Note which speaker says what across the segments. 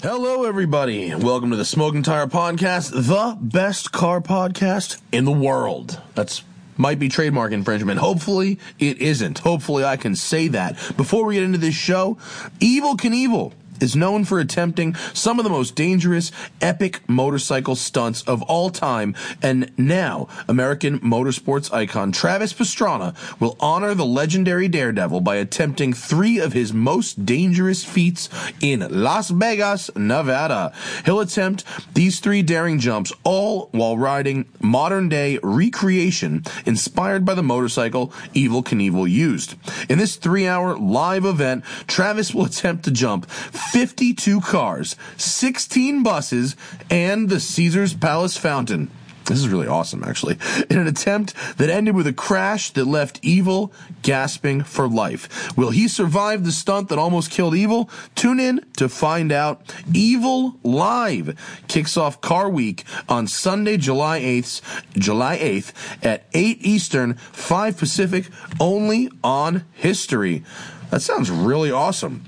Speaker 1: Hello, everybody. Welcome to the Smoking Tire Podcast, the best car podcast in the world. That's might be trademark infringement. Hopefully, it isn't. Hopefully, I can say that. Before we get into this show, Evil Knievel is known for attempting some of the most dangerous, epic motorcycle stunts of all time, and now American motorsports icon Travis Pastrana will honor the legendary daredevil by attempting three of his most dangerous feats in Las Vegas, Nevada. He'll attempt these three daring jumps all while riding modern day recreation inspired by the motorcycle Evil Knievel used. In this three hour live event, Travis will attempt to jump 52 cars, 16 buses, and the Caesars Palace fountain. This is really awesome, actually. In an attempt that ended with a crash that left Evil gasping for life. Will he survive the stunt that almost killed Evil? Tune in to find out. Evil Live kicks off Car Week on Sunday, July 8th, July 8th at 8 Eastern, 5 Pacific, only on History. That sounds really awesome.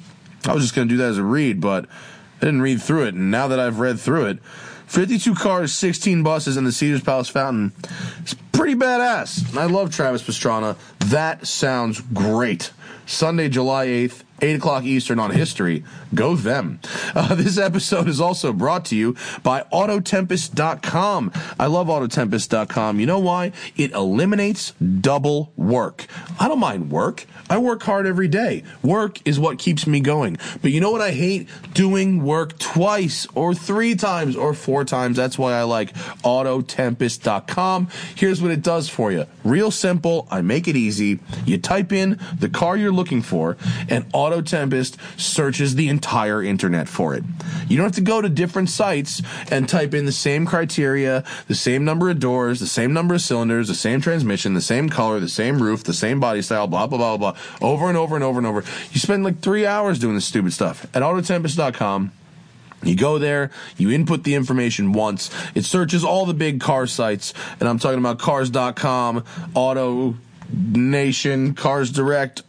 Speaker 1: I was just going to do that as a read, but I didn't read through it. And now that I've read through it, 52 cars, 16 buses, and the Cedars Palace fountain. It's pretty badass. And I love Travis Pastrana. That sounds great. Sunday, July 8th, 8 o'clock Eastern on History. Go them. Uh, this episode is also brought to you by Autotempest.com. I love Autotempest.com. You know why? It eliminates double work. I don't mind work. I work hard every day. Work is what keeps me going. But you know what I hate? Doing work twice or three times or four times. That's why I like Autotempest.com. Here's what it does for you. Real simple. I make it easy. You type in the car you're looking for and Auto Tempest searches the entire internet for it. You don't have to go to different sites and type in the same criteria, the same number of doors, the same number of cylinders, the same transmission, the same color, the same roof, the same body style, blah, blah, blah, blah, blah, over and over and over and over. You spend like three hours doing this stupid stuff at autotempest.com. You go there, you input the information once, it searches all the big car sites, and I'm talking about cars.com, Auto Nation, Cars Direct,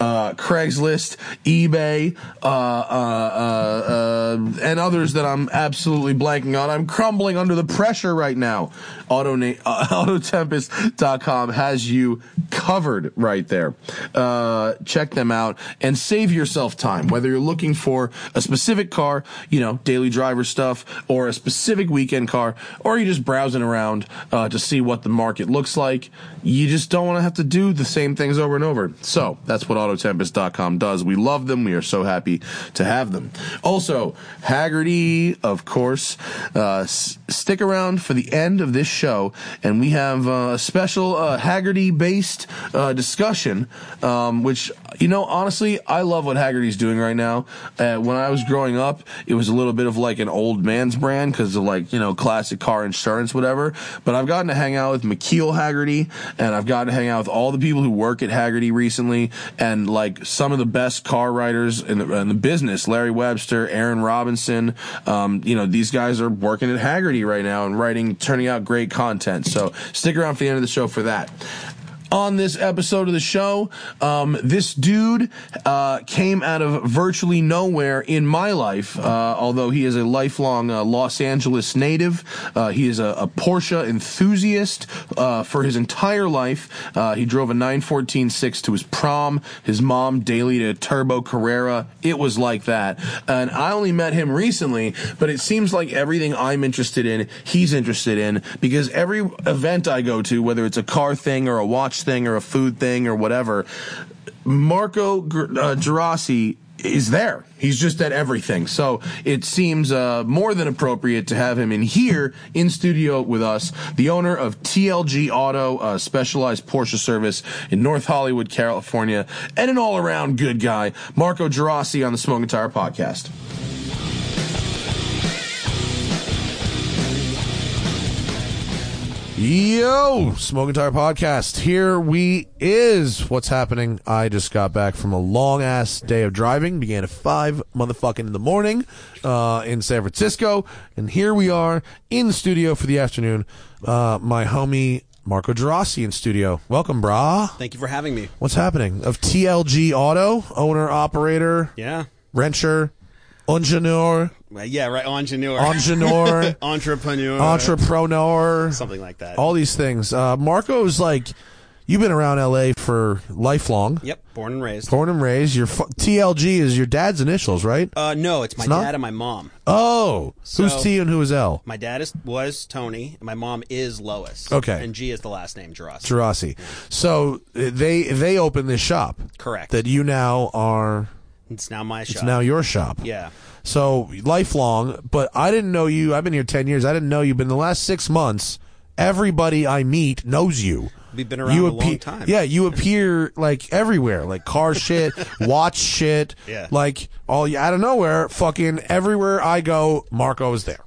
Speaker 1: uh, Craigslist, eBay, uh, uh, uh, uh, and others that I'm absolutely blanking on. I'm crumbling under the pressure right now. Auto na- uh, Autotempest.com has you covered right there. Uh, check them out and save yourself time. Whether you're looking for a specific car, you know, daily driver stuff, or a specific weekend car, or you're just browsing around uh, to see what the market looks like, you just don't want to have to do the same things over and over. So that's what Autotempest.com does. We love them. We are so happy to have them. Also, Haggerty, of course, uh, s- stick around for the end of this show, and we have uh, a special uh, Haggerty-based uh, discussion, um, which you know, honestly, I love what Haggerty's doing right now. Uh, when I was growing up, it was a little bit of like an old man's brand because of like, you know, classic car insurance, whatever. But I've gotten to hang out with McKeel Haggerty and I've gotten to hang out with all the people who work at Haggerty recently and like some of the best car writers in the, in the business Larry Webster, Aaron Robinson. Um, you know, these guys are working at Haggerty right now and writing, turning out great content. So stick around for the end of the show for that on this episode of the show. Um, this dude uh, came out of virtually nowhere in my life, uh, although he is a lifelong uh, Los Angeles native. Uh, he is a, a Porsche enthusiast uh, for his entire life. Uh, he drove a 914.6 to his prom, his mom daily to a Turbo Carrera. It was like that. And I only met him recently, but it seems like everything I'm interested in, he's interested in, because every event I go to, whether it's a car thing or a watch thing or a food thing or whatever, Marco Gr- uh, Gerasi is there. He's just at everything. So it seems uh, more than appropriate to have him in here in studio with us, the owner of TLG Auto, uh, specialized Porsche service in North Hollywood, California, and an all around good guy, Marco Gerasi on the Smoking Tire Podcast. Yo, Smoking Tire Podcast. Here we is. What's happening? I just got back from a long ass day of driving. Began at five motherfucking in the morning uh, in San Francisco, and here we are in the studio for the afternoon. Uh, my homie Marco Gerasi in studio. Welcome, brah.
Speaker 2: Thank you for having me.
Speaker 1: What's happening? Of TLG Auto, owner operator,
Speaker 2: Yeah.
Speaker 1: wrencher, engineer,
Speaker 2: Well, yeah, right. Entrepreneur.
Speaker 1: Entrepreneur,
Speaker 2: entrepreneur.
Speaker 1: entrepreneur,
Speaker 2: something like that.
Speaker 1: all these things. Uh, Marco's like, you've been around LA for lifelong.
Speaker 2: yep. Born and raised.
Speaker 1: Born and raised. Your fu- TLG is your dad's initials, right?
Speaker 2: Uh, no, it's my
Speaker 1: not?
Speaker 2: dad and my mom.
Speaker 1: oh, who's
Speaker 2: so-
Speaker 1: T and who is L?
Speaker 2: My dad is was Tony. And my mom is Lois.
Speaker 1: Okay.
Speaker 2: And G is the last name Dross.
Speaker 1: Gerasi. So uh, they they opened this shop.
Speaker 2: Correct.
Speaker 1: That you now are
Speaker 2: it's now my shop.
Speaker 1: it's now your shop.
Speaker 2: yeah.
Speaker 1: So lifelong, but I didn't know you. I've been here ten years. I didn't know you. But in the last six months, everybody I meet knows you.
Speaker 2: We've been around
Speaker 1: you
Speaker 2: a long time.
Speaker 1: Yeah, you appear like everywhere, like car shit, watch shit,
Speaker 2: Yeah.
Speaker 1: like all out of nowhere, fucking everywhere I go, Marco is there.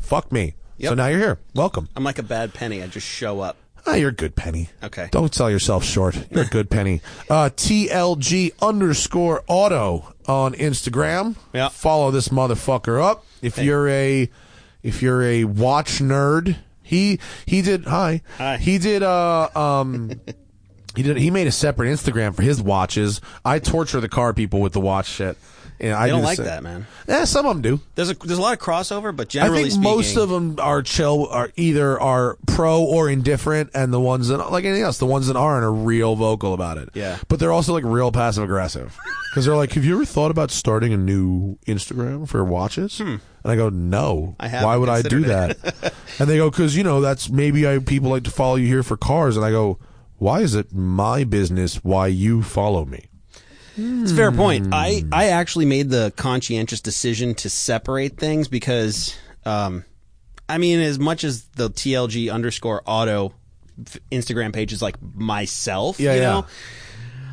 Speaker 1: Fuck me. So
Speaker 2: Yep.
Speaker 1: now you're here. Welcome.
Speaker 2: I'm like a bad penny. I just show up.
Speaker 1: Ah, you're a good penny.
Speaker 2: Okay.
Speaker 1: Don't sell yourself short. You're a good penny. Uh, TLG underscore auto on Instagram.
Speaker 2: Yeah.
Speaker 1: Follow this motherfucker up. If you're a, if you're a watch nerd, he, he did, hi.
Speaker 2: Hi.
Speaker 1: He did, uh, um, he did, he made a separate Instagram for his watches. I torture the car people with the watch shit. And I
Speaker 2: They don't
Speaker 1: do the
Speaker 2: like
Speaker 1: same.
Speaker 2: that, man.
Speaker 1: Eh, some of them do.
Speaker 2: There's a there's a lot of crossover, but
Speaker 1: I
Speaker 2: generally
Speaker 1: think
Speaker 2: speaking,
Speaker 1: most of them are chill, are either are pro or indifferent, and the ones that like anything else, the ones that aren't are real vocal about it.
Speaker 2: Yeah.
Speaker 1: but they're also like real passive aggressive because they're like, "Have you ever thought about starting a new Instagram for watches?" And I go, "No,
Speaker 2: Hmm. I haven't
Speaker 1: why would I do
Speaker 2: considered
Speaker 1: that?" and they go, "Because you know that's maybe I people like to follow you here for cars," and I go, "Why is it my business why you follow me?"
Speaker 2: It's a fair point.
Speaker 1: Hmm.
Speaker 2: I, I actually made the conscientious decision to separate things because, um, I mean, as much as the TLG underscore auto f- Instagram page is like myself,
Speaker 1: Yeah,
Speaker 2: you
Speaker 1: yeah.
Speaker 2: know,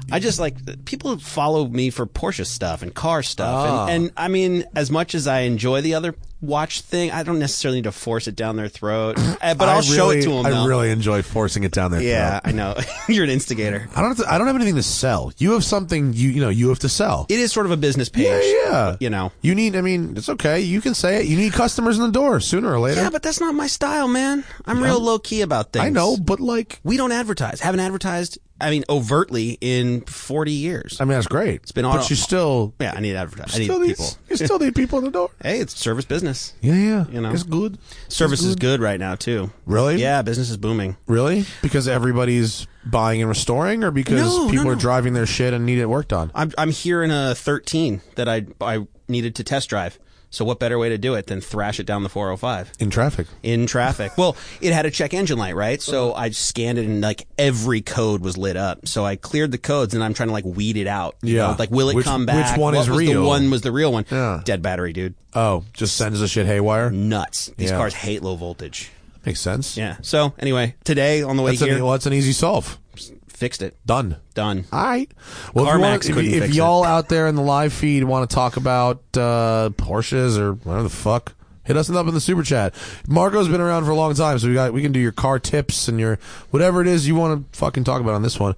Speaker 2: I just like people follow me for Porsche stuff and car stuff.
Speaker 1: Ah.
Speaker 2: And, and I mean, as much as I enjoy the other watch thing, I don't necessarily need to force it down their throat, Uh, but
Speaker 1: I
Speaker 2: I'll show
Speaker 1: really-
Speaker 2: it to them.
Speaker 1: I really enjoy forcing it down their throat.
Speaker 2: yeah, I know. You're an instigator.
Speaker 1: I don't. Have to, I don't have anything to sell. You have something. You you know. You have to sell.
Speaker 2: It is sort of a business page.
Speaker 1: yeah, yeah.
Speaker 2: You know.
Speaker 1: You need. I mean, it's okay. You can say it. You need customers in the door sooner or later.
Speaker 2: Yeah, but that's not my style, man. I'm real low key about things.
Speaker 1: I know. But like,
Speaker 2: We don't advertise. Haven't advertised, I mean, overtly in 40 years.
Speaker 1: I mean, that's great. It's
Speaker 2: been
Speaker 1: But
Speaker 2: auto-
Speaker 1: you still.
Speaker 2: yeah, I need advertise. I need
Speaker 1: Still need,
Speaker 2: people.
Speaker 1: you still need people in the door.
Speaker 2: Hey, it's service business.
Speaker 1: Yeah, yeah.
Speaker 2: You know.
Speaker 1: it's good.
Speaker 2: Service is good right now, too.
Speaker 1: Really?
Speaker 2: Yeah, business is booming.
Speaker 1: Really? Because everybody's buying and restoring, or because
Speaker 2: No, no,
Speaker 1: people are
Speaker 2: no.
Speaker 1: driving their shit and need it worked on.
Speaker 2: I'm, I'm here in a 13 that I, I needed to test drive. So what better way to do it than thrash it down the 405?
Speaker 1: In traffic.
Speaker 2: in traffic. Well, it had a check engine light, right? So
Speaker 1: Uh-huh.
Speaker 2: I scanned it and like every code was lit up. So I cleared the codes and I'm trying to like weed it out. you
Speaker 1: Yeah.
Speaker 2: know? Like, will it
Speaker 1: Which-
Speaker 2: come
Speaker 1: which
Speaker 2: back?
Speaker 1: one
Speaker 2: What
Speaker 1: is
Speaker 2: was
Speaker 1: real?
Speaker 2: The one was the real one.
Speaker 1: Yeah.
Speaker 2: Dead battery, dude.
Speaker 1: Oh, just sends the shit haywire.
Speaker 2: Nuts. These
Speaker 1: Yeah.
Speaker 2: cars hate low voltage.
Speaker 1: Makes sense.
Speaker 2: Mm. Yeah. So anyway, today on the way
Speaker 1: That's an, e,
Speaker 2: here,
Speaker 1: well, that's an easy solve.
Speaker 2: fixed it.
Speaker 1: Done.
Speaker 2: Done.
Speaker 1: All right. Well, if, you
Speaker 2: CarMax
Speaker 1: wanna- if-
Speaker 2: couldn't
Speaker 1: if
Speaker 2: fix it.
Speaker 1: y'all out there in the live feed want to talk about uh, Porsches or whatever the fuck, hit us up in the super chat. Marco's been around for a long time, so we got we can do your car tips and your whatever it is you want to fucking talk about on this one.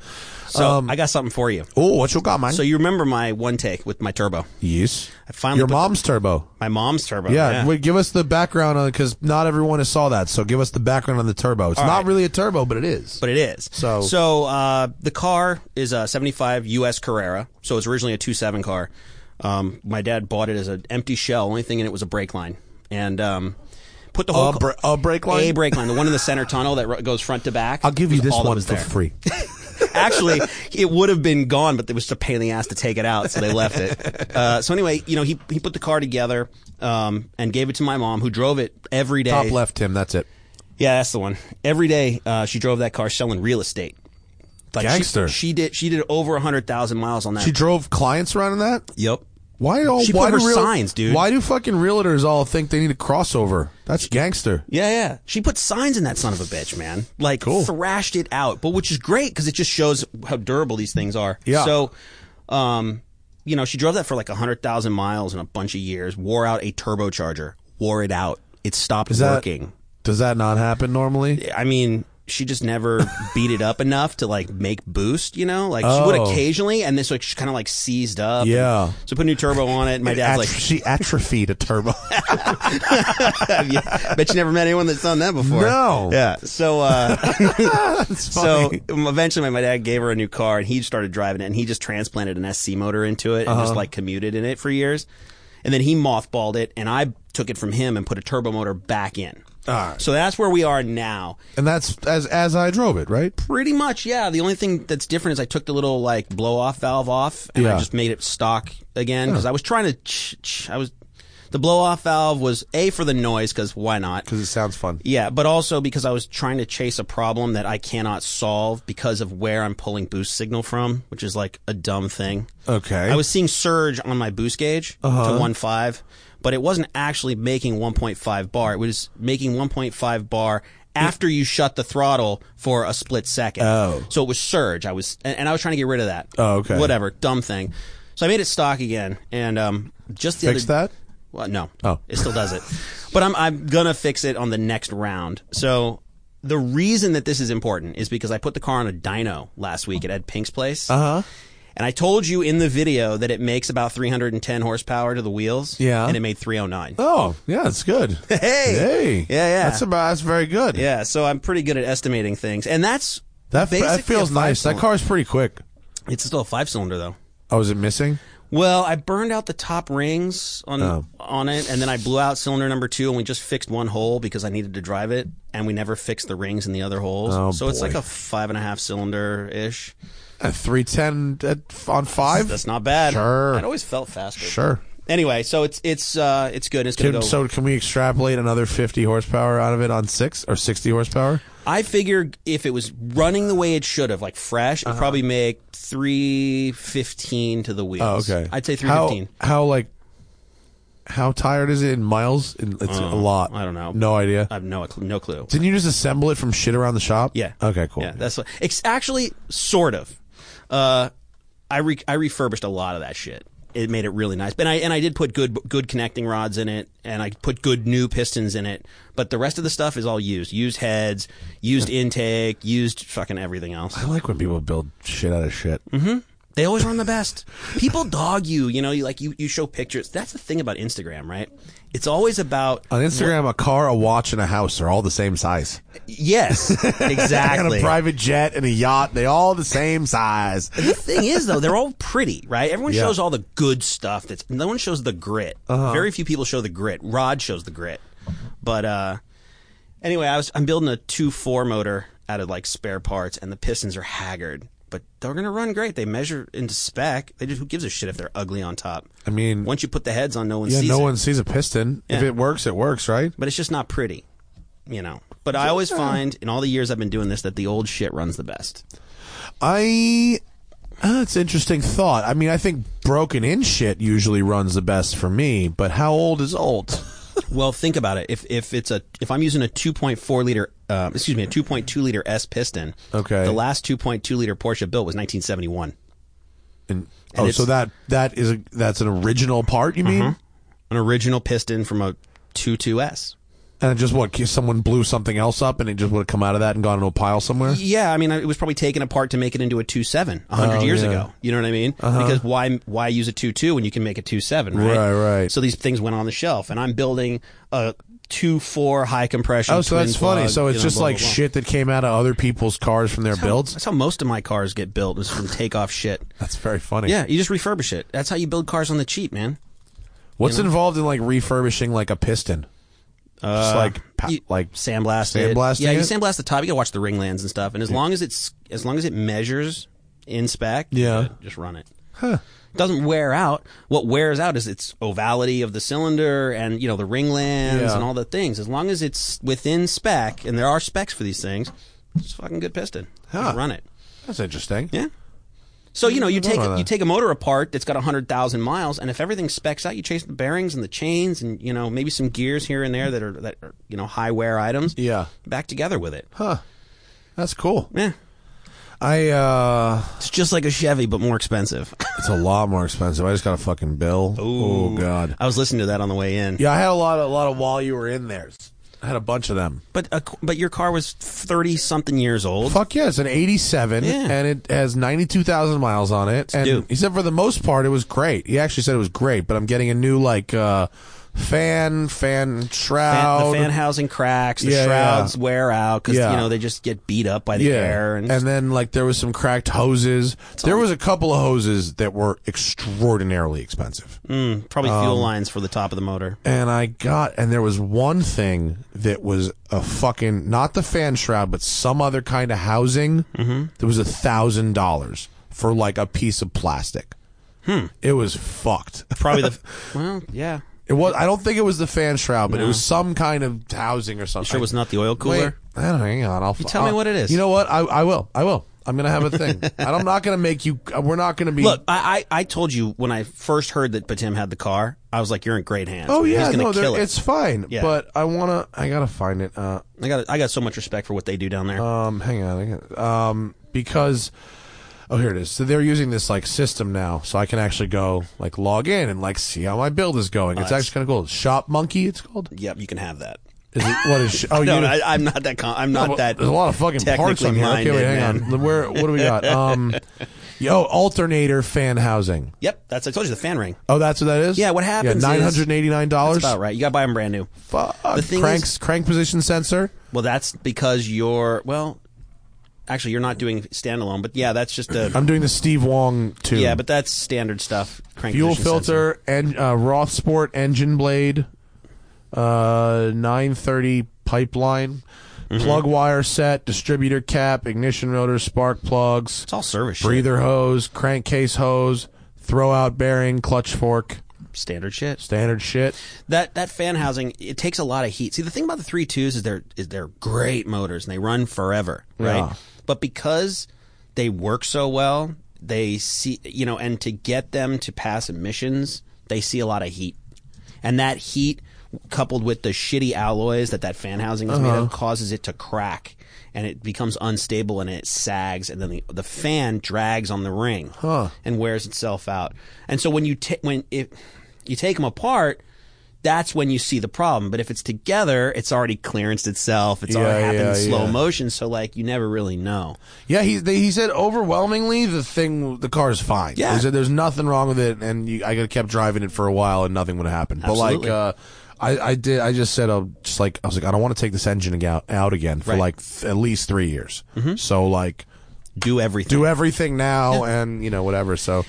Speaker 2: So
Speaker 1: Um,
Speaker 2: I got something for you.
Speaker 1: Oh, what you got, man?
Speaker 2: So you remember my one take with my turbo,
Speaker 1: yes,
Speaker 2: I finally
Speaker 1: your
Speaker 2: put the-
Speaker 1: mom's turbo.
Speaker 2: my mom's turbo.
Speaker 1: Yeah, Wait, give us the background on because not everyone has saw that. So give us the background on the turbo. It's not
Speaker 2: right.
Speaker 1: really a turbo, but it is.
Speaker 2: but it is.
Speaker 1: So-
Speaker 2: so uh, the car is a 75 US Carrera. So it's originally a 27 car. Um, my dad bought it as an empty shell. Only thing in it was a brake line, and um, put the whole
Speaker 1: a, br- a brake line.
Speaker 2: a brake line, the one in the center tunnel that ro- goes front to back.
Speaker 1: I'll give you
Speaker 2: was
Speaker 1: this
Speaker 2: all that
Speaker 1: one
Speaker 2: was
Speaker 1: for
Speaker 2: there.
Speaker 1: free.
Speaker 2: Actually, it would have been gone, but it was just a pain in the ass to take it out, so they left it. Uh, so anyway, you know, he he put the car together um, and gave it to my mom, who drove it every day.
Speaker 1: Top left, Tim. That's it.
Speaker 2: Yeah, that's the one. Every day uh, she drove that car selling real estate. Like she-
Speaker 1: Gangster.
Speaker 2: She, did. She did over hundred thousand miles on that.
Speaker 1: She drove clients around in that.
Speaker 2: yep.
Speaker 1: Why all?
Speaker 2: She put
Speaker 1: why
Speaker 2: her
Speaker 1: do real-
Speaker 2: signs, dude.
Speaker 1: Why do fucking realtors all think they need a crossover? That's gangster.
Speaker 2: Yeah, yeah. She put signs in that son of a bitch, man. Like thrashed it out, but which is great because it just shows how durable these things are.
Speaker 1: Yeah.
Speaker 2: So, um, you know, she drove that for like hundred thousand miles in a bunch of years. Wore out a turbocharger. Wore it out. It stopped
Speaker 1: that-
Speaker 2: working.
Speaker 1: Does that not happen normally?
Speaker 2: I mean, she just never beat it up enough to like make boost, you know? Like she
Speaker 1: Oh.
Speaker 2: would occasionally and this like she kinda like seized up.
Speaker 1: Yeah.
Speaker 2: So put a new turbo on it and my dad's
Speaker 1: Atro-
Speaker 2: like
Speaker 1: she atrophied a turbo.
Speaker 2: have you bet you never met anyone that's done that before.
Speaker 1: No.
Speaker 2: Yeah. So uh
Speaker 1: That's
Speaker 2: So
Speaker 1: funny.
Speaker 2: um, eventually, my, my dad gave her a new
Speaker 1: Uh-huh.
Speaker 2: car, and he started driving it, and he just transplanted an SC motor into it and just like commuted in it for years. and then he mothballed it, and I took it from him and put a turbo motor back in.
Speaker 1: All right.
Speaker 2: So that's where we are now.
Speaker 1: And that's as as I drove it, right?
Speaker 2: Pretty much, yeah. The only thing that's different is I took the little like blow off valve off, and
Speaker 1: Yeah.
Speaker 2: I just made it stock again because I was trying to. Ch- ch- I was the blow off valve was a for the noise because why not?
Speaker 1: Because it sounds fun.
Speaker 2: Yeah, but also because I was trying to chase a problem that I cannot solve because of where I'm pulling boost signal from, which is like a dumb thing.
Speaker 1: Okay. Uh-huh.
Speaker 2: I was seeing surge on my boost gauge to one five, but it wasn't actually making 1.5 bar. It was making 1.5 bar after you shut the throttle for a split second.
Speaker 1: Oh.
Speaker 2: So it was surge. I was and, and I was trying to get rid of that.
Speaker 1: Oh, okay.
Speaker 2: Whatever, dumb thing. So I made it stock again and um just the
Speaker 1: Fix
Speaker 2: other,
Speaker 1: that?
Speaker 2: well, no.
Speaker 1: Oh.
Speaker 2: It still does it. but I'm I'm gonna fix it on the next round. So the reason that this is important is because I put the car on a dyno last week at Ed Pink's place.
Speaker 1: Uh-huh.
Speaker 2: Uh huh. And I told you in the video that it makes about 310 horsepower to the wheels.
Speaker 1: Yeah.
Speaker 2: And it made 309.
Speaker 1: Oh, yeah, it's good.
Speaker 2: Hey.
Speaker 1: hey,
Speaker 2: Yeah, yeah.
Speaker 1: That's about. That's very good.
Speaker 2: Yeah. So I'm pretty good at estimating things. And that's
Speaker 1: that,
Speaker 2: basically
Speaker 1: that feels
Speaker 2: a five
Speaker 1: nice. That
Speaker 2: cylinder.
Speaker 1: car's pretty quick.
Speaker 2: It's still a five cylinder though.
Speaker 1: Oh, is it missing?
Speaker 2: Well, I burned out the top rings on
Speaker 1: Oh.
Speaker 2: on it, and then I blew out cylinder number two, and we just fixed one hole because I needed to drive it, and we never fixed the rings in the other holes.
Speaker 1: Oh,
Speaker 2: so it's
Speaker 1: boy.
Speaker 2: like a five and a half cylinder ish.
Speaker 1: At three ten at on five.
Speaker 2: That's not bad.
Speaker 1: Sure.
Speaker 2: I'd always felt faster.
Speaker 1: Sure.
Speaker 2: Anyway, so it's it's uh it's good. It's gonna
Speaker 1: Can,
Speaker 2: go.
Speaker 1: so can we extrapolate another fifty horsepower out of it on six or sixty horsepower?
Speaker 2: I figure if it was running the way it should have, like fresh,
Speaker 1: Uh-huh.
Speaker 2: it'd probably make three fifteen to the
Speaker 1: Oh,
Speaker 2: wheels.
Speaker 1: okay.
Speaker 2: I'd say three
Speaker 1: How-
Speaker 2: fifteen.
Speaker 1: How, like how tired is it in miles? In- It's a lot.
Speaker 2: Uh, I don't know.
Speaker 1: No idea.
Speaker 2: I have no no clue.
Speaker 1: Didn't you just assemble it from shit around the shop?
Speaker 2: Yeah.
Speaker 1: Okay. Cool.
Speaker 2: Yeah, that's what, it's actually sort of. Uh, I re, I refurbished a lot of that shit. It made it really nice, and I and I did put good good connecting rods in it, and I put good new pistons in it. But the rest of the stuff is all used, used heads, used intake, used fucking everything else.
Speaker 1: I like when people build shit out of shit.
Speaker 2: Mm-hmm. They always run the best. People dog you, you know. You like you you show pictures. That's the thing about Instagram, right? It's always about
Speaker 1: On Instagram, a car, a watch, and a house are all the same size.
Speaker 2: yes,
Speaker 1: And
Speaker 2: exactly.
Speaker 1: a private jet and a yacht, they all the same size.
Speaker 2: the thing is though they're all pretty right everyone
Speaker 1: Yeah. Uh-huh.
Speaker 2: shows all the good stuff that's no one shows the grit very few people show the grit rod shows the grit but uh anyway i was i'm building a 2-4 motor out of like spare parts and the pistons are haggard but they're gonna run great they measure into spec they just who gives a shit if they're ugly on top
Speaker 1: I mean,
Speaker 2: once you put the heads on no one
Speaker 1: yeah,
Speaker 2: sees
Speaker 1: no
Speaker 2: it
Speaker 1: one sees a piston. If
Speaker 2: Yeah.
Speaker 1: it works, it works, right?
Speaker 2: but it's just not pretty you know but i always find in all the years i've been doing this that the old shit runs the best
Speaker 1: I. Uh, it's an interesting thought. I mean, I think broken in shit usually runs the best for me, but how old is old?
Speaker 2: Well, think about it. If if it's a if I'm using a 2.4 liter, uh, excuse me, a 2.2 liter S piston.
Speaker 1: Okay.
Speaker 2: The last 2.2 liter Porsche built was 1971.
Speaker 1: And,
Speaker 2: And
Speaker 1: oh,
Speaker 2: it's- Mm-hmm.
Speaker 1: so that that is a, that's an original part, you mean?
Speaker 2: An original piston from a 22S.
Speaker 1: And just what someone blew something else up, and it just would have come out of that and gone into a pile somewhere.
Speaker 2: Yeah, I mean, it was probably taken apart to make it into a 27 100
Speaker 1: Oh,
Speaker 2: years
Speaker 1: yeah. Uh-huh.
Speaker 2: ago. You know what I mean? Because why why use a 22 when you can make a 27, right?
Speaker 1: Right, right.
Speaker 2: So these things went on the shelf, and I'm building a 2.4 high compression.
Speaker 1: Oh, so
Speaker 2: twin
Speaker 1: that's funny.
Speaker 2: plug,
Speaker 1: So
Speaker 2: you
Speaker 1: it's
Speaker 2: know,
Speaker 1: just
Speaker 2: blah,
Speaker 1: like
Speaker 2: blah, blah.
Speaker 1: shit that came out of other people's cars from their builds.
Speaker 2: That's how most of my cars get built is from takeoff shit.
Speaker 1: That's very funny.
Speaker 2: Yeah, you just refurbish it. That's how you build cars on the cheap, man.
Speaker 1: What's involved in like refurbishing like a piston? just like pa-
Speaker 2: You-
Speaker 1: like
Speaker 2: sandblast
Speaker 1: sandblasting
Speaker 2: it. Yeah, you
Speaker 1: it?
Speaker 2: sandblast the top. You gotta watch the ring lands and stuff. And as long as it's as long as it measures in spec, you
Speaker 1: Yeah.
Speaker 2: gotta just run it. It Doesn't wear out. What wears out is its ovality of the cylinder and you know the ring lands
Speaker 1: Yeah.
Speaker 2: and all the things. As long as it's within spec, and there are specs for these things, it's a fucking good piston. Just
Speaker 1: Huh.
Speaker 2: run it.
Speaker 1: that's interesting.
Speaker 2: Yeah. So you know you take
Speaker 1: about that.
Speaker 2: you take a motor apart that's got hundred thousand miles, and if everything specs out, you change the bearings and the chains, and you know maybe some gears here and there that are that are, you know high wear items.
Speaker 1: Yeah.
Speaker 2: back together with it.
Speaker 1: That's cool.
Speaker 2: Yeah,
Speaker 1: I uh
Speaker 2: it's just like a Chevy but more expensive.
Speaker 1: it's a lot more expensive. I just got a fucking bill. Oh god.
Speaker 2: I was listening to that on the way in.
Speaker 1: Yeah, I had a lot of, a lot of while you were in there. I had a bunch of them.
Speaker 2: But a, but your car was thirty something years old.
Speaker 1: Fuck yeah, it's an 87
Speaker 2: Yeah.
Speaker 1: and it has 92,000 miles on it. And
Speaker 2: due.
Speaker 1: he said for the most part it was great. He actually said it was great, but I'm getting a new like uh fan, fan shroud.
Speaker 2: the fan housing cracks, the
Speaker 1: Yeah,
Speaker 2: shrouds
Speaker 1: yeah.
Speaker 2: wear out because
Speaker 1: Yeah.
Speaker 2: you know they just get beat up by the air, and,
Speaker 1: then like there was some cracked hoses. There was a couple of hoses that were extraordinarily expensive.
Speaker 2: probably fuel lines for the top of the motor.
Speaker 1: And I got and there was one thing that was a fucking not the fan shroud, but some other kind of housing. Mm-hmm. That was a thousand dollars for like a piece of plastic. Hmm. It was fucked.
Speaker 2: Probably the well, yeah.
Speaker 1: It was. I don't think it was the fan shroud, but it was some kind of housing or something.
Speaker 2: Sure, was not the oil cooler.
Speaker 1: Wait, I don't know, hang on. I'll you
Speaker 2: tell me what it is.
Speaker 1: You know what? I, I will. I will. I'm gonna have a thing. And I'm not gonna make you. uh, We're not gonna be.
Speaker 2: Look, I, I I told you when I first heard that Patim had the car, I was like, "You're in great hands."
Speaker 1: oh
Speaker 2: man.
Speaker 1: yeah,
Speaker 2: he's gonna
Speaker 1: no,
Speaker 2: kill
Speaker 1: there-
Speaker 2: it.
Speaker 1: it's fine.
Speaker 2: Yeah.
Speaker 1: But I wanna. I gotta find it. Uh,
Speaker 2: I got I got so much respect for what they do down there.
Speaker 1: um, hang on. I got- Um, because. Oh, here it is. So they're using this like system now, so I can actually go like log in and like see how my build is going. it's actually kind of cool. Shop Monkey, it's called.
Speaker 2: yep, you can have that.
Speaker 1: Is it what is? Oh,
Speaker 2: No,
Speaker 1: you,
Speaker 2: no, I, I'm not that. Con- I'm not
Speaker 1: Well,
Speaker 2: that.
Speaker 1: There's a lot of fucking parts on
Speaker 2: technically
Speaker 1: here. Okay, wait,
Speaker 2: minded,
Speaker 1: hang
Speaker 2: man.
Speaker 1: on. Where? What do we got? Um, yo, alternator fan housing.
Speaker 2: Yep, that's I told you the fan ring.
Speaker 1: Oh, that's what that is.
Speaker 2: Yeah, what happens is-
Speaker 1: Nine hundred eighty-nine dollars.
Speaker 2: That's about right. You got to buy them brand new.
Speaker 1: Fuck.
Speaker 2: The thing
Speaker 1: Cranks, crank position sensor.
Speaker 2: Well, that's because you're well. Actually, you're not doing standalone, but yeah, that's just a
Speaker 1: I'm doing the Steve Wong too.
Speaker 2: yeah, but that's standard stuff. Crank
Speaker 1: fuel
Speaker 2: position sensor.
Speaker 1: filter and uh, Roth Sport engine blade, uh, nine thirty pipeline, plug wire set, distributor cap, ignition motor, spark plugs,
Speaker 2: It's all service. shit.
Speaker 1: breather hose, crankcase hose, throwout bearing, clutch fork,
Speaker 2: standard shit.
Speaker 1: standard shit.
Speaker 2: That that fan housing it takes a lot of heat. See, the thing about the three twos is they're is they're great motors and they run forever, right?
Speaker 1: Yeah.
Speaker 2: But because they work so well, they see you know, and to get them to pass emissions, they see a lot of heat, and that heat coupled with the shitty alloys that that fan housing is made of causes it to crack and it becomes unstable and it sags and then the, the fan drags on the ring and wears itself out and so when you ta- when it you take them apart that's when you see the problem but if it's together it's already clearanced itself it's already
Speaker 1: Yeah,
Speaker 2: happened in
Speaker 1: yeah,
Speaker 2: slow
Speaker 1: yeah.
Speaker 2: motion so like you never really know
Speaker 1: Yeah, he they, he said overwhelmingly the thing the car is fine.
Speaker 2: Yeah.
Speaker 1: he said there's nothing wrong with it, and you, I kept driving it for a while and nothing would happen. But
Speaker 2: Absolutely.
Speaker 1: like. uh I, I did. I just said, uh, just like I was like, I don't want to take this engine out, out again for
Speaker 2: Right. Mm-hmm.
Speaker 1: like th- at least three years. So like,
Speaker 2: do everything
Speaker 1: do everything now and you know whatever. So,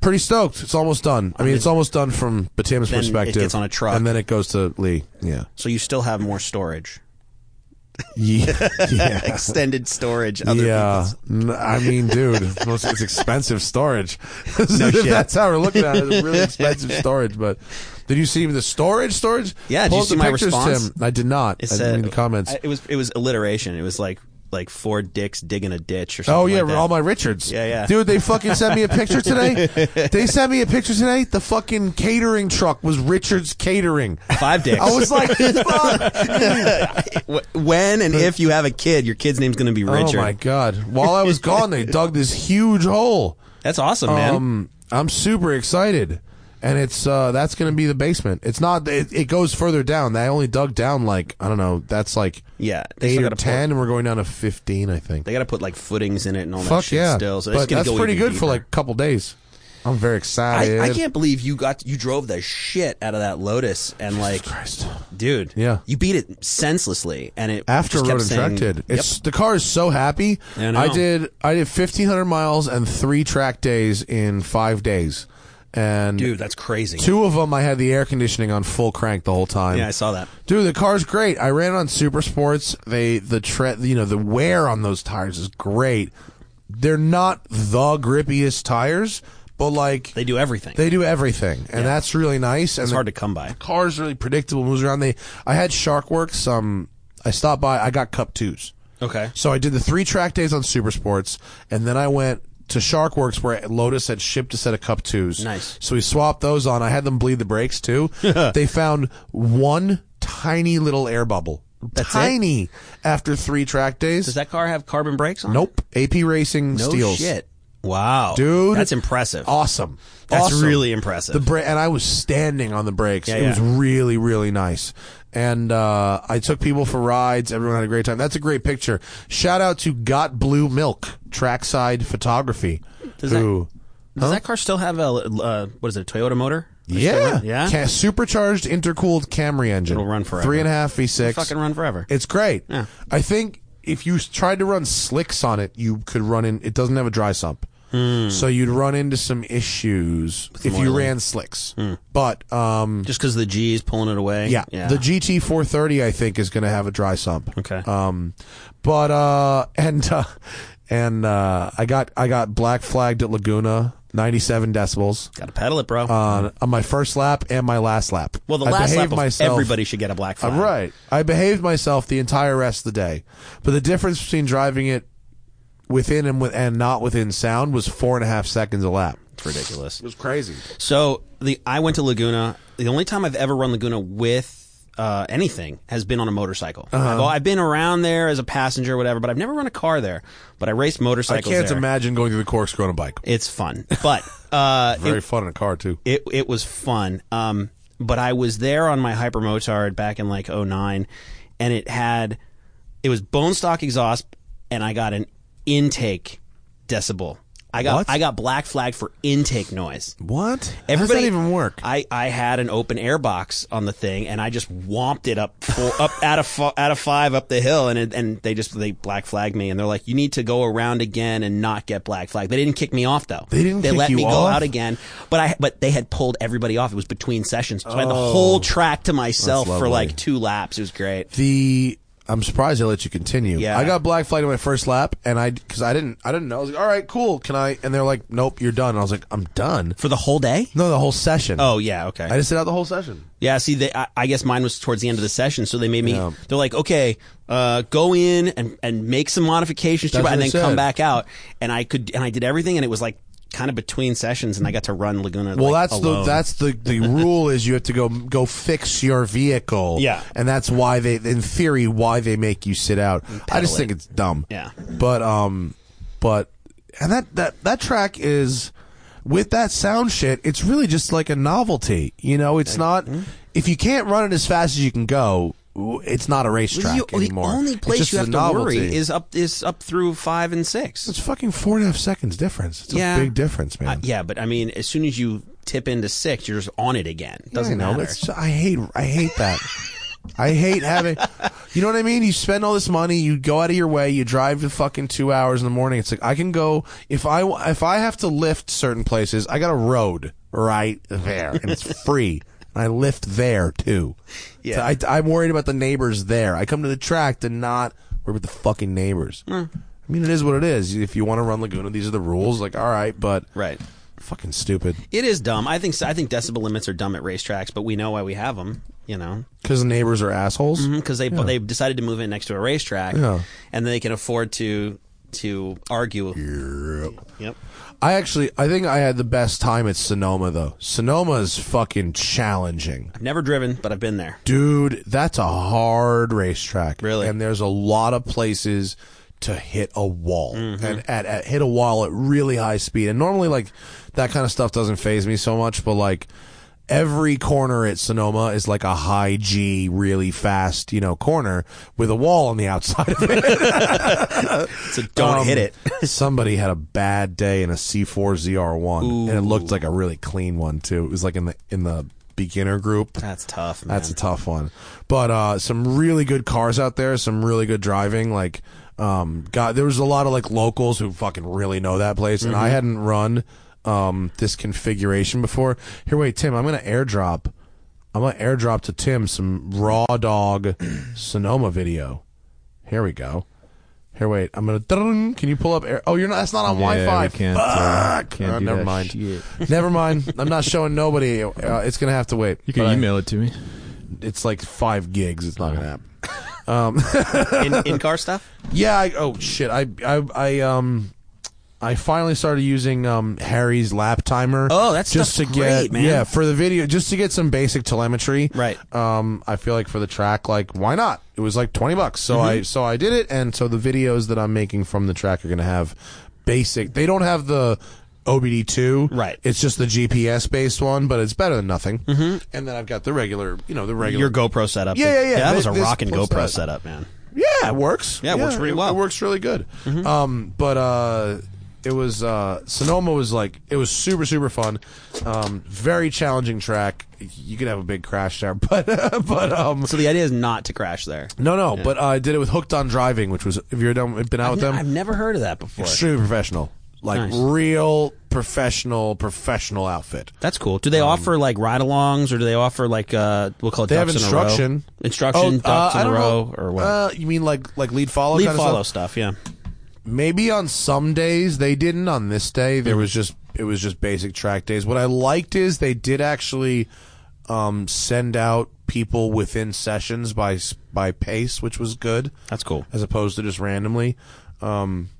Speaker 1: pretty stoked. It's almost done. I mean, it's almost done from Batim's
Speaker 2: it
Speaker 1: perspective.
Speaker 2: gets on a truck.
Speaker 1: and then it goes to Lee. Yeah,
Speaker 2: so you still have more storage
Speaker 1: yeah, yeah.
Speaker 2: extended storage other
Speaker 1: yeah,
Speaker 2: people's
Speaker 1: N- I mean, dude, most, it's expensive storage. If
Speaker 2: shit.
Speaker 1: That's how we're looking at it. It's really expensive storage. But did you see the storage? Storage?
Speaker 2: Yeah, did
Speaker 1: Pull
Speaker 2: you
Speaker 1: up
Speaker 2: see
Speaker 1: the
Speaker 2: my
Speaker 1: pictures,
Speaker 2: response?
Speaker 1: Tim. I did not. I didn't
Speaker 2: said-
Speaker 1: read the comments.
Speaker 2: I- it was it was alliteration. It was like like four dicks digging a ditch or something.
Speaker 1: Oh yeah,
Speaker 2: like that.
Speaker 1: all my Richards.
Speaker 2: Yeah, yeah.
Speaker 1: Dude, they fucking sent me a picture today. they sent me a picture today. The fucking catering truck was Richards Catering.
Speaker 2: five dicks.
Speaker 1: I was like, fuck.
Speaker 2: Wh- when and if you have a kid, your kid's name's going to be Richard.
Speaker 1: Oh my god! While I was gone, they dug this huge hole.
Speaker 2: That's awesome, man.
Speaker 1: Um, I'm super excited, and it's uh, that's going to be the basement. It's not. It, it goes further down. They only dug down like I don't know. That's like
Speaker 2: yeah, they
Speaker 1: eight
Speaker 2: still
Speaker 1: or
Speaker 2: gotta put-
Speaker 1: ten, and we're going down to fifteen. I think.
Speaker 2: They got to put like footings in it and all that
Speaker 1: Fuck
Speaker 2: shit
Speaker 1: yeah!
Speaker 2: still. So it's
Speaker 1: but
Speaker 2: gonna
Speaker 1: that's
Speaker 2: go
Speaker 1: pretty
Speaker 2: even
Speaker 1: good for
Speaker 2: deeper.
Speaker 1: like a couple days. I'm very excited.
Speaker 2: I, I can't believe you got you drove the shit out of that Lotus and like,
Speaker 1: Christ.
Speaker 2: dude,
Speaker 1: Yeah.
Speaker 2: you beat it senselessly and it
Speaker 1: After
Speaker 2: just
Speaker 1: road
Speaker 2: kept saying-
Speaker 1: infected, it's the car is so happy.
Speaker 2: I know.
Speaker 1: did I did 1500 miles and three track days in five days, and
Speaker 2: Yep. dude, that's crazy.
Speaker 1: two of them I had the air conditioning on full crank the whole time.
Speaker 2: yeah, I saw that.
Speaker 1: Dude, the car's great. I ran it on Super Sports. They the tre- you know the wear on those tires is great. They're not the grippiest tires, but like
Speaker 2: They do everything.
Speaker 1: they do everything, and that's really nice. And
Speaker 2: it's
Speaker 1: the
Speaker 2: hard to come by.
Speaker 1: car's really predictable, moves around. They I had Sharkworks. Um, I stopped by. I got Cup Twos.
Speaker 2: Okay.
Speaker 1: So I did the three track days on Super Sports, and then I went to Sharkworks where Lotus had shipped a set of Cup Twos.
Speaker 2: Nice.
Speaker 1: So we swapped those on. I had them bleed the brakes too. they found one tiny little air bubble, tiny after three track days.
Speaker 2: Does that car have carbon brakes on? it?
Speaker 1: nope. AP Racing
Speaker 2: No
Speaker 1: steals.
Speaker 2: shit. Wow,
Speaker 1: Dude.
Speaker 2: that's impressive.
Speaker 1: Awesome.
Speaker 2: That's
Speaker 1: Awesome.
Speaker 2: really impressive.
Speaker 1: The bra- and I was standing on the brakes. it
Speaker 2: yeah.
Speaker 1: was really really nice. And uh, I took people for rides. Everyone had a great time. That's a great picture. Shout out to Got Blue Milk Trackside Photography.
Speaker 2: Does
Speaker 1: who?
Speaker 2: Does that car still have a uh, what is it? A Toyota motor?
Speaker 1: Yeah,
Speaker 2: Yeah?
Speaker 1: Ca- supercharged intercooled Camry engine.
Speaker 2: It'll run forever.
Speaker 1: Three and a half V six.
Speaker 2: Fucking run forever.
Speaker 1: It's great.
Speaker 2: Yeah.
Speaker 1: I think if you s- tried to run slicks on it, you could run in. It doesn't have a dry sump,
Speaker 2: Hmm.
Speaker 1: so you'd run into some issues if you ran slicks.
Speaker 2: Hmm.
Speaker 1: But um,
Speaker 2: Just because the G is pulling it away.
Speaker 1: yeah,
Speaker 2: yeah.
Speaker 1: the GT 430 I think is going to have a dry sump.
Speaker 2: Okay.
Speaker 1: Um, but uh, and uh, and uh, I got I got black flagged at Laguna, 97 decibels.
Speaker 2: Got to pedal it, bro.
Speaker 1: On, on my first lap and my last lap.
Speaker 2: well, the
Speaker 1: I
Speaker 2: last
Speaker 1: behaved
Speaker 2: lap of
Speaker 1: myself-
Speaker 2: everybody should get a black flag.
Speaker 1: I'm right. I behaved myself the entire rest of the day. But the difference between driving it within and with, and not within sound was four and a half seconds a lap.
Speaker 2: It's ridiculous.
Speaker 1: It was crazy.
Speaker 2: So the I went to Laguna. The only time I've ever run Laguna with uh, anything has been on a motorcycle.
Speaker 1: Uh-huh.
Speaker 2: I've, I've been around there as a passenger, or whatever, but I've never run a car there. But I raced
Speaker 1: I
Speaker 2: motorcycles.
Speaker 1: can't
Speaker 2: there.
Speaker 1: imagine going through the corkscrew on a bike.
Speaker 2: It's fun, but uh,
Speaker 1: Very fun in a car too.
Speaker 2: it it was fun. Um, but I was there on my Hypermotard back in like 09 and it had it was bone stock exhaust, and I got an intake decibel. I got
Speaker 1: What?
Speaker 2: I got black flag for intake noise.
Speaker 1: What?
Speaker 2: Everybody
Speaker 1: How does that even work?
Speaker 2: I, I had an open air box on the thing, and I just whomped it up full, up out of fu- out of five up the hill, and it, and they just they black flagged me, and they're like, you need to go around again and not get black flagged. They didn't kick me off though.
Speaker 1: They didn't
Speaker 2: They
Speaker 1: kick
Speaker 2: let
Speaker 1: you
Speaker 2: me go
Speaker 1: off?
Speaker 2: out again, but I but they had pulled everybody off. It was between sessions, so I had the whole track to myself for
Speaker 1: Oh. lovely.
Speaker 2: like two laps. It was great.
Speaker 1: the I'm surprised they let you continue.
Speaker 2: Yeah.
Speaker 1: I got black flag in my first lap, and I because I didn't I didn't know. I was like, all right, cool. Can I? And they're like, nope, you're done. And I was like, I'm done.
Speaker 2: For the whole day?
Speaker 1: No, the whole session.
Speaker 2: Oh yeah, okay.
Speaker 1: I just sit out the whole session.
Speaker 2: Yeah, see, they, I, I guess mine was towards the end of the session, so they made me.
Speaker 1: Yeah.
Speaker 2: They're like, okay, uh, go in and, and make some modifications to
Speaker 1: That's
Speaker 2: it,
Speaker 1: what
Speaker 2: and
Speaker 1: they
Speaker 2: then come
Speaker 1: said.
Speaker 2: back out. And I could, and I did everything, and it was like kind of between sessions, and I got to run Laguna.
Speaker 1: Well,
Speaker 2: like,
Speaker 1: that's
Speaker 2: alone.
Speaker 1: the that's the the rule is you have to go go fix your vehicle.
Speaker 2: Yeah.
Speaker 1: and that's why they, in theory, why they make you sit out. I just
Speaker 2: pedal
Speaker 1: think it's dumb.
Speaker 2: Yeah.
Speaker 1: but um, but and that that that track is with that sound shit. It's really just like a novelty. You know, it's not
Speaker 2: hmm?
Speaker 1: if you can't run it as fast as you can go. w- It's not a racetrack
Speaker 2: You- the
Speaker 1: anymore.
Speaker 2: only
Speaker 1: It's
Speaker 2: place
Speaker 1: just
Speaker 2: you
Speaker 1: a
Speaker 2: have to
Speaker 1: novelty.
Speaker 2: worry is up is up through five and six.
Speaker 1: it's fucking four and a half seconds difference. It's
Speaker 2: Yeah.
Speaker 1: a big difference, man.
Speaker 2: Uh, yeah, but I mean, as soon as you tip into six, you're just on it again. Doesn't
Speaker 1: I know.
Speaker 2: matter.
Speaker 1: It's just- I hate. I hate that. I hate having. You know what I mean? You spend all this money. You go out of your way. You drive the fucking two hours in the morning. It's like I can go if I if I have to lift certain places. I got a road right there, and it's free. And I lift there too.
Speaker 2: Yeah.
Speaker 1: So I, I'm worried about the neighbors there. I come to the track to not worry about the fucking neighbors.
Speaker 2: Hmm.
Speaker 1: I mean, it is what it is. If you want to run Laguna, these are the rules. Like, all right, but
Speaker 2: Right.
Speaker 1: fucking stupid.
Speaker 2: It is dumb. I think I think decibel limits are dumb at racetracks, but we know why we have them. You know,
Speaker 1: Because the neighbors are assholes.
Speaker 2: because Mm, they they decided to move in next to a racetrack,
Speaker 1: Yeah.
Speaker 2: and they can afford to to argue. Yep.
Speaker 1: I actually, I think I had the best time at Sonoma though. Sonoma is fucking challenging,
Speaker 2: I've never driven, but I've been there.
Speaker 1: dude. That's a hard racetrack,
Speaker 2: Really?
Speaker 1: And there's a lot of places to hit a wall and at, at hit a wall at really high speed. And normally, like that kind of stuff doesn't phase me so much, but like every corner at Sonoma is like a high G, really fast, you know, corner with a wall on the outside of it.
Speaker 2: So don't
Speaker 1: Um,
Speaker 2: hit it.
Speaker 1: somebody had a bad day in a C4 ZR1, and it looked like a really clean one too. It was like in the in the beginner group.
Speaker 2: That's tough, man.
Speaker 1: That's a tough one, but uh, some really good cars out there. Some really good driving. Like, um, God, there was a lot of like locals who fucking really know that place, and I
Speaker 3: Mm-hmm.
Speaker 1: hadn't run um this configuration before. Here, wait, Tim, I'm gonna airdrop. I'm gonna airdrop to Tim some raw dog Sonoma video. Here we go. Here, wait. I'm gonna. dun. Can you pull up? Air- oh, you're not. That's not on Wi-Fi.
Speaker 3: we can't, uh,
Speaker 1: Fuck.
Speaker 3: can't
Speaker 1: Uh,
Speaker 3: do
Speaker 1: never
Speaker 3: that
Speaker 1: mind.
Speaker 3: shit.
Speaker 1: Never mind. I'm not showing nobody. Uh, it's gonna have to wait.
Speaker 3: You can
Speaker 1: But I-
Speaker 3: email it to me.
Speaker 1: it's like five gigs. It's not gonna happen.
Speaker 2: in, in car stuff.
Speaker 1: Yeah. I, oh shit. I I I um. I finally started using um, Harry's lap timer.
Speaker 2: Oh, that
Speaker 1: just to
Speaker 2: stuff's
Speaker 1: get
Speaker 2: great, man.
Speaker 1: yeah for the video, just to get some basic telemetry.
Speaker 2: Right.
Speaker 1: Um, I feel like for the track, like why not? It was like twenty bucks,
Speaker 2: Mm-hmm.
Speaker 1: so I so I did it, and so the videos that I'm making from the track are gonna have basic. They don't have the OBD two,
Speaker 2: Right.
Speaker 1: It's just the GPS based one, but it's better than nothing. Mm-hmm. And then I've got the regular, you know, the regular
Speaker 2: Your GoPro setup.
Speaker 1: Yeah, yeah, yeah.
Speaker 2: That was a
Speaker 1: This- this
Speaker 2: rocking
Speaker 1: plus
Speaker 2: GoPro
Speaker 1: that.
Speaker 2: setup, man.
Speaker 1: Yeah, it works.
Speaker 2: Yeah, it works really Mm-hmm.
Speaker 1: it-
Speaker 2: well.
Speaker 1: It works really good. Um, but uh, it was uh, Sonoma was like it was super super fun, um, very challenging track. You could have a big crash there, but but um,
Speaker 2: So the idea is not to crash there.
Speaker 1: no no. But uh, I did it with Hooked on Driving, which was if you're done been out with them,
Speaker 2: I've never heard of that before.
Speaker 1: extremely professional, like
Speaker 2: Nice.
Speaker 1: real professional professional outfit.
Speaker 2: That's cool. Do they offer like ride-alongs, or do they offer like uh, we'll call it
Speaker 1: Um, They have
Speaker 2: ducks in a row?
Speaker 1: instruction.
Speaker 2: instruction,
Speaker 1: Oh, uh,
Speaker 2: ducks in a row, or what?
Speaker 1: Uh, you mean like like lead follow?
Speaker 2: Lead
Speaker 1: kind Of
Speaker 2: follow
Speaker 1: stuff?
Speaker 2: stuff. Yeah.
Speaker 1: Maybe on some days they didn't. On this day, there
Speaker 2: Mm-hmm.
Speaker 1: was just it was just basic track days. What I liked is they did actually um, send out people within sessions by s- by pace, which was good
Speaker 2: That's cool.
Speaker 1: as opposed to just randomly. Um,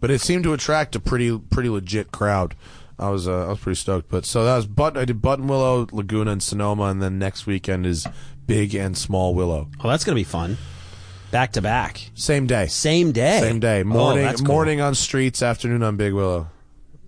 Speaker 1: but it seemed to attract a pretty pretty legit crowd. I was uh, I was pretty stoked. But so that was but I did Button Willow, Laguna, and Sonoma, and then next weekend is Big and Small Willow.
Speaker 2: Well, that's gonna be fun. Back to back,
Speaker 1: Same day,
Speaker 2: same day.
Speaker 1: same day.
Speaker 2: Oh,
Speaker 1: Morning
Speaker 2: that's cool.
Speaker 1: morning on streets, afternoon on Big Willow.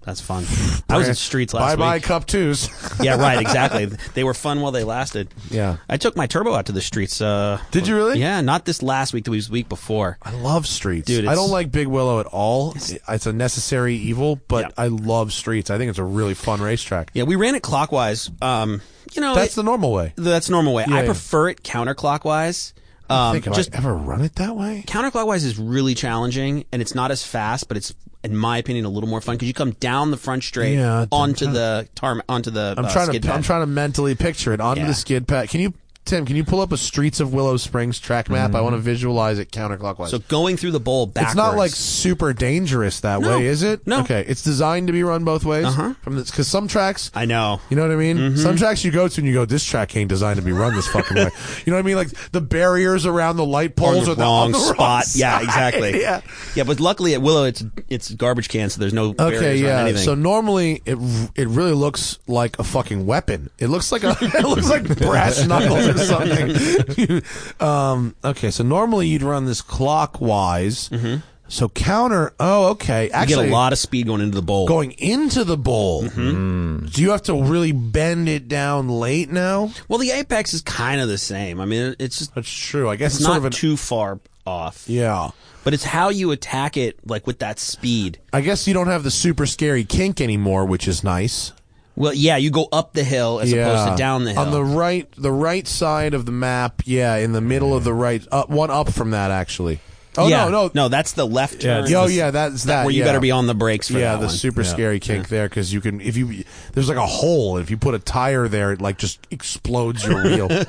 Speaker 2: That's fun. I was in streets last
Speaker 1: bye bye
Speaker 2: week.
Speaker 1: cup twos.
Speaker 2: yeah, right. Exactly. They were fun while they lasted.
Speaker 1: yeah.
Speaker 2: I took my turbo out to the streets. Uh,
Speaker 1: Did you really?
Speaker 2: Yeah, not this last week. The week- week before.
Speaker 1: I love streets.
Speaker 2: Dude,
Speaker 1: I
Speaker 2: it's-
Speaker 1: don't like Big Willow at all. It's a necessary evil, but
Speaker 2: Yeah.
Speaker 1: I love streets. I think it's a really fun racetrack.
Speaker 2: Yeah, we ran it clockwise. Um, you know,
Speaker 1: That's
Speaker 2: that's
Speaker 1: the normal way.
Speaker 2: that's normal way. I
Speaker 1: yeah.
Speaker 2: prefer it counterclockwise. Um,
Speaker 1: think have
Speaker 2: just
Speaker 1: I ever run it that way?
Speaker 2: counterclockwise is really challenging and it's not as fast, but it's in my opinion a little more fun because you come down the front straight
Speaker 1: Yeah, I'm
Speaker 2: onto the tarmac onto the.
Speaker 1: I'm
Speaker 2: uh,
Speaker 1: trying
Speaker 2: skid
Speaker 1: to I'm
Speaker 2: pad.
Speaker 1: trying to mentally picture it onto
Speaker 2: Yeah.
Speaker 1: the skid pad. Can you Tim, can you pull up a Streets of Willow Springs track map? I want to visualize it counterclockwise.
Speaker 2: Mm-hmm. So going through the bowl backwards.
Speaker 1: it's not like super dangerous that
Speaker 2: No.
Speaker 1: way, is it?
Speaker 2: No. Uh-huh.
Speaker 1: Okay, it's designed to be run both ways from this cuz some tracks
Speaker 2: I know.
Speaker 1: you know what I mean?
Speaker 2: Mm-hmm.
Speaker 1: Some tracks you go to and you go, this track ain't designed to be run this fucking way. You know what I mean? Like the barriers around the light
Speaker 2: On
Speaker 1: poles
Speaker 2: the
Speaker 1: are the, on
Speaker 2: wrong
Speaker 1: the wrong
Speaker 2: spot. yeah,
Speaker 1: side.
Speaker 2: exactly.
Speaker 1: yeah.
Speaker 2: yeah, but luckily at Willow it's it's garbage can, so there's no
Speaker 1: Okay,
Speaker 2: barriers on
Speaker 1: yeah.
Speaker 2: anything.
Speaker 1: So normally it it really looks like a fucking weapon. It looks like a it looks like brass knuckles or something. um, okay, so normally you'd run this clockwise. So counter. Oh, okay.
Speaker 2: Mm-hmm. you get
Speaker 1: Actually,
Speaker 2: a lot Mm-hmm. of speed going into the bowl.
Speaker 1: going into the bowl. Hmm. Do you have to really bend it down late now?
Speaker 2: well, the apex is kind of the same. I mean, it- it's just
Speaker 1: That's true. I guess
Speaker 2: it's
Speaker 1: it's sort of
Speaker 2: not
Speaker 1: an
Speaker 2: too far off,
Speaker 1: yeah.
Speaker 2: but it's how you attack it, like with that speed.
Speaker 1: I guess you don't have the super scary kink anymore, which is nice.
Speaker 2: Well, yeah, you go up the hill as opposed to down the hill.
Speaker 1: On the right, the right side of the map. Yeah, in the middle of the right, uh, one up from that actually. Oh
Speaker 2: yeah.
Speaker 1: no, no,
Speaker 2: no, that's the left turn.
Speaker 1: Oh
Speaker 2: This-
Speaker 1: yeah, that's that.
Speaker 2: where you
Speaker 1: yeah.
Speaker 2: better be on the brakes for
Speaker 1: Yeah,
Speaker 2: that
Speaker 1: the
Speaker 2: one.
Speaker 1: super scary kink there because you can if you there's like a hole and if you put a tire there it like just explodes your wheel.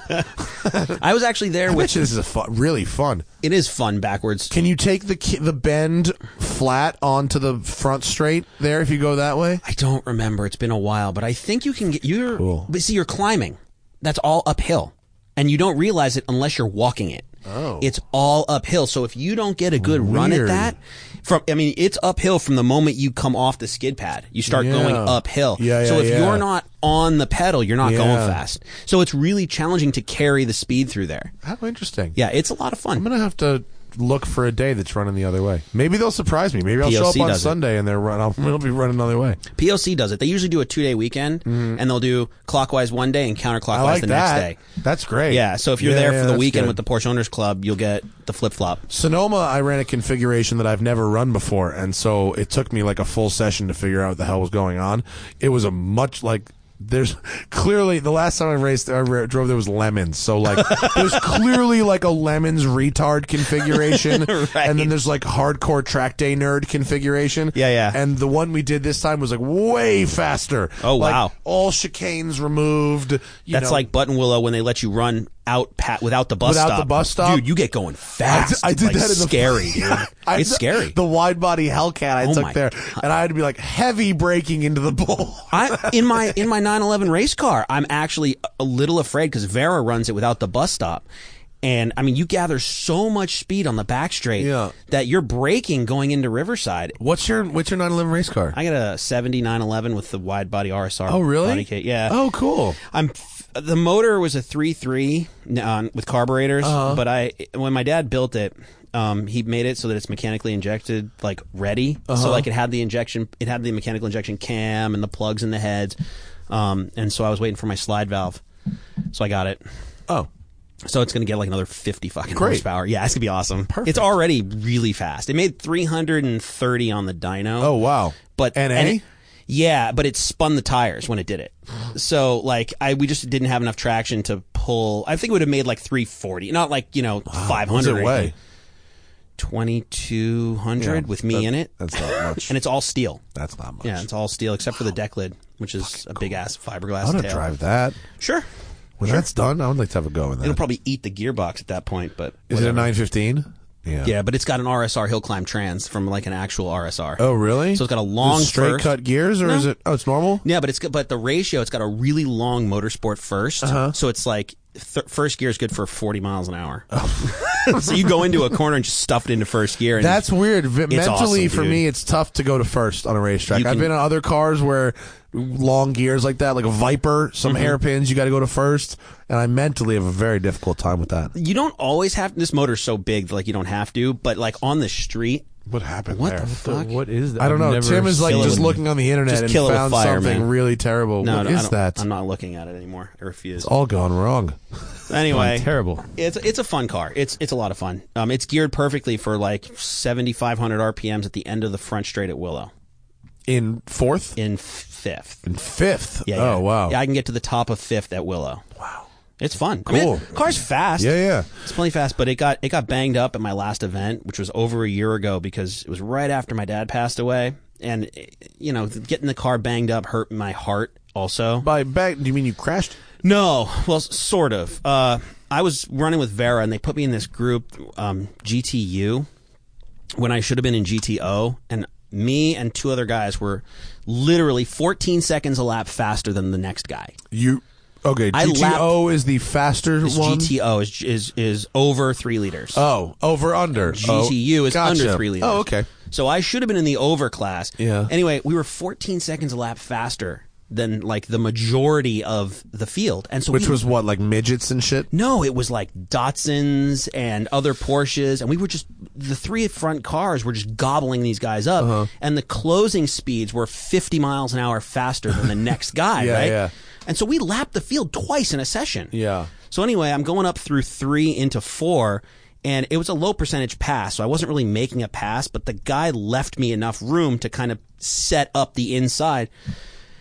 Speaker 2: I was actually there,
Speaker 1: Which
Speaker 2: which
Speaker 1: this is a fun, really fun.
Speaker 2: it is fun backwards.
Speaker 1: Can you take the ki- the bend flat onto the front straight there if you go that way?
Speaker 2: I don't remember. It's been a while, but I think you can get you're
Speaker 1: Cool.
Speaker 2: but see you're climbing. That's all uphill. And you don't realize it unless you're walking it.
Speaker 1: Oh.
Speaker 2: It's all uphill. So if you don't get a good run at
Speaker 1: Weird.
Speaker 2: that from I mean, it's uphill from the moment you come off the skid pad. You start
Speaker 1: Yeah.
Speaker 2: going uphill.
Speaker 1: Yeah,
Speaker 2: so
Speaker 1: yeah,
Speaker 2: if
Speaker 1: yeah.
Speaker 2: you're not on the pedal, you're not going
Speaker 1: Yeah.
Speaker 2: fast. So it's really challenging to carry the speed through there.
Speaker 1: How interesting.
Speaker 2: Yeah, it's a lot of fun.
Speaker 1: I'm gonna have to look for a day that's running the other way. Maybe they'll surprise me. Maybe I'll show up
Speaker 2: PLC
Speaker 1: on
Speaker 2: does it.
Speaker 1: Sunday and they're run. I'll, will be running another way.
Speaker 2: POC does it. They usually do a two day weekend and they'll do clockwise one day and counterclockwise
Speaker 1: Mm-hmm. I like
Speaker 2: the
Speaker 1: that.
Speaker 2: next day.
Speaker 1: That's great.
Speaker 2: Yeah, so if you're
Speaker 1: Yeah,
Speaker 2: there
Speaker 1: yeah,
Speaker 2: for the
Speaker 1: that's
Speaker 2: weekend
Speaker 1: good.
Speaker 2: with the Porsche Owners Club, you'll get the flip flop.
Speaker 1: Sonoma, I ran a configuration that I've never run before, and so it took me like a full session to figure out what the hell was going on. It was a much like. There's clearly the last time I raced, I ra- drove there was lemons. So like, there's clearly like a lemons retard configuration, and then there's like hardcore track day nerd configuration.
Speaker 2: Yeah, yeah.
Speaker 1: And the one we did this time was like way faster.
Speaker 2: Oh,
Speaker 1: Like,
Speaker 2: wow.
Speaker 1: All chicanes removed. you
Speaker 2: That's
Speaker 1: know.
Speaker 2: like Button Willow when they let you run out pat without the bus
Speaker 1: Without the
Speaker 2: stop.
Speaker 1: bus stop?
Speaker 2: dude, you get going
Speaker 1: I
Speaker 2: fast.
Speaker 1: did- I did
Speaker 2: Like,
Speaker 1: that in the
Speaker 2: scary. dude.
Speaker 1: Yeah, I-
Speaker 2: it's scary. Oh
Speaker 1: The wide body Hellcat I
Speaker 2: my
Speaker 1: took there, and I had to be like heavy braking into the bowl.
Speaker 2: I in my in my 911 race car, I'm actually a little afraid because Vera runs it without the bus stop. And I mean, you gather so much speed on the back straight
Speaker 1: Yeah.
Speaker 2: that you're braking going into Riverside.
Speaker 1: What's your what's your 911 race car?
Speaker 2: I got a 70 911 with the wide body RSR.
Speaker 1: oh really?
Speaker 2: Body kit. Yeah.
Speaker 1: Oh cool.
Speaker 2: I'm f- the motor was a three three um, with carburetors, but I when my dad built it, um, he made it so that it's mechanically injected, like ready. So like it had the injection, it had the mechanical injection cam and the plugs in the heads, um, and so I was waiting for my slide valve, so I got it.
Speaker 1: Oh,
Speaker 2: So it's going to get like another 50 fucking
Speaker 1: Great.
Speaker 2: horsepower. Yeah, it's going to be awesome. Perfect. It's already really fast. It made 330 on the dyno.
Speaker 1: Oh wow.
Speaker 2: But
Speaker 1: NA?
Speaker 2: and it- yeah, but it spun the tires when it did it. So like I we just didn't have enough traction to pull. I think it would have made like 340, not like, you know, 500
Speaker 1: What does
Speaker 2: or
Speaker 1: it
Speaker 2: anything.
Speaker 1: weigh?
Speaker 2: 2200 with me in it.
Speaker 1: That's not much.
Speaker 2: And it's all steel.
Speaker 1: That's not much.
Speaker 2: Yeah, it's all steel except for the deck lid, which is a big ass fiberglass
Speaker 1: I want to
Speaker 2: tail.
Speaker 1: drive that.
Speaker 2: Sure.
Speaker 1: When that's done, I would like to have a go in that.
Speaker 2: It'll probably eat the gearbox at that point, but
Speaker 1: Is it a 915? Yeah.
Speaker 2: Yeah, but it's got an RSR hill climb trans from like an actual RSR.
Speaker 1: Oh, really?
Speaker 2: So it's got a long
Speaker 1: Is it straight
Speaker 2: first-
Speaker 1: cut gears, or is it? Oh, it's normal.
Speaker 2: Yeah, but it's got- but the ratio it's got a really long motorsport 1st
Speaker 1: Uh-huh.
Speaker 2: so it's like th- first gear is good for forty miles an hour. so you go into a corner and just stuff it into first gear. And
Speaker 1: Oh. That's weird. V- Mentally,
Speaker 2: awesome,
Speaker 1: for
Speaker 2: dude.
Speaker 1: me, it's tough to go to first on a racetrack.
Speaker 2: You
Speaker 1: I've
Speaker 2: can-
Speaker 1: been on other cars where long gears like that, like a Viper, some
Speaker 2: Mm-hmm.
Speaker 1: hairpins, you got to go to first, and I mentally have a very difficult time with that.
Speaker 2: you don't always have. This motor's so big, that, like you don't have to, but like on the street,
Speaker 1: What happened
Speaker 2: what
Speaker 1: there?
Speaker 2: the
Speaker 3: So
Speaker 2: fuck?
Speaker 3: what is that?
Speaker 1: I don't know. Tim is like
Speaker 2: seen
Speaker 1: just
Speaker 2: it.
Speaker 1: looking on the internet
Speaker 2: Just
Speaker 1: and
Speaker 2: kill it with
Speaker 1: found
Speaker 2: fire,
Speaker 1: something
Speaker 2: man.
Speaker 1: really terrible.
Speaker 2: no,
Speaker 1: What
Speaker 2: no, I
Speaker 1: is
Speaker 2: don't-
Speaker 1: that?
Speaker 2: I'm not looking at it anymore. I refuse.
Speaker 1: All gone wrong.
Speaker 2: Anyway,
Speaker 3: terrible.
Speaker 2: It's it's a fun car. It's it's a lot of fun. Um, it's geared perfectly for like 7,500 RPMs at the end of the front straight at Willow
Speaker 1: In fourth,
Speaker 2: in fifth.
Speaker 1: in fifth.
Speaker 2: Yeah. yeah.
Speaker 1: oh wow.
Speaker 2: Yeah, I can get to the top of fifth at Willow. Wow. It's fun. Cool.
Speaker 1: Cool.
Speaker 2: car's fast.
Speaker 1: yeah, yeah.
Speaker 2: It's plenty fast, but it got it got banged up at my last event, which was over a year ago because it was right after my dad passed away, and eh, you know, getting the car banged up hurt my heart also.
Speaker 1: By back, do you mean you crashed?
Speaker 2: No, well, s- sort of. Uh, I was running with Vera, and they put me in this group, um, GTU, when I should have been in GTO, and me and two other guys were literally 14 seconds a lap faster than the next guy.
Speaker 1: You okay?
Speaker 2: I
Speaker 1: GTO is the faster
Speaker 2: It's
Speaker 1: one.
Speaker 2: GTO is is is over three liters.
Speaker 1: Oh, over under.
Speaker 2: GTU
Speaker 1: oh,
Speaker 2: is
Speaker 1: gotcha.
Speaker 2: under three liters.
Speaker 1: Oh, okay.
Speaker 2: So I should have been in the over class.
Speaker 1: Yeah.
Speaker 2: Anyway, we were 14 seconds a lap faster than like the majority of the field, and so
Speaker 1: Which
Speaker 2: we,
Speaker 1: was what, like midgets and shit?
Speaker 2: no, it was like Datsuns and other Porsches, and we were just the three front cars were just gobbling these guys up,
Speaker 1: Uh-huh.
Speaker 2: and the closing speeds were 50 miles an hour faster than the next guy,
Speaker 1: Yeah,
Speaker 2: right?
Speaker 1: yeah.
Speaker 2: And so we lapped the field twice in a session.
Speaker 1: Yeah.
Speaker 2: So anyway, I'm going up through three into four, and it was a low percentage pass, so I wasn't really making a pass, but the guy left me enough room to kind of set up the inside.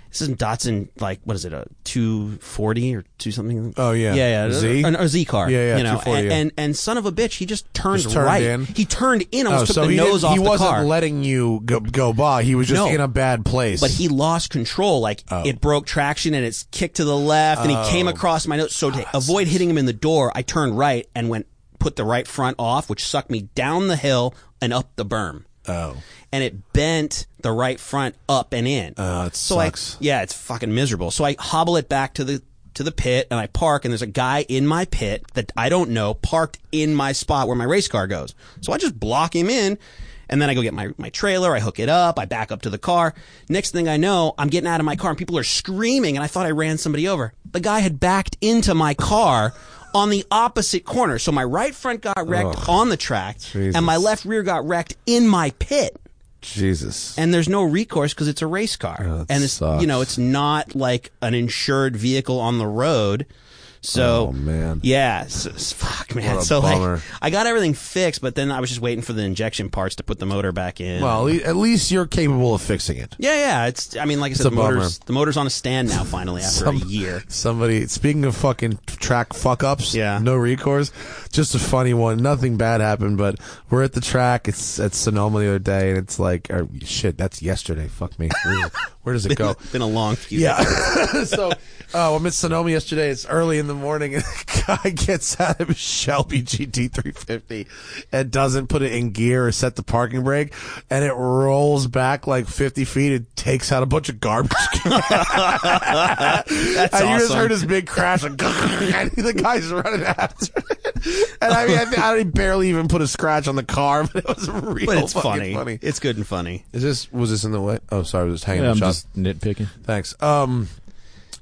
Speaker 2: This isn't Datsun, like, what is it, a 240 or two something?
Speaker 1: Oh, yeah.
Speaker 2: Yeah, yeah.
Speaker 1: Z?
Speaker 2: An, a Z car.
Speaker 1: Yeah, yeah,
Speaker 2: You know,
Speaker 1: 240,
Speaker 2: and,
Speaker 1: yeah.
Speaker 2: and, and son of a bitch, he just turned,
Speaker 1: Just turned
Speaker 2: right.
Speaker 1: in.
Speaker 2: He turned in, almost took
Speaker 1: Oh, so
Speaker 2: the
Speaker 1: he,
Speaker 2: nose
Speaker 1: didn't-
Speaker 2: off
Speaker 1: he
Speaker 2: the
Speaker 1: wasn't
Speaker 2: car.
Speaker 1: letting you go, go by. He was just
Speaker 2: No.
Speaker 1: in a bad place.
Speaker 2: but he lost control. Like
Speaker 1: Oh.
Speaker 2: it broke traction and it's kicked to the left, and he came across my nose. So to avoid hitting him in the door, I turned right and went put the right front off, which sucked me down the hill and up the berm.
Speaker 1: Oh.
Speaker 2: And it bent the right front up and in.
Speaker 1: Oh, it
Speaker 2: so I-
Speaker 1: sucks.
Speaker 2: yeah, it's fucking miserable. So I hobble it back to the to the pit and I park and there's a guy in my pit that I don't know parked in my spot where my race car goes. So I just block him in and then I go get my, my trailer, I hook it up, I back up to the car. Next thing I know, I'm getting out of my car and people are screaming and I thought I ran somebody over. The guy had backed into my car on the opposite corner. So my right front got wrecked on the track
Speaker 1: Jesus.
Speaker 2: and my left rear got wrecked in my pit
Speaker 1: Jesus.
Speaker 2: and there's no recourse because it's a race car,
Speaker 1: Oh, that
Speaker 2: and it's
Speaker 1: sucks.
Speaker 2: you know it's not like an insured vehicle on the road. So
Speaker 1: Oh, man.
Speaker 2: yeah, s- s- fuck man.
Speaker 1: What a
Speaker 2: so
Speaker 1: bummer.
Speaker 2: like I got everything fixed, but then I was just waiting for the injection parts to put the motor back in.
Speaker 1: well, le- at least you're capable of fixing it.
Speaker 2: yeah, yeah. It's I mean like I said,
Speaker 1: a
Speaker 2: the motor's the motor's on a stand now finally after a
Speaker 1: Some-
Speaker 2: year.
Speaker 1: Somebody speaking of fucking track fuck ups,
Speaker 2: Yeah.
Speaker 1: no recourse. Just a funny one. Nothing bad happened, but we're at the track. It's at Sonoma the other day, and it's like, or, shit, that's yesterday. Fuck me. Where, where does it go?
Speaker 2: Been a long few.
Speaker 1: Yeah. so uh, I'm at Sonoma yesterday. It's early in the morning, and the guy gets out of his Shelby GT350 and doesn't put it in gear or set the parking brake, and it rolls back like 50 feet and takes out a bunch of garbage cans.
Speaker 2: That's
Speaker 1: and you just
Speaker 2: awesome.
Speaker 1: heard his big crash, like, and the guy's running after it. And I mean, I, think, I barely even put a scratch on the car, but it was real.
Speaker 2: but it's
Speaker 1: fucking
Speaker 2: funny.
Speaker 1: funny.
Speaker 2: It's good and funny.
Speaker 1: Is this was this in the way? Oh, sorry, I was just hanging
Speaker 3: Yeah,
Speaker 1: the
Speaker 3: I'm
Speaker 1: shot.
Speaker 3: just nitpicking.
Speaker 1: Thanks. Um,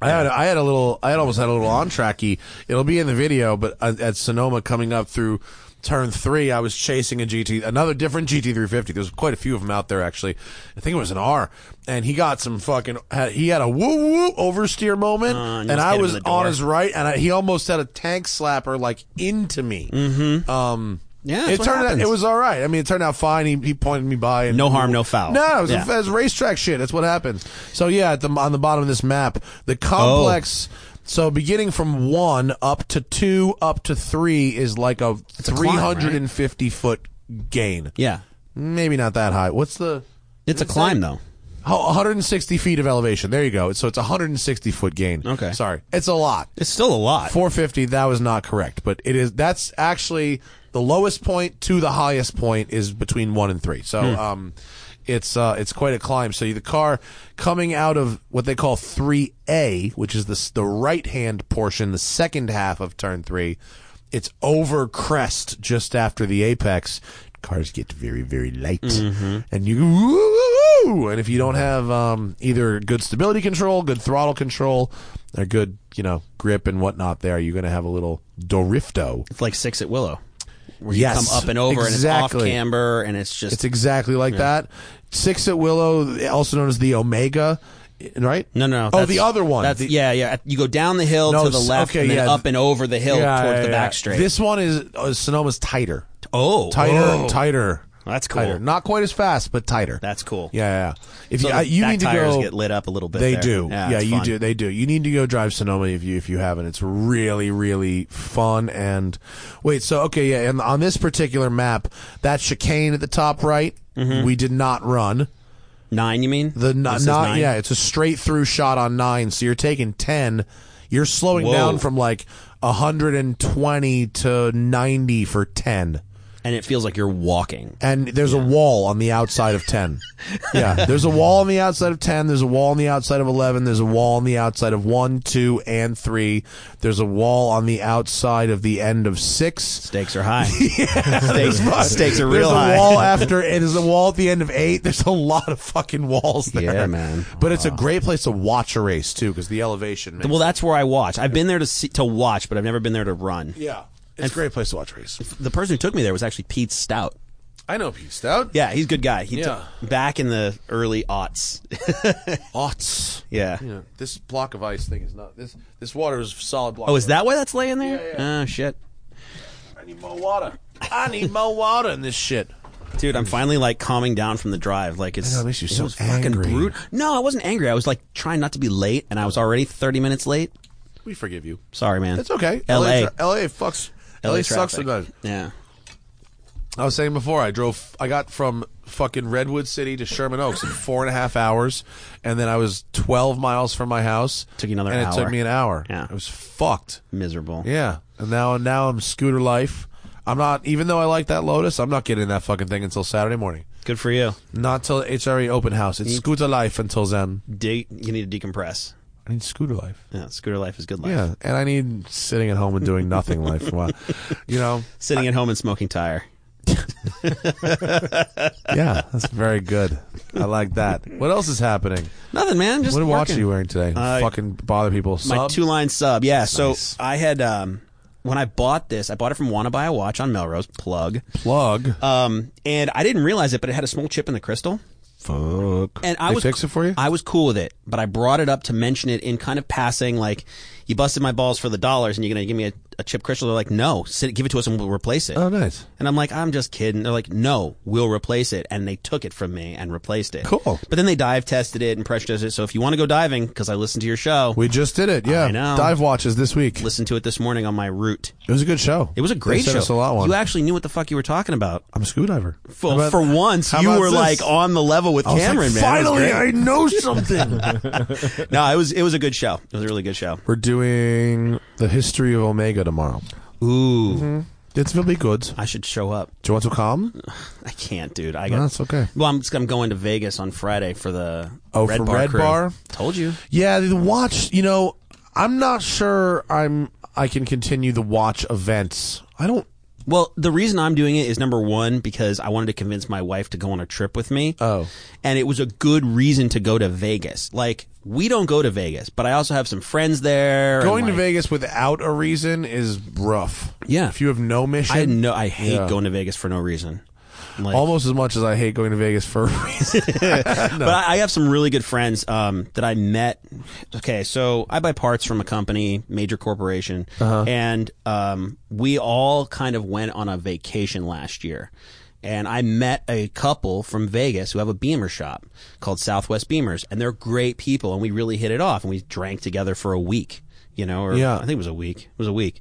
Speaker 1: I had I had a little I had almost had a little on tracky. It'll be in the video, but at, at Sonoma coming up through turn three, I was chasing a GT, another different GT350. There's quite a few of them out there, actually. I think it was an R, and he got some fucking. had- He had a woo woo oversteer moment,
Speaker 2: Uh, and
Speaker 1: and,
Speaker 2: you almost hit
Speaker 1: I
Speaker 2: him
Speaker 1: was
Speaker 2: with the
Speaker 1: on
Speaker 2: door.
Speaker 1: his right, and I, he almost had a tank slapper like into me. Mm-hmm. Um,
Speaker 2: Yeah, that's
Speaker 1: it
Speaker 2: what
Speaker 1: turned out
Speaker 2: happens.
Speaker 1: it was all right. I mean, it turned out fine. He, he pointed me by, and
Speaker 2: No harm, no foul.
Speaker 1: No, it was,
Speaker 2: Yeah.
Speaker 1: it was racetrack shit. That's what happens. So yeah, at the, on the bottom of this map, the complex.
Speaker 2: Oh.
Speaker 1: So beginning from one up to two up to three is like a
Speaker 2: a climb,
Speaker 1: three
Speaker 2: right?
Speaker 1: hundred and fifty foot gain.
Speaker 2: Yeah.
Speaker 1: maybe not that high. What's the
Speaker 2: It's a climb, though.
Speaker 1: oh, 160 feet of elevation? There you go. So it's 160 foot gain.
Speaker 2: Okay.
Speaker 1: sorry, it's a lot.
Speaker 2: It's still a lot.
Speaker 1: 450 that was not correct but it is that's actually the lowest point to the highest point is between 1 and 3 so um it's uh it's quite a climb so the car coming out of what they call 3A which is the s- the right hand portion the second half of turn 3 it's over crest just after the apex cars get very very light and you Ooh, and if you don't have um, either good stability control, good throttle control, or good you know grip and whatnot, there you're going to have a little dorifto.
Speaker 2: It's like six at Willow. Where
Speaker 1: Yes,
Speaker 2: you come up and over and it's off
Speaker 1: exactly.
Speaker 2: camber and it's just.
Speaker 1: It's exactly like that. Six at Willow, also known as the Omega, right?
Speaker 2: no, no.
Speaker 1: Oh,
Speaker 2: that's-
Speaker 1: the other one.
Speaker 2: That's,
Speaker 1: The-
Speaker 2: yeah, yeah. You go down the hill
Speaker 1: No,
Speaker 2: to the
Speaker 1: s-
Speaker 2: left
Speaker 1: okay,
Speaker 2: and then
Speaker 1: yeah.
Speaker 2: up and over the hill
Speaker 1: Yeah,
Speaker 2: towards
Speaker 1: yeah,
Speaker 2: the
Speaker 1: yeah.
Speaker 2: back straight.
Speaker 1: This one is uh, Sonoma's tighter,
Speaker 2: oh,
Speaker 1: tighter,
Speaker 2: oh.
Speaker 1: tighter.
Speaker 2: That's cool.
Speaker 1: Tighter. Not quite as fast, but tighter.
Speaker 2: That's cool.
Speaker 1: yeah, yeah. yeah. If
Speaker 2: So
Speaker 1: you,
Speaker 2: the
Speaker 1: I- you
Speaker 2: back
Speaker 1: need to
Speaker 2: tires
Speaker 1: go
Speaker 2: get lit up a little bit.
Speaker 1: They
Speaker 2: there.
Speaker 1: do. Yeah,
Speaker 2: it's
Speaker 1: you
Speaker 2: fun.
Speaker 1: do. They do. You need to go drive Sonoma if you if you haven't. It's really really fun and wait. So okay, yeah. And on this particular map, that chicane at the top right, we did not run.
Speaker 2: Nine, you mean?
Speaker 1: The
Speaker 2: Mm-hmm. This
Speaker 1: not,
Speaker 2: is
Speaker 1: not
Speaker 2: nine?
Speaker 1: yeah, it's a straight through shot on nine. So you're taking ten. You're slowing
Speaker 2: Whoa.
Speaker 1: down from like 120 to 90 for 10.
Speaker 2: And it feels like you're walking.
Speaker 1: And there's a wall on the outside of 10. yeah, there's a wall on the outside of 10. There's a wall on the outside of 11. There's a wall on the outside of 1, 2, and 3. There's a wall on the outside of the end of 6.
Speaker 2: Stakes are high. stakes,
Speaker 1: But
Speaker 2: stakes are
Speaker 1: there's
Speaker 2: real
Speaker 1: a
Speaker 2: high.
Speaker 1: wall after, and there's a wall at the end of 8. There's a lot of fucking walls there.
Speaker 2: Yeah, man.
Speaker 1: But it's a great place to watch a race, too, because the elevation. Makes
Speaker 2: Well, that's where I watch. I've been there to see, to watch, but I've never been there to run.
Speaker 1: yeah. It's a great place to watch a race.
Speaker 2: The person who took me there was actually Pete Stout.
Speaker 1: I know Pete Stout.
Speaker 2: Yeah, he's a good guy. He
Speaker 1: Yeah.
Speaker 2: took back in the early aughts.
Speaker 1: Aughts.
Speaker 2: yeah.
Speaker 1: You know, this block of ice thing is not this. This water is a solid block.
Speaker 2: Oh, is that why that's laying there?
Speaker 1: Yeah,
Speaker 2: Oh shit,
Speaker 1: I need more water. I need more water in this shit.
Speaker 2: dude! I'm finally like calming down from the drive. Like it's
Speaker 1: know, it makes you
Speaker 2: it
Speaker 1: so
Speaker 2: was fucking
Speaker 1: angry.
Speaker 2: brut- No, I wasn't angry. I was like trying not to be late, and I was already 30 minutes late.
Speaker 1: We forgive you.
Speaker 2: Sorry, man.
Speaker 1: It's okay.
Speaker 2: L.A.
Speaker 1: LA, tra- LA fucks. LA, sucks
Speaker 2: traffic.
Speaker 1: sometimes.
Speaker 2: Yeah.
Speaker 1: I was saying before, I drove. I got from fucking Redwood City to Sherman Oaks in four and a half hours, and then I was twelve miles from my house.
Speaker 2: Took you another
Speaker 1: and it
Speaker 2: hour.
Speaker 1: took me an hour.
Speaker 2: Yeah.
Speaker 1: I was fucked.
Speaker 2: Miserable.
Speaker 1: Yeah, and now now I'm scooter life. I'm not. Even though I like that Lotus, I'm not getting in that fucking thing until Saturday morning.
Speaker 2: Good for you.
Speaker 1: Not till HRE open house.
Speaker 2: Mm.
Speaker 1: It's scooter life until then.
Speaker 2: De- you need to decompress.
Speaker 1: I need scooter life.
Speaker 2: Yeah, scooter life is good life.
Speaker 1: Yeah, and I need sitting at home and doing nothing life for a while. You know,
Speaker 2: Sitting at home and smoking tire.
Speaker 1: yeah, that's very good. I like that. What else is happening?
Speaker 2: Nothing, man. Just
Speaker 1: What watch
Speaker 2: working.
Speaker 1: are you wearing today? Fucking bother people.
Speaker 2: uh, My
Speaker 1: Sub?
Speaker 2: two line sub. Yeah. So I had um, when I bought this, I bought it from Wanna Buy a Watch on Melrose. Plug.
Speaker 1: plug.
Speaker 2: Um, and I didn't realize it, but it had a small chip in the crystal.
Speaker 1: Fuck.
Speaker 2: And I
Speaker 1: They
Speaker 2: was
Speaker 1: fix it for you.
Speaker 2: I was cool with it, but I brought it up to mention it in kind of passing, like you busted my balls for the dollars, and you're gonna give me a, a chip crystal. They're like, no, sit, give it to us, and we'll replace it.
Speaker 1: oh, nice.
Speaker 2: And I'm like, I'm just kidding. They're like, no, we'll replace it. And they took it from me and replaced it.
Speaker 1: Cool.
Speaker 2: But then they dive tested it and pressure tested it. So if you want to go diving, because I listened to your show,
Speaker 1: We just did it. Yeah,
Speaker 2: I know.
Speaker 1: dive watches this week.
Speaker 2: listened to it this morning on my route.
Speaker 1: It was a good show.
Speaker 2: It was a great
Speaker 1: they sent
Speaker 2: show.
Speaker 1: Us a lot one.
Speaker 2: You actually knew what the fuck you were talking about.
Speaker 1: I'm a scuba diver.
Speaker 2: For,
Speaker 1: How about-
Speaker 2: for once,
Speaker 1: how
Speaker 2: you
Speaker 1: about
Speaker 2: were
Speaker 1: this?
Speaker 2: like on the level with
Speaker 1: I was like,
Speaker 2: Cameron, man. It was
Speaker 1: Finally,
Speaker 2: great.
Speaker 1: I know something.
Speaker 2: no, it was it was a good show. It was a really good show.
Speaker 1: We're doing the history of Omega tomorrow.
Speaker 2: Ooh,
Speaker 1: Mm-hmm. It's will be good. Do
Speaker 2: I should show up.
Speaker 1: you want to come?
Speaker 2: I can't, dude. I got.
Speaker 1: No, that's okay.
Speaker 2: Well, I'm, I'm going to Vegas on Friday for the
Speaker 1: Oh,
Speaker 2: Red
Speaker 1: for
Speaker 2: Bar
Speaker 1: Red
Speaker 2: crew.
Speaker 1: Bar?
Speaker 2: Told you.
Speaker 1: Yeah, the watch. You know, I'm not sure I'm. I can continue the watch events. I don't.
Speaker 2: Well, the reason I'm doing it is number one because I wanted to convince my wife to go on a trip with me.
Speaker 1: Oh.
Speaker 2: and it was a good reason to go to Vegas. Like we don't go to Vegas, but I also have some friends there. and,
Speaker 1: Going to
Speaker 2: like,
Speaker 1: Vegas without a reason is rough.
Speaker 2: Yeah.
Speaker 1: If you have no mission,
Speaker 2: I know I hate
Speaker 1: Yeah.
Speaker 2: going to Vegas for no reason. Like,
Speaker 1: almost as much as I hate going to Vegas for a reason.
Speaker 2: But I, I have some really good friends um, that I met. Okay, so I buy parts from a company, major corporation,
Speaker 1: Uh-huh.
Speaker 2: and um, we all kind of went on a vacation last year. And I met a couple from Vegas who have a Beamer shop called Southwest Beamers, and they're great people. And we really hit it off, and we drank together for a week. You know, or
Speaker 1: Yeah.
Speaker 2: I think it was a week. It was a week.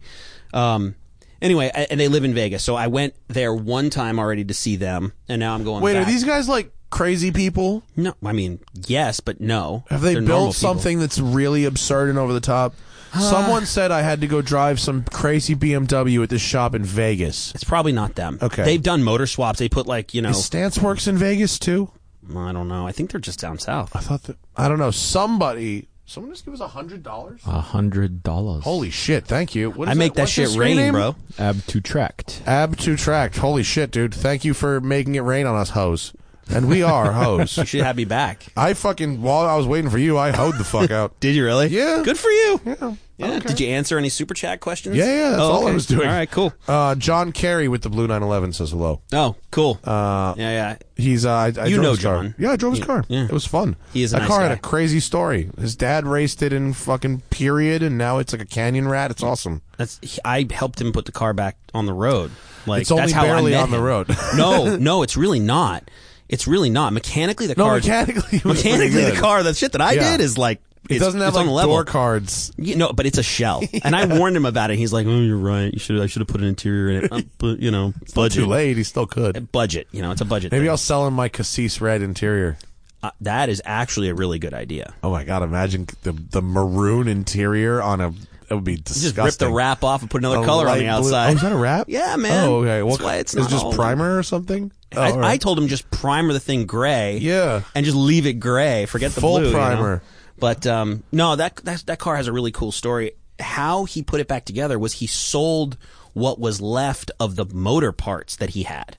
Speaker 2: Um, anyway, I, and they live in Vegas, so I went there one time already to see them, and now I'm going.
Speaker 1: Wait, are
Speaker 2: back.
Speaker 1: these guys like crazy people?
Speaker 2: No, I mean yes, but no.
Speaker 1: Have they
Speaker 2: They're normal
Speaker 1: built
Speaker 2: people. Uh.
Speaker 1: something that's really absurd and over the top? Someone said I had to go drive some crazy BMW at this shop in Vegas.
Speaker 2: It's probably not them.
Speaker 1: Okay.
Speaker 2: they've done motor swaps. They put like you know,
Speaker 1: Stance works in Vegas too.
Speaker 2: I don't know. I think they're just down south.
Speaker 1: I thought that I don't know. Somebody, someone just give us a hundred dollars.
Speaker 3: A hundred dollars.
Speaker 1: Holy shit! Thank you. What is
Speaker 2: I make that
Speaker 1: What's
Speaker 2: shit
Speaker 1: his screen
Speaker 2: rain,
Speaker 1: name?
Speaker 2: bro.
Speaker 3: Abtutract.
Speaker 1: Ab to tract. Holy shit, dude! Thank you for making it rain on us, hoes. And we are hoes.
Speaker 2: You should have me back.
Speaker 1: I fucking while I was waiting for you, I hoed the fuck out.
Speaker 2: Did you really?
Speaker 1: Yeah.
Speaker 2: Good for you.
Speaker 1: Yeah.
Speaker 2: Yeah. Did you answer any super chat questions?
Speaker 1: Yeah, yeah, that's
Speaker 2: Oh,
Speaker 1: all I
Speaker 2: okay.
Speaker 1: was doing.
Speaker 2: All right, cool.
Speaker 1: Uh, John Kerry with the blue 911 says hello.
Speaker 2: Oh, cool. Uh, yeah, yeah.
Speaker 1: He's uh, I, I
Speaker 2: You
Speaker 1: drove
Speaker 2: know
Speaker 1: his car.
Speaker 2: John.
Speaker 1: Yeah, I drove his car.
Speaker 2: yeah.
Speaker 1: It was fun.
Speaker 2: He is a
Speaker 1: that
Speaker 2: nice
Speaker 1: car had
Speaker 2: guy.
Speaker 1: a crazy story. His dad raced it in fucking period, and now it's like a canyon rat. It's awesome.
Speaker 2: That's he- I helped him put the car back on the road. Like
Speaker 1: It's only
Speaker 2: that's how I
Speaker 1: barely
Speaker 2: met
Speaker 1: on the
Speaker 2: him.
Speaker 1: road.
Speaker 2: no, no, it's really not. It's really not. Mechanically, the
Speaker 1: No,
Speaker 2: car
Speaker 1: mechanically, it was pretty
Speaker 2: mechanically the
Speaker 1: good.
Speaker 2: car. The shit that I
Speaker 1: Yeah.
Speaker 2: did is like
Speaker 1: It
Speaker 2: it's-
Speaker 1: doesn't have
Speaker 2: it's
Speaker 1: like
Speaker 2: on a level.
Speaker 1: door cards.
Speaker 2: You know, but it's a shell, and I warned him about it. He's like, "Oh, you're right. You should. I should have put an interior in it. Um, but you know, budget,
Speaker 1: Too late. He still could.
Speaker 2: budget. You know, it's a budget.
Speaker 1: Maybe
Speaker 2: thing.
Speaker 1: I'll sell him my cassis red interior.
Speaker 2: Uh, that is actually a really good idea.
Speaker 1: Oh my god! Imagine the the maroon interior on a. That would be disgusting.
Speaker 2: Just rip the wrap off and put another
Speaker 1: A
Speaker 2: color on
Speaker 1: light
Speaker 2: the
Speaker 1: blue-
Speaker 2: outside.
Speaker 1: Oh, is that a wrap?
Speaker 2: Yeah, man.
Speaker 1: Oh, okay. Well,
Speaker 2: That's why it's
Speaker 1: is it
Speaker 2: not
Speaker 1: just
Speaker 2: all-
Speaker 1: primer or something? Oh,
Speaker 2: I,
Speaker 1: all right.
Speaker 2: I told him just primer the thing gray.
Speaker 1: Yeah.
Speaker 2: and just leave it gray. Forget the
Speaker 1: Full
Speaker 2: blue, you know?
Speaker 1: primer.
Speaker 2: But um, no, that, that that car has a really cool story. How he put it back together was he sold what was left of the motor parts that he had.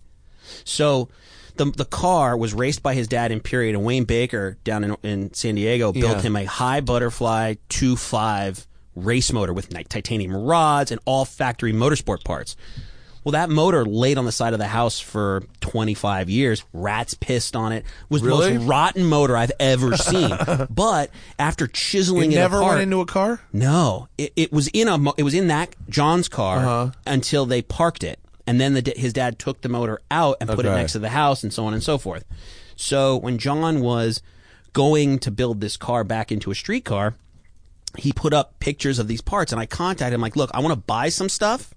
Speaker 2: So. The, the car was raced by his dad in period, and Wayne Baker down in, in San Diego built
Speaker 1: Yeah.
Speaker 2: him a high butterfly 2.5 race motor with ni- titanium rods and all factory motorsport parts. Well, that motor laid on the side of the house for 25 years. Rats pissed on it. Was the
Speaker 1: Really?
Speaker 2: most rotten motor I've ever seen. but after chiseling it,
Speaker 1: never
Speaker 2: apart,
Speaker 1: went into a car.
Speaker 2: no, it, it was in a mo- it was in that John's car until they parked it, and then the, da- his dad took the motor out and put it
Speaker 1: Okay.
Speaker 2: next to the house, and so on and so forth. So when John was going to build this car back into a street car, he put up pictures of these parts, and I contacted him like, "Look, I want to buy some stuff,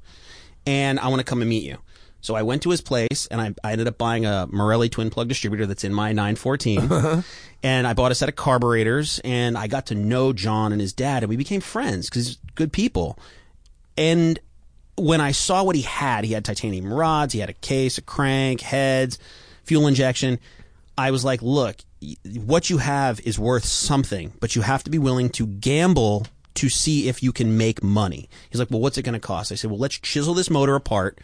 Speaker 2: and I want to come and meet you." So I went to his place, and I, I ended up buying a Morelli twin plug distributor that's in my 914, and I bought a set of carburetors, and I got to know John and his dad, and we became friends because good people. And when I saw what he had, he had titanium rods, he had a case, a crank, heads, fuel injection. I was like, look, y- what you have is worth something, but you have to be willing to gamble to see if you can make money. He's like, well, what's it going to cost? I said, well, let's chisel this motor apart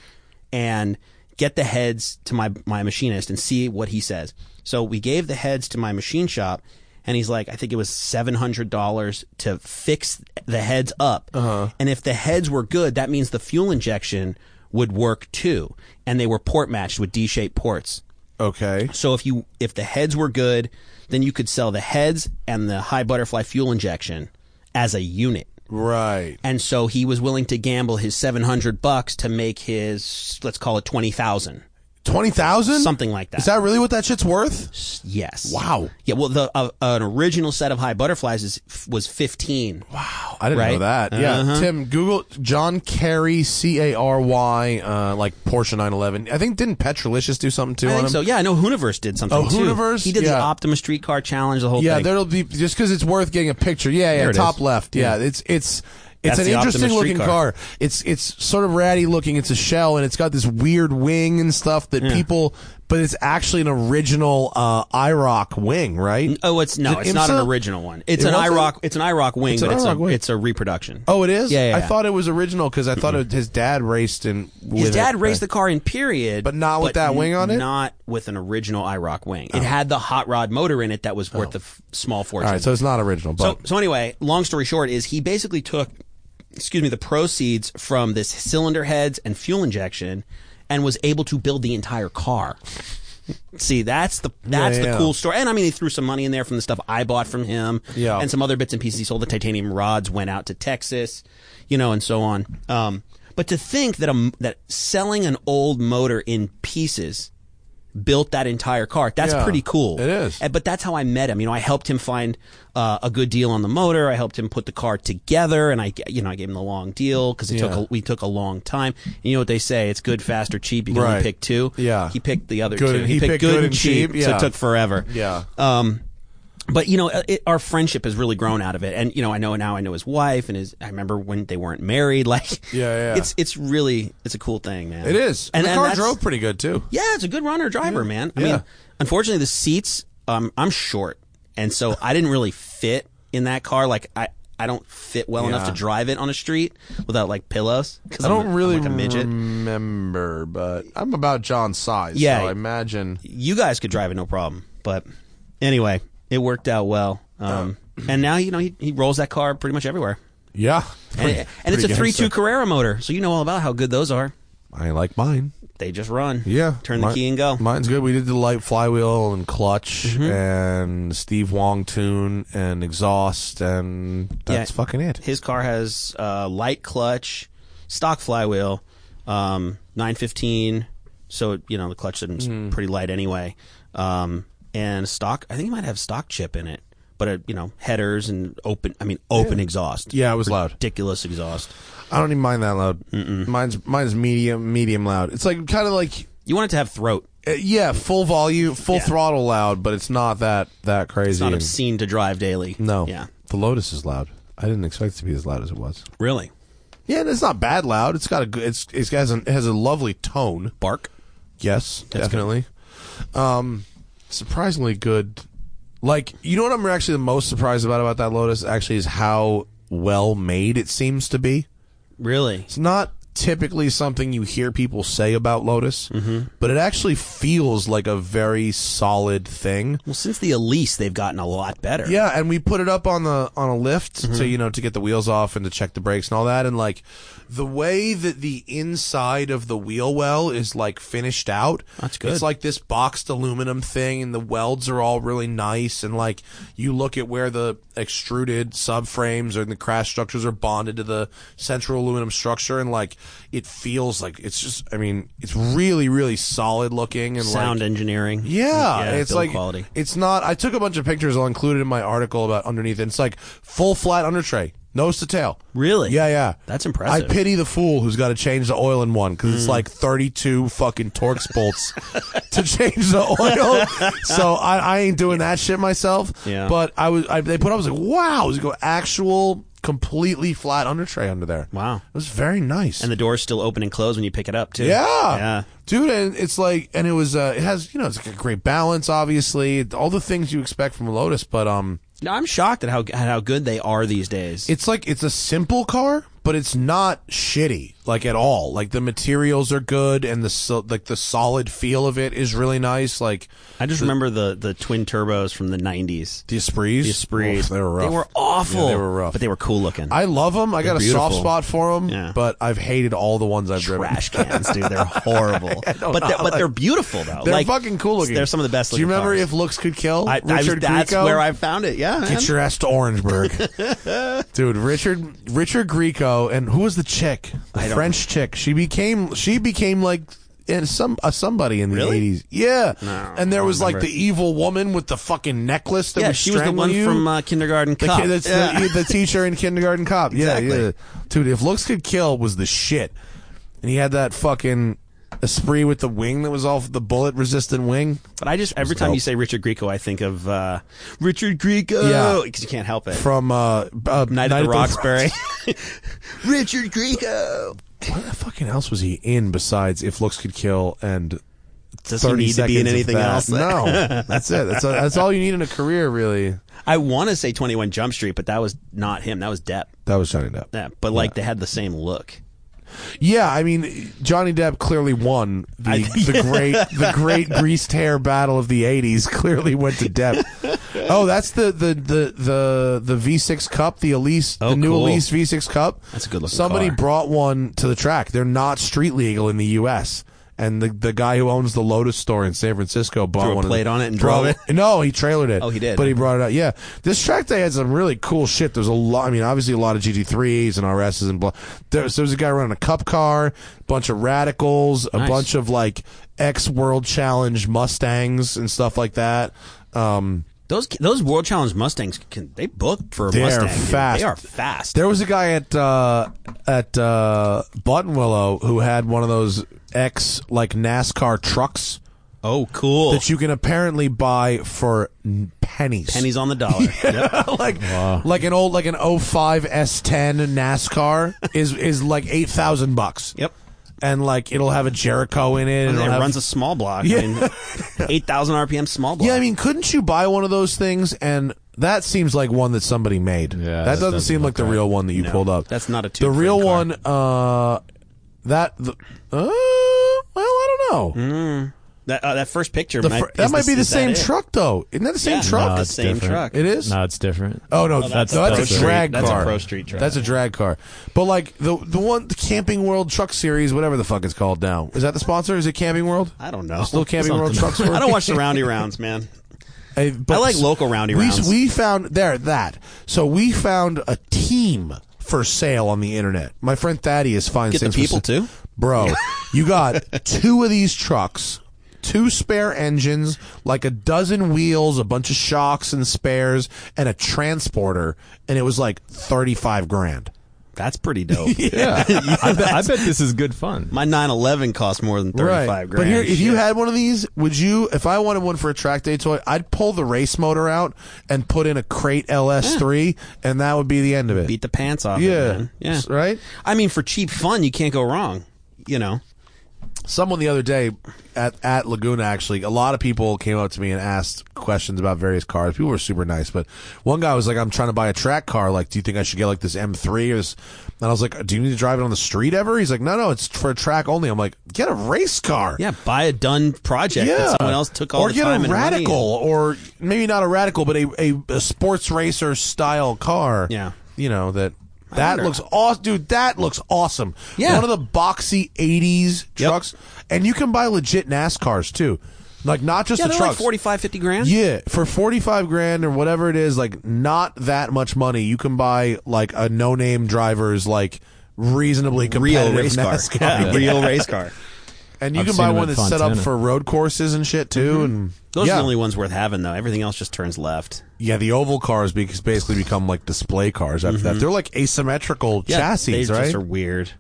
Speaker 2: and get the heads to my my machinist and see what he says. So we gave the heads to my machine shop, and he's like, I think it was seven hundred dollars to fix the heads up. And if the heads were good, that means the fuel injection would work too, and they were port matched with D shaped ports.
Speaker 1: Okay.
Speaker 2: So if you if the heads were good, then you could sell the heads and the high butterfly fuel injection as a unit
Speaker 1: Right.
Speaker 2: and so he was willing to gamble his 700 bucks to make his let's call it 20,000
Speaker 1: Twenty thousand.
Speaker 2: something like that.
Speaker 1: Is that really what that shit's worth?
Speaker 2: yes.
Speaker 1: Wow.
Speaker 2: Yeah, well the uh, an original set of high butterflies is, was 15.
Speaker 1: Wow. I didn't
Speaker 2: Right?
Speaker 1: know that. Yeah.
Speaker 2: Uh-huh.
Speaker 1: Tim, Google John Kerry C A R Y uh, like Porsche 911. I think didn't Petrolicious do something too
Speaker 2: I
Speaker 1: on
Speaker 2: think
Speaker 1: him?
Speaker 2: so. Yeah, I know Hooniverse did something
Speaker 1: Oh,
Speaker 2: too.
Speaker 1: Hooniverse?
Speaker 2: He did the
Speaker 1: Yeah.
Speaker 2: Optima streetcar challenge the whole
Speaker 1: Yeah,
Speaker 2: thing.
Speaker 1: there'll be just because it's worth getting a picture. Yeah, yeah,
Speaker 2: it
Speaker 1: top
Speaker 2: is.
Speaker 1: left. Yeah, it's it's it's
Speaker 2: That's
Speaker 1: an
Speaker 2: the Optimus
Speaker 1: interesting looking
Speaker 2: streetcar.
Speaker 1: car. It's it's sort of ratty looking. It's a shell and it's got this weird wing and stuff that people. but it's actually an original uh, IROC wing, right?
Speaker 2: Oh, it's
Speaker 1: Is
Speaker 2: no,
Speaker 1: it
Speaker 2: it's not an
Speaker 1: IMSA?
Speaker 2: original one. It's
Speaker 1: It
Speaker 2: an
Speaker 1: wasn't?
Speaker 2: IROC. It's an IROC wing,
Speaker 1: an
Speaker 2: but it's
Speaker 1: IROC
Speaker 2: a
Speaker 1: wing.
Speaker 2: it's a reproduction.
Speaker 1: Oh, it is.
Speaker 2: Yeah, yeah,
Speaker 1: I
Speaker 2: yeah.
Speaker 1: thought it was original because I thought it, his dad raced in.
Speaker 2: His
Speaker 1: with
Speaker 2: dad
Speaker 1: it,
Speaker 2: raced
Speaker 1: but-
Speaker 2: the car in period,
Speaker 1: But not with that
Speaker 2: n-
Speaker 1: wing on it? Oh.
Speaker 2: Not with an original IROC wing. It had the hot rod motor in it that was worth a f- small fortune.
Speaker 1: All right, so it's not original, but
Speaker 2: So, so anyway, long story short is he basically took, excuse me, the proceeds from this cylinder heads and fuel injection, and was able to build the entire car. See, that's the that's
Speaker 1: yeah,
Speaker 2: the
Speaker 1: yeah.
Speaker 2: cool story. And I mean, he threw some money in there from the stuff I bought from him,
Speaker 1: Yeah.
Speaker 2: and some other bits and pieces. He sold the titanium rods, went out to Texas, you know, and so on. Um, but to think that a m that selling an old motor in pieces built that entire car. That's
Speaker 1: Yeah,
Speaker 2: pretty cool.
Speaker 1: it is.
Speaker 2: And- But that's how I met him. You know, I helped him find uh, a good deal on the motor. I helped him put the car together, and I, g- you know, I gave him the long deal because it took
Speaker 1: Yeah.
Speaker 2: a, we took a long time. And you know what they say? It's good, fast, or cheap. You can
Speaker 1: Right.
Speaker 2: only pick two.
Speaker 1: Yeah.
Speaker 2: he picked the other
Speaker 1: Good-
Speaker 2: two.
Speaker 1: he picked good and cheap,
Speaker 2: so
Speaker 1: yeah.
Speaker 2: it took forever.
Speaker 1: Yeah.
Speaker 2: Um, but you know, uh, it, our friendship has really grown out of it, and you know, I know now I know his wife, and his. I remember when they weren't married. Like,
Speaker 1: Yeah, yeah.
Speaker 2: it's it's really it's a cool thing, man.
Speaker 1: it is. And the car
Speaker 2: that's-
Speaker 1: drove pretty good too.
Speaker 2: yeah, it's a good runner driver, man. I
Speaker 1: Yeah.
Speaker 2: mean, unfortunately, the seats. Um, I'm short, and so I didn't really fit in that car. Like I, I don't fit well enough to
Speaker 1: Yeah.
Speaker 2: drive it on a street without like pillows. Because
Speaker 1: I don't really mm.
Speaker 2: like a midget.
Speaker 1: remember, but I'm about John's size.
Speaker 2: Yeah.
Speaker 1: so I imagine.
Speaker 2: you guys could drive it no problem, but anyway, it worked out well. Um,
Speaker 1: Oh.
Speaker 2: and now you know he, he rolls that car pretty much everywhere,
Speaker 1: Yeah,
Speaker 2: and, and it's a three-two Carrera motor, so you know all about how good those are.
Speaker 1: I like mine.
Speaker 2: They just run.
Speaker 1: Yeah,
Speaker 2: turn the
Speaker 1: mi-
Speaker 2: key and go. Mm-hmm.
Speaker 1: Mine's good. We did the light flywheel and clutch and Steve Wong tune and exhaust and that's
Speaker 2: Yeah.
Speaker 1: fucking it.
Speaker 2: His car has uh, light clutch, stock flywheel, um, 915. So, you know, the clutch system's
Speaker 1: Hmm.
Speaker 2: pretty light anyway. Um, and stock, I think it might have stock chip in it, but, uh, you know, headers and open, I mean, open exhaust.
Speaker 1: Yeah, it was loud.
Speaker 2: Ridiculous exhaust.
Speaker 1: I don't even mind that loud. Mine's mine's medium medium loud. It's like kind of like
Speaker 2: You want it to have throat.
Speaker 1: uh, yeah, full volume, full throttle loud, but it's not that that crazy.
Speaker 2: It's not
Speaker 1: and-
Speaker 2: obscene to drive daily.
Speaker 1: no,
Speaker 2: Yeah.
Speaker 1: the Lotus is loud. I didn't expect it to be as loud as it was.
Speaker 2: Really?
Speaker 1: Yeah, and it's not bad loud. It's got a good. It's it has an, it has a lovely tone.
Speaker 2: Bark?
Speaker 1: Yes, definitely. Um, surprisingly good. Like you know what I'm actually the most surprised about about that Lotus actually is how well made it seems to be.
Speaker 2: Really?
Speaker 1: It's not typically something you hear people say about Lotus, but it actually feels like a very solid thing.
Speaker 2: Well, since the Elise, they've gotten a lot better.
Speaker 1: Yeah, and we put it up on the on a lift
Speaker 2: Mm-hmm.
Speaker 1: to you know to get the wheels off and to check the brakes and all that. And like the way that the inside of the wheel well is like finished out.
Speaker 2: That's good.
Speaker 1: It's like this boxed aluminum thing, and the welds are all really nice. And like you look at where the extruded subframes or the crash structures are bonded to the central aluminum structure, and like it feels like it's just. I mean, it's really really solid looking and like,
Speaker 2: Sound engineering.
Speaker 1: yeah, it's
Speaker 2: build
Speaker 1: like
Speaker 2: quality.
Speaker 1: it's not. I took a bunch of pictures. I'll include it in my article about underneath. And it's like full flat under tray, nose to tail.
Speaker 2: Really?
Speaker 1: Yeah, yeah.
Speaker 2: That's impressive. Mm.
Speaker 1: I pity the fool who's got to change the oil in one because it's like thirty-two fucking Torx bolts to change the oil. so I, I ain't doing that shit myself.
Speaker 2: Yeah.
Speaker 1: But I was. I, they put. up, I was like, wow. It was go actual completely flat under tray under there.
Speaker 2: Wow.
Speaker 1: It was very nice.
Speaker 2: And the doors still open and close when you pick it up, too.
Speaker 1: Yeah.
Speaker 2: Yeah.
Speaker 1: Dude, and it's like and it was uh it has you know, it's like a great balance, obviously. All the things you expect from a Lotus, but um
Speaker 2: No, I'm shocked at how at how good they are these days.
Speaker 1: it's like it's a simple car, but it's not shitty, like at all. Like the materials are good and the so, like the solid feel of it is really nice. Like
Speaker 2: I just remember the the twin turbos from the 90s.
Speaker 1: the Esprits.
Speaker 2: The Esprit.
Speaker 1: Oof, they were rough.
Speaker 2: awful.
Speaker 1: Yeah, they were rough.
Speaker 2: But they were cool looking.
Speaker 1: I love them. I got a soft
Speaker 2: beautiful.
Speaker 1: spot for them,
Speaker 2: Yeah.
Speaker 1: but I've hated all the ones I've driven.
Speaker 2: Trash cans, dude. They're horrible. but
Speaker 1: don't
Speaker 2: they're,
Speaker 1: know,
Speaker 2: but
Speaker 1: like-
Speaker 2: they're beautiful though.
Speaker 1: They're
Speaker 2: Like,
Speaker 1: fucking cool looking.
Speaker 2: They're some of the best.
Speaker 1: Do you
Speaker 2: looking
Speaker 1: remember
Speaker 2: cars.
Speaker 1: if looks could kill?
Speaker 2: I, I was-
Speaker 1: Richard
Speaker 2: that's
Speaker 1: Grieco?
Speaker 2: where I found it? Yeah. man.
Speaker 1: Get your ass to Orangeburg, dude. Richard Richard Grieco and who was the chick? The
Speaker 2: I don't
Speaker 1: French chick. She became she became like and some uh, somebody in the
Speaker 2: Really?
Speaker 1: eighties. Yeah,
Speaker 2: No,
Speaker 1: and
Speaker 2: I
Speaker 1: there
Speaker 2: don't
Speaker 1: was like
Speaker 2: remember.
Speaker 1: the evil woman with the fucking necklace that
Speaker 2: yeah,
Speaker 1: would
Speaker 2: she was the
Speaker 1: strangle
Speaker 2: one
Speaker 1: you.
Speaker 2: from uh, Kindergarten
Speaker 1: the,
Speaker 2: Cop.
Speaker 1: kid that's
Speaker 2: yeah.
Speaker 1: the, the teacher in Kindergarten Cop. Yeah,
Speaker 2: Exactly.
Speaker 1: yeah, dude. If looks could kill, was the shit, and he had that fucking esprit with the wing that was off the bullet resistant wing.
Speaker 2: but I just every time you say Richard Grieco, I think of uh, Richard Grieco.
Speaker 1: Yeah.
Speaker 2: because you can't help it.
Speaker 1: From uh, uh,
Speaker 2: Night, at the Roxbury.
Speaker 1: Richard Grieco. What the fucking else was he in besides If Looks Could Kill and
Speaker 2: doesn't
Speaker 1: 30
Speaker 2: need to be in
Speaker 1: seconds of
Speaker 2: anything
Speaker 1: that.
Speaker 2: else.
Speaker 1: No, that's it. That's, that's all you need in a career, really.
Speaker 2: I want to say 21 Jump Street, but that was not him. That was Depp.
Speaker 1: That was Johnny Depp.
Speaker 2: Yeah, but like they had the same look.
Speaker 1: Yeah, I mean, Johnny Depp clearly won the, the great the great greased hair battle of the '80s. Clearly went to Depp. Oh, that's the the the the, the V6 Cup, the Elise,
Speaker 2: Oh,
Speaker 1: the new
Speaker 2: cool.
Speaker 1: Elise V6 Cup.
Speaker 2: That's a good-looking
Speaker 1: Somebody
Speaker 2: car.
Speaker 1: brought one to the track. They're not street legal in the U.S. And the the guy who owns the Lotus store in San Francisco bought
Speaker 2: Threw a
Speaker 1: one. of the-
Speaker 2: plate on it and
Speaker 1: brought-
Speaker 2: drove it?
Speaker 1: No, he trailered it.
Speaker 2: Oh, he did.
Speaker 1: But he brought it out. Yeah, this track day had some really cool shit. There's a lot. I mean, obviously a lot of GT3s and RSs and blah. There, so there was a guy running a cup car, a bunch of radicals, a
Speaker 2: Nice.
Speaker 1: bunch of like ex World Challenge Mustangs and stuff like that. Um,
Speaker 2: Those those World Challenge Mustangs can they book for a
Speaker 1: They're
Speaker 2: Mustang? dude.
Speaker 1: fast.
Speaker 2: They are fast.
Speaker 1: there was a guy at uh, at uh, Button Willow who had one of those ex like NASCAR trucks
Speaker 2: oh, cool.
Speaker 1: that you can apparently buy for n- pennies.
Speaker 2: Pennies on the dollar. Yep.
Speaker 1: like like an old like an 05 S10 NASCAR is is like 8,000 bucks.
Speaker 2: Yep.
Speaker 1: And like it'll have a Jericho in it and
Speaker 2: And
Speaker 1: it'll
Speaker 2: it
Speaker 1: have-
Speaker 2: runs a small block. I mean, 8,000 RPM small block.
Speaker 1: Yeah, I mean, couldn't you buy one of those things and that seems like one that somebody made.
Speaker 3: Yeah,
Speaker 1: that
Speaker 3: that
Speaker 1: doesn't,
Speaker 3: doesn't
Speaker 1: seem like the real one that you
Speaker 2: No,
Speaker 1: pulled up.
Speaker 2: that's not a
Speaker 1: The
Speaker 2: tube
Speaker 1: real
Speaker 2: frame car.
Speaker 1: one uh that the, uh well, I don't know.
Speaker 2: that, uh, that first picture
Speaker 1: The
Speaker 2: Mm, might,
Speaker 1: fir- that
Speaker 2: is
Speaker 1: might be the
Speaker 2: is that
Speaker 1: same
Speaker 2: it?
Speaker 1: truck though. Isn't that the same
Speaker 2: Yeah.
Speaker 1: truck?
Speaker 2: No,
Speaker 3: it's
Speaker 2: the same
Speaker 3: different.
Speaker 2: truck.
Speaker 1: it is.
Speaker 3: No, it's different.
Speaker 1: Oh no,
Speaker 2: that's
Speaker 1: no,
Speaker 2: a
Speaker 1: that's
Speaker 2: pro
Speaker 1: a
Speaker 2: street-
Speaker 1: drag
Speaker 2: that's a
Speaker 1: car.
Speaker 2: pro street drag.
Speaker 1: That's a drag car. But like the the one the Camping World Truck Series, whatever the fuck it's called now, is that the sponsor? Is it Camping World?
Speaker 2: I don't know.
Speaker 1: Still Camping
Speaker 2: Something.
Speaker 1: World Truck Story.
Speaker 2: I don't watch the roundy rounds, man.
Speaker 1: Hey, but
Speaker 2: I like local roundy
Speaker 1: we,
Speaker 2: rounds.
Speaker 1: We found there that. So we found a team for sale on the internet. My friend Thaddeus finds
Speaker 2: Get the
Speaker 1: things for
Speaker 2: people,
Speaker 1: sa-
Speaker 2: too?
Speaker 1: Bro, you got two of these trucks, two spare engines, like a dozen wheels, a bunch of shocks and spares, and a transporter, and it was like thirty five grand.
Speaker 2: That's pretty dope.
Speaker 3: Yeah, I, bet, I bet this is good fun.
Speaker 2: My 911 cost more than 35 grand.
Speaker 1: But here, if
Speaker 2: Shit.
Speaker 1: you had one of these, would you? If I wanted one for a track day toy, I'd pull the race motor out and put in a crate LS3, and that would be the end of it.
Speaker 2: beat the pants off.
Speaker 1: yeah,
Speaker 2: It, man. Yeah.
Speaker 1: S- right.
Speaker 2: I mean, for cheap fun, you can't go wrong. You know,
Speaker 1: Someone the other day at at Laguna actually, a lot of people came up to me and asked questions about various cars. People were super nice, but one guy was like, "I'm trying to buy a track car. Like, do you think I should get like this M3 or this?" And I was like, "Do you need to drive it on the street ever?" He's like, "No, no, it's for a track only." I'm like, "Get a race car."
Speaker 2: yeah, buy a done project that someone else took all
Speaker 1: or
Speaker 2: the
Speaker 1: get
Speaker 2: time
Speaker 1: a
Speaker 2: and money
Speaker 1: radical, or maybe not a radical, but a, a, a sports racer style car.
Speaker 2: Yeah.
Speaker 1: you know that that
Speaker 2: wonder-
Speaker 1: looks awesome, dude. That looks awesome.
Speaker 2: Yeah.
Speaker 1: one of the boxy '80s trucks, and you can buy legit NASCARs too, like not just
Speaker 2: Yeah,
Speaker 1: the
Speaker 2: they're like
Speaker 1: trucks.
Speaker 2: 45, 50 grand.
Speaker 1: yeah, for forty-five grand or whatever it is, like not that much money, you can buy like a no-name driver's like reasonably
Speaker 2: real
Speaker 1: competitive
Speaker 2: race car.
Speaker 1: NASCAR.
Speaker 2: Yeah, real race car.
Speaker 1: and you
Speaker 3: I've
Speaker 1: can
Speaker 3: seen
Speaker 1: buy
Speaker 3: them
Speaker 1: one
Speaker 3: at
Speaker 1: that's set
Speaker 3: Fontana.
Speaker 1: up for road courses and shit too. And
Speaker 2: Those
Speaker 1: yeah.
Speaker 2: are the only ones worth having, though. Everything else just turns left.
Speaker 1: Yeah, the oval cars be- basically become like display cars after that. They're like asymmetrical
Speaker 2: Yeah, they
Speaker 1: chassis,
Speaker 2: just
Speaker 1: right?
Speaker 2: are weird.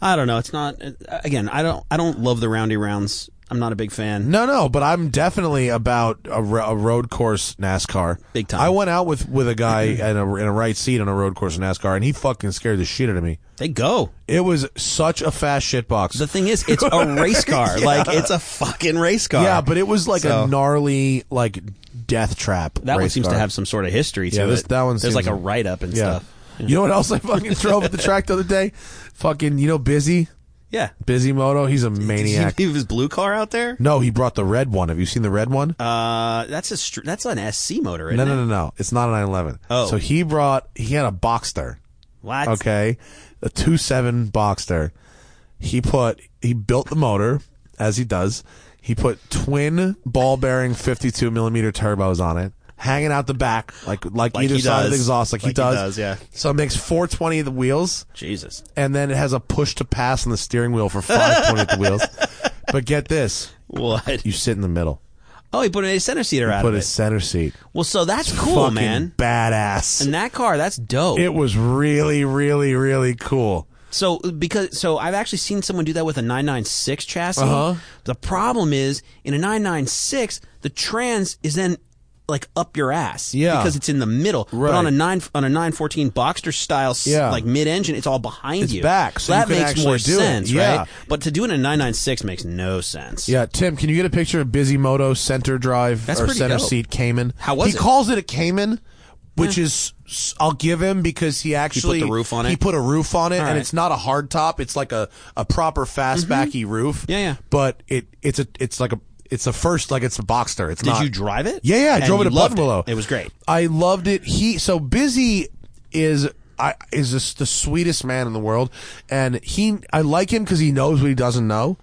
Speaker 2: I don't know. It's not. uh, Again, I don't. I don't love the roundy rounds. I'm not a big fan.
Speaker 1: no, no, but I'm definitely about a, ro- a road course NASCAR.
Speaker 2: Big time.
Speaker 1: I went out with, with a guy in a, in a right seat on a road course NASCAR, and he fucking scared the shit out of me.
Speaker 2: They go.
Speaker 1: It was such a fast shitbox.
Speaker 2: The thing is, it's a race car. Like it's a fucking race car.
Speaker 1: yeah, but it was like
Speaker 2: So-
Speaker 1: a gnarly, like death trap.
Speaker 2: that one
Speaker 1: race
Speaker 2: seems
Speaker 1: car.
Speaker 2: to have some sort of history to
Speaker 1: Yeah, this-
Speaker 2: it.
Speaker 1: that one
Speaker 2: There's like a
Speaker 1: seems-
Speaker 2: write up and
Speaker 1: Yeah.
Speaker 2: stuff.
Speaker 1: You know what else I fucking drove at the track the other day? Fucking, you know, Busy,
Speaker 2: Yeah.
Speaker 1: Busy Moto. He's a
Speaker 2: Did you
Speaker 1: maniac.
Speaker 2: leave his blue car out there?
Speaker 1: No, he brought the red one. Have you seen the red one?
Speaker 2: Uh, that's a str- that's an SC motor, isn't
Speaker 1: no,
Speaker 2: it?
Speaker 1: no, no, no. It's not a 911.
Speaker 2: Oh.
Speaker 1: So he brought, he had a Boxster.
Speaker 2: What?
Speaker 1: Okay. A 2.7 Boxster. He put, he built the motor, as he does. He put twin ball bearing 52 millimeter turbos on it. Hanging out the back, like like,
Speaker 2: Like
Speaker 1: either
Speaker 2: he
Speaker 1: side of the
Speaker 2: does.
Speaker 1: exhaust, like, he
Speaker 2: Like he
Speaker 1: does.
Speaker 2: does, yeah.
Speaker 1: So it makes 420 of the wheels
Speaker 2: Jesus.
Speaker 1: and then it has a push to pass on the steering wheel for 520 at the wheels. But get this,
Speaker 2: What?
Speaker 1: you sit in the middle.
Speaker 2: Oh, he put a center seater out
Speaker 1: Put
Speaker 2: of
Speaker 1: a
Speaker 2: it.
Speaker 1: center seat.
Speaker 2: Well, so that's cool,
Speaker 1: Fucking
Speaker 2: man.
Speaker 1: Badass.
Speaker 2: And that car, that's dope.
Speaker 1: It was really, really, really cool.
Speaker 2: so because so I've actually seen someone do that with a 996 chassis.
Speaker 1: Uh-huh.
Speaker 2: The problem is in a 996, the trans is then like up your ass.
Speaker 1: Yeah.
Speaker 2: Because it's in the middle.
Speaker 1: Right.
Speaker 2: But on a nine on a nine fourteen Boxster style s-
Speaker 1: Yeah.
Speaker 2: like mid engine, it's all behind
Speaker 1: It's
Speaker 2: you.
Speaker 1: back, so
Speaker 2: that
Speaker 1: you can
Speaker 2: makes more
Speaker 1: actually do it.
Speaker 2: sense,
Speaker 1: Yeah.
Speaker 2: right? But to do it in a nine nine six makes no sense.
Speaker 1: Yeah, Tim, can you get a picture of Busy Moto center drive
Speaker 2: That's
Speaker 1: or
Speaker 2: pretty
Speaker 1: center
Speaker 2: dope.
Speaker 1: seat Cayman?
Speaker 2: How was
Speaker 1: he
Speaker 2: it?
Speaker 1: calls it a Cayman, which is s- I'll give him because he actually
Speaker 2: the roof on
Speaker 1: He
Speaker 2: it?
Speaker 1: put a roof on it, and
Speaker 2: right.
Speaker 1: it's not a hard top. It's like a a proper fastbacky roof.
Speaker 2: Mm-hmm. Yeah, yeah.
Speaker 1: But it it's a it's like a it's a first like it's a Boxster. It's
Speaker 2: Did
Speaker 1: not.
Speaker 2: you drive it?
Speaker 1: Yeah, yeah, I
Speaker 2: And
Speaker 1: drove it
Speaker 2: you
Speaker 1: to
Speaker 2: loved
Speaker 1: Buffalo.
Speaker 2: It. was great.
Speaker 1: I loved it. He so busy is I is just the sweetest man in the world, and he I like him because he knows what he doesn't know.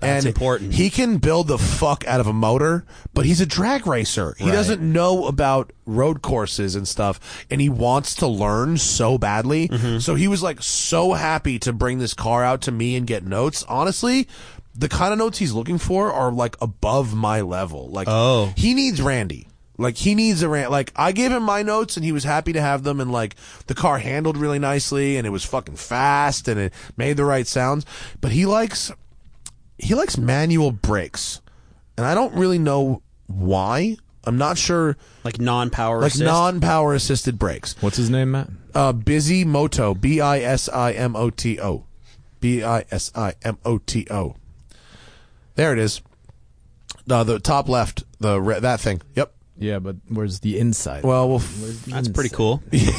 Speaker 2: That's
Speaker 1: and
Speaker 2: important.
Speaker 1: He can build the fuck out of a motor, but he's a drag racer. He doesn't know about road courses and stuff, and he wants to learn so badly. So he was like so happy to bring this car out to me and get notes. Honestly, the kind of notes he's looking for are like above my level. Like,
Speaker 2: Oh.
Speaker 1: he needs Randy. Like he needs a rant. Like I gave him my notes and he was happy to have them. And like the car handled really nicely and it was fucking fast and it made the right sounds. But he likes he likes manual brakes, and I don't really know why. I'm not sure.
Speaker 2: Like non power
Speaker 1: Like non power assisted brakes.
Speaker 3: What's his name, Matt?
Speaker 1: Uh, busy moto. B i s i m o t o. B i s i m o t o. There it is. Uh, the top left. The re- that thing. Yep.
Speaker 3: Yeah, but where's the inside?
Speaker 1: Well, we'll. F-
Speaker 2: That's pretty cool.
Speaker 1: yeah,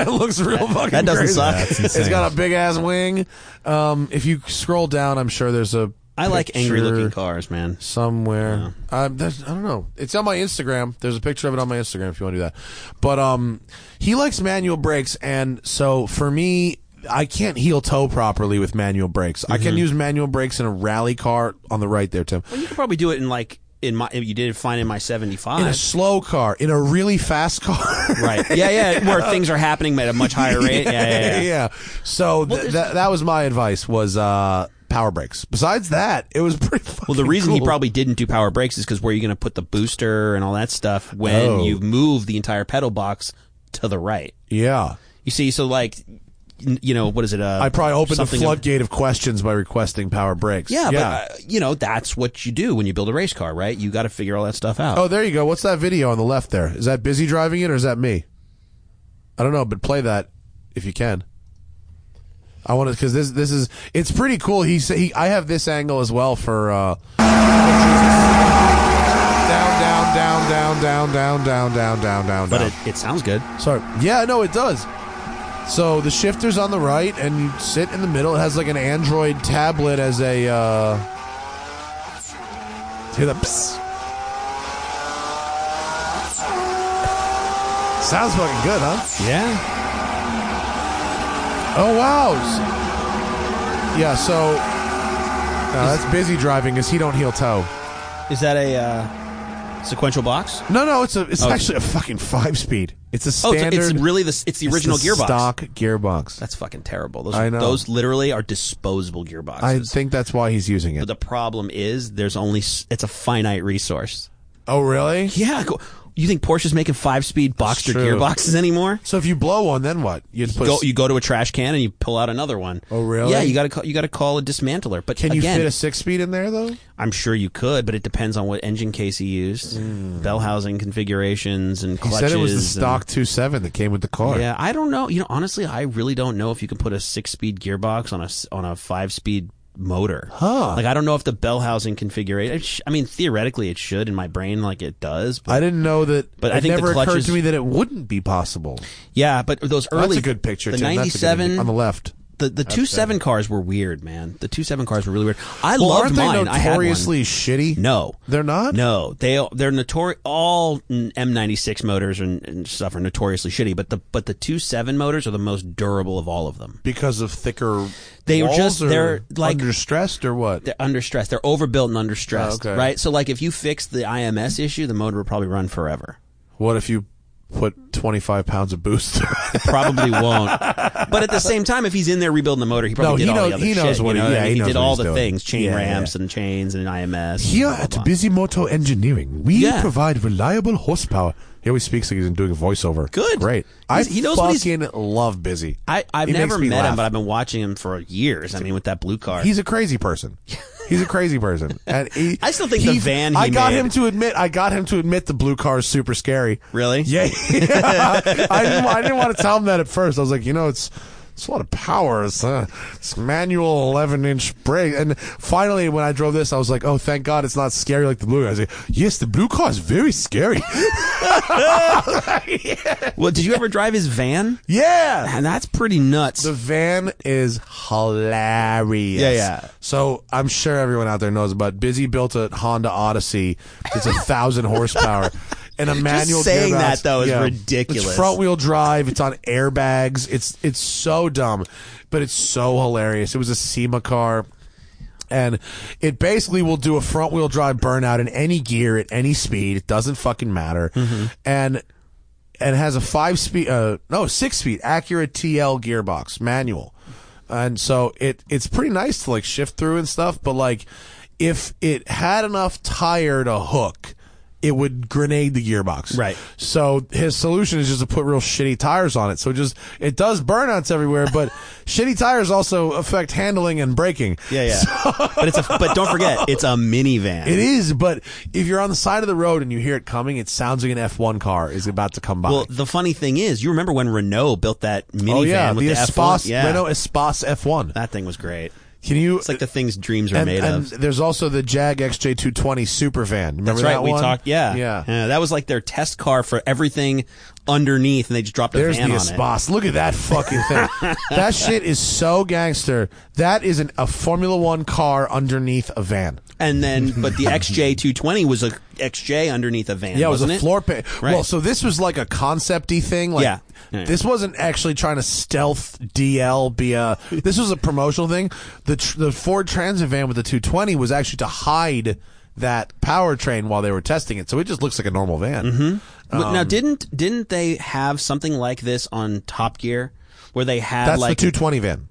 Speaker 1: it looks real fucking.
Speaker 2: that doesn't
Speaker 1: crazy.
Speaker 2: suck. Yeah,
Speaker 3: that's
Speaker 1: it's
Speaker 3: insane.
Speaker 1: got a big ass wing. Um, if you scroll down, I'm sure there's a.
Speaker 2: I like angry
Speaker 1: picture
Speaker 2: looking cars, man.
Speaker 1: somewhere. Um, there's- I don't know. It's on my Instagram. There's a picture of it on my Instagram if you want to do that. But um, he likes manual brakes, and so for me. I can't heel toe properly with manual brakes. I
Speaker 2: Mm-hmm.
Speaker 1: can use manual brakes in a rally car on the right there, Tim.
Speaker 2: You could probably do it in like in my you did it fine in my seventy
Speaker 1: In a
Speaker 2: five.
Speaker 1: slow car, in a really fast car.
Speaker 2: Right. Yeah, yeah. Where things are happening at a much higher rate. Yeah, yeah, yeah.
Speaker 1: So th- that that was my advice was uh, power brakes. Besides that, it was pretty.
Speaker 2: Well, the reason he probably didn't do power brakes is because where are you going to put the booster and all that stuff when
Speaker 1: Oh.
Speaker 2: you move the entire pedal box to the right?
Speaker 1: yeah,
Speaker 2: You see, so like, n- you know, what is it? Uh,
Speaker 1: I probably opened a
Speaker 2: something of-
Speaker 1: floodgate of, questions by requesting power brakes.
Speaker 2: yeah, but uh, you know, that's what you do when you build a race car, right? You got to figure all that stuff out.
Speaker 1: oh, there you go. What's that video on the left there? Is that busy driving it or is that me? I don't know, but play that if you can. I want to because this this is it's pretty cool. He, sa- he I have this angle as well for. Uh, Down, down, down, down, down, down, down, down, down, down.
Speaker 2: but
Speaker 1: down.
Speaker 2: it, it sounds good.
Speaker 1: Sorry. Yeah, no, it does. So the shifter's on the right, and you sit in the middle. It has like an Android tablet as a. Uh... Hear that? Psst. Sounds fucking good, huh?
Speaker 3: yeah.
Speaker 1: Oh wow. Yeah. So no, that's busy driving, cause he don't heel toe.
Speaker 2: Is that a uh, sequential box?
Speaker 1: No, no, it's a. It's
Speaker 2: Oh.
Speaker 1: actually a fucking five speed. It's a
Speaker 2: Oh, it's,
Speaker 1: standard.
Speaker 2: it's really the s- it's the
Speaker 1: it's
Speaker 2: original gearbox.
Speaker 1: Stock gearbox.
Speaker 2: That's fucking terrible. Those
Speaker 1: I know.
Speaker 2: those literally are disposable gearboxes.
Speaker 1: I think that's why he's using
Speaker 2: but
Speaker 1: it.
Speaker 2: the problem is there's only s- it's a finite resource.
Speaker 1: Oh, really?
Speaker 2: Yeah, go, you think Porsche's making five speed Boxster
Speaker 1: true.
Speaker 2: gearboxes anymore?
Speaker 1: So if you blow one, then what? You put
Speaker 2: Go, you go to a trash can and you pull out another one.
Speaker 1: Oh, really?
Speaker 2: Yeah, you got to call, you got to call a dismantler. But
Speaker 1: can you
Speaker 2: again,
Speaker 1: fit a six speed in there though?
Speaker 2: I'm sure you could, but it depends on what engine case he used, bell housing configurations, and
Speaker 1: Hmm. He
Speaker 2: clutches.
Speaker 1: said it was the
Speaker 2: and-
Speaker 1: stock two seven that came with the car.
Speaker 2: Yeah, I don't know. You know, honestly, I really don't know if you can put a six-speed gearbox on a s- on a five-speed motor.
Speaker 1: Huh.
Speaker 2: Like I don't know if the bell housing configuration. Sh- I mean, theoretically, it should. In my brain, like it does. But
Speaker 1: I didn't know that.
Speaker 2: But
Speaker 1: it
Speaker 2: I think the
Speaker 1: never occurred
Speaker 2: clutches-
Speaker 1: to me that it wouldn't be possible.
Speaker 2: yeah, but those early
Speaker 1: That's a good picture.
Speaker 2: The
Speaker 1: Tim. That's a good
Speaker 2: '97
Speaker 1: image. on the left.
Speaker 2: The the two seven cars were weird, man. The two seven cars were really weird. I
Speaker 1: Well,
Speaker 2: loved
Speaker 1: aren't they
Speaker 2: mine. I had one.
Speaker 1: notoriously shitty?
Speaker 2: No,
Speaker 1: they're not.
Speaker 2: No, they they're notorious. All M ninety six motors and, and stuff are notoriously shitty. But the but the two seven motors are the most durable of all of them.
Speaker 1: because of thicker.
Speaker 2: They were
Speaker 1: walls
Speaker 2: just-
Speaker 1: or
Speaker 2: they're, like-
Speaker 1: under stressed or what?
Speaker 2: They're under stress. They're overbuilt and under stress.
Speaker 1: Oh, okay.
Speaker 2: Right. So like if you fix the IMS issue, the motor would probably run forever.
Speaker 1: What if you put twenty five pounds of boost? through it?
Speaker 2: Probably won't. But at the same time, if he's in there rebuilding the motor, he probably
Speaker 1: No,
Speaker 2: did
Speaker 1: he
Speaker 2: all
Speaker 1: knows-
Speaker 2: the other
Speaker 1: he knows
Speaker 2: shit,
Speaker 1: what
Speaker 2: you
Speaker 1: he-
Speaker 2: know?
Speaker 1: yeah,
Speaker 2: I mean,
Speaker 1: he knows
Speaker 2: did
Speaker 1: what
Speaker 2: all
Speaker 1: he's
Speaker 2: the
Speaker 1: doing.
Speaker 2: things: chain
Speaker 1: Yeah, yeah,
Speaker 2: ramps and chains and IMS.
Speaker 1: Here
Speaker 2: and blah, blah,
Speaker 1: at
Speaker 2: blah.
Speaker 1: Busy Moto Engineering, we
Speaker 2: Yeah.
Speaker 1: provide reliable horsepower. He always speaks like he's doing a voiceover.
Speaker 2: Good.
Speaker 1: great.
Speaker 2: He's-
Speaker 1: I
Speaker 2: he knows what he's-
Speaker 1: fucking love Busy.
Speaker 2: I, I've
Speaker 1: He makes
Speaker 2: never
Speaker 1: me
Speaker 2: met
Speaker 1: laugh.
Speaker 2: him, but I've been watching him for years. I mean, with that blue car.
Speaker 1: He's a crazy person. He's a crazy person, and he,
Speaker 2: I still think the van he
Speaker 1: I got
Speaker 2: made-
Speaker 1: him to admit. I got him to admit the blue car is super scary.
Speaker 2: Really?
Speaker 1: Yeah. I, didn't, I didn't want to tell him that at first. I was like, you know, it's it's a lot of power. It's, uh, it's manual eleven inch brake. And finally, when I drove this, I was like, oh, thank God, it's not scary like the blue car. I was like, yes, the blue car is very scary.
Speaker 2: Well, did you ever drive his van?
Speaker 1: yeah.
Speaker 2: And that's pretty nuts.
Speaker 1: The van is hilarious.
Speaker 2: Yeah, yeah.
Speaker 1: So I'm sure everyone out there knows about. Busy built a Honda Odyssey. It's a thousand horsepower. And a manual.
Speaker 2: saying
Speaker 1: gearbox.
Speaker 2: that, though, is ridiculous.
Speaker 1: It's front wheel drive. It's on airbags. It's it's so dumb, but it's so hilarious. It was a SEMA car. And it basically will do a front wheel drive burnout in any gear at any speed. It doesn't fucking matter.
Speaker 2: Mm-hmm.
Speaker 1: And and has a five speed uh no six speed Acura TL gearbox manual, and so it it's pretty nice to like shift through and stuff. But like, if it had enough tire to hook, it would grenade the gearbox.
Speaker 2: Right.
Speaker 1: So his solution is just to put real shitty tires on it. So it just it does burnouts everywhere, but shitty tires also affect handling and braking.
Speaker 2: yeah, yeah. but it's a but don't forget, it's a minivan.
Speaker 1: It is, but if you're on the side of the road and you hear it coming, it sounds like an F1 car is about to come by.
Speaker 2: Well, the funny thing is, you remember when Renault built that minivan
Speaker 1: oh yeah,
Speaker 2: with
Speaker 1: the,
Speaker 2: the,
Speaker 1: Espace
Speaker 2: F1? Yeah,
Speaker 1: Renault Espace F1.
Speaker 2: that thing was great.
Speaker 1: Can you?
Speaker 2: It's like the things dreams are
Speaker 1: Uh, and,
Speaker 2: made
Speaker 1: and
Speaker 2: of.
Speaker 1: there's also the Jag XJ220 Supervan. Remember
Speaker 2: That's right.
Speaker 1: that
Speaker 2: we
Speaker 1: one?
Speaker 2: talked. Yeah.
Speaker 1: yeah.
Speaker 2: That was like their test car for everything underneath, and they just dropped a
Speaker 1: There's
Speaker 2: van
Speaker 1: the
Speaker 2: on it.
Speaker 1: Espace. Look at that fucking thing. that shit is so gangster. That is an, a Formula One car underneath a van.
Speaker 2: And then, but the XJ220 was a XJ underneath a van.
Speaker 1: Yeah, it was
Speaker 2: wasn't
Speaker 1: a floor pan.
Speaker 2: Right.
Speaker 1: Well, so this was like a concept-y thing. Like,
Speaker 2: Yeah. Yeah.
Speaker 1: This wasn't actually trying to stealth DL be a. This was a promotional thing. The tr- the Ford Transit van with the 220 was actually to hide that powertrain while they were testing it. So it just looks like a normal van.
Speaker 2: Mm-hmm. But
Speaker 1: um,
Speaker 2: now, didn't didn't they have something like this on Top Gear, where they had
Speaker 1: That's
Speaker 2: like
Speaker 1: the 220 van.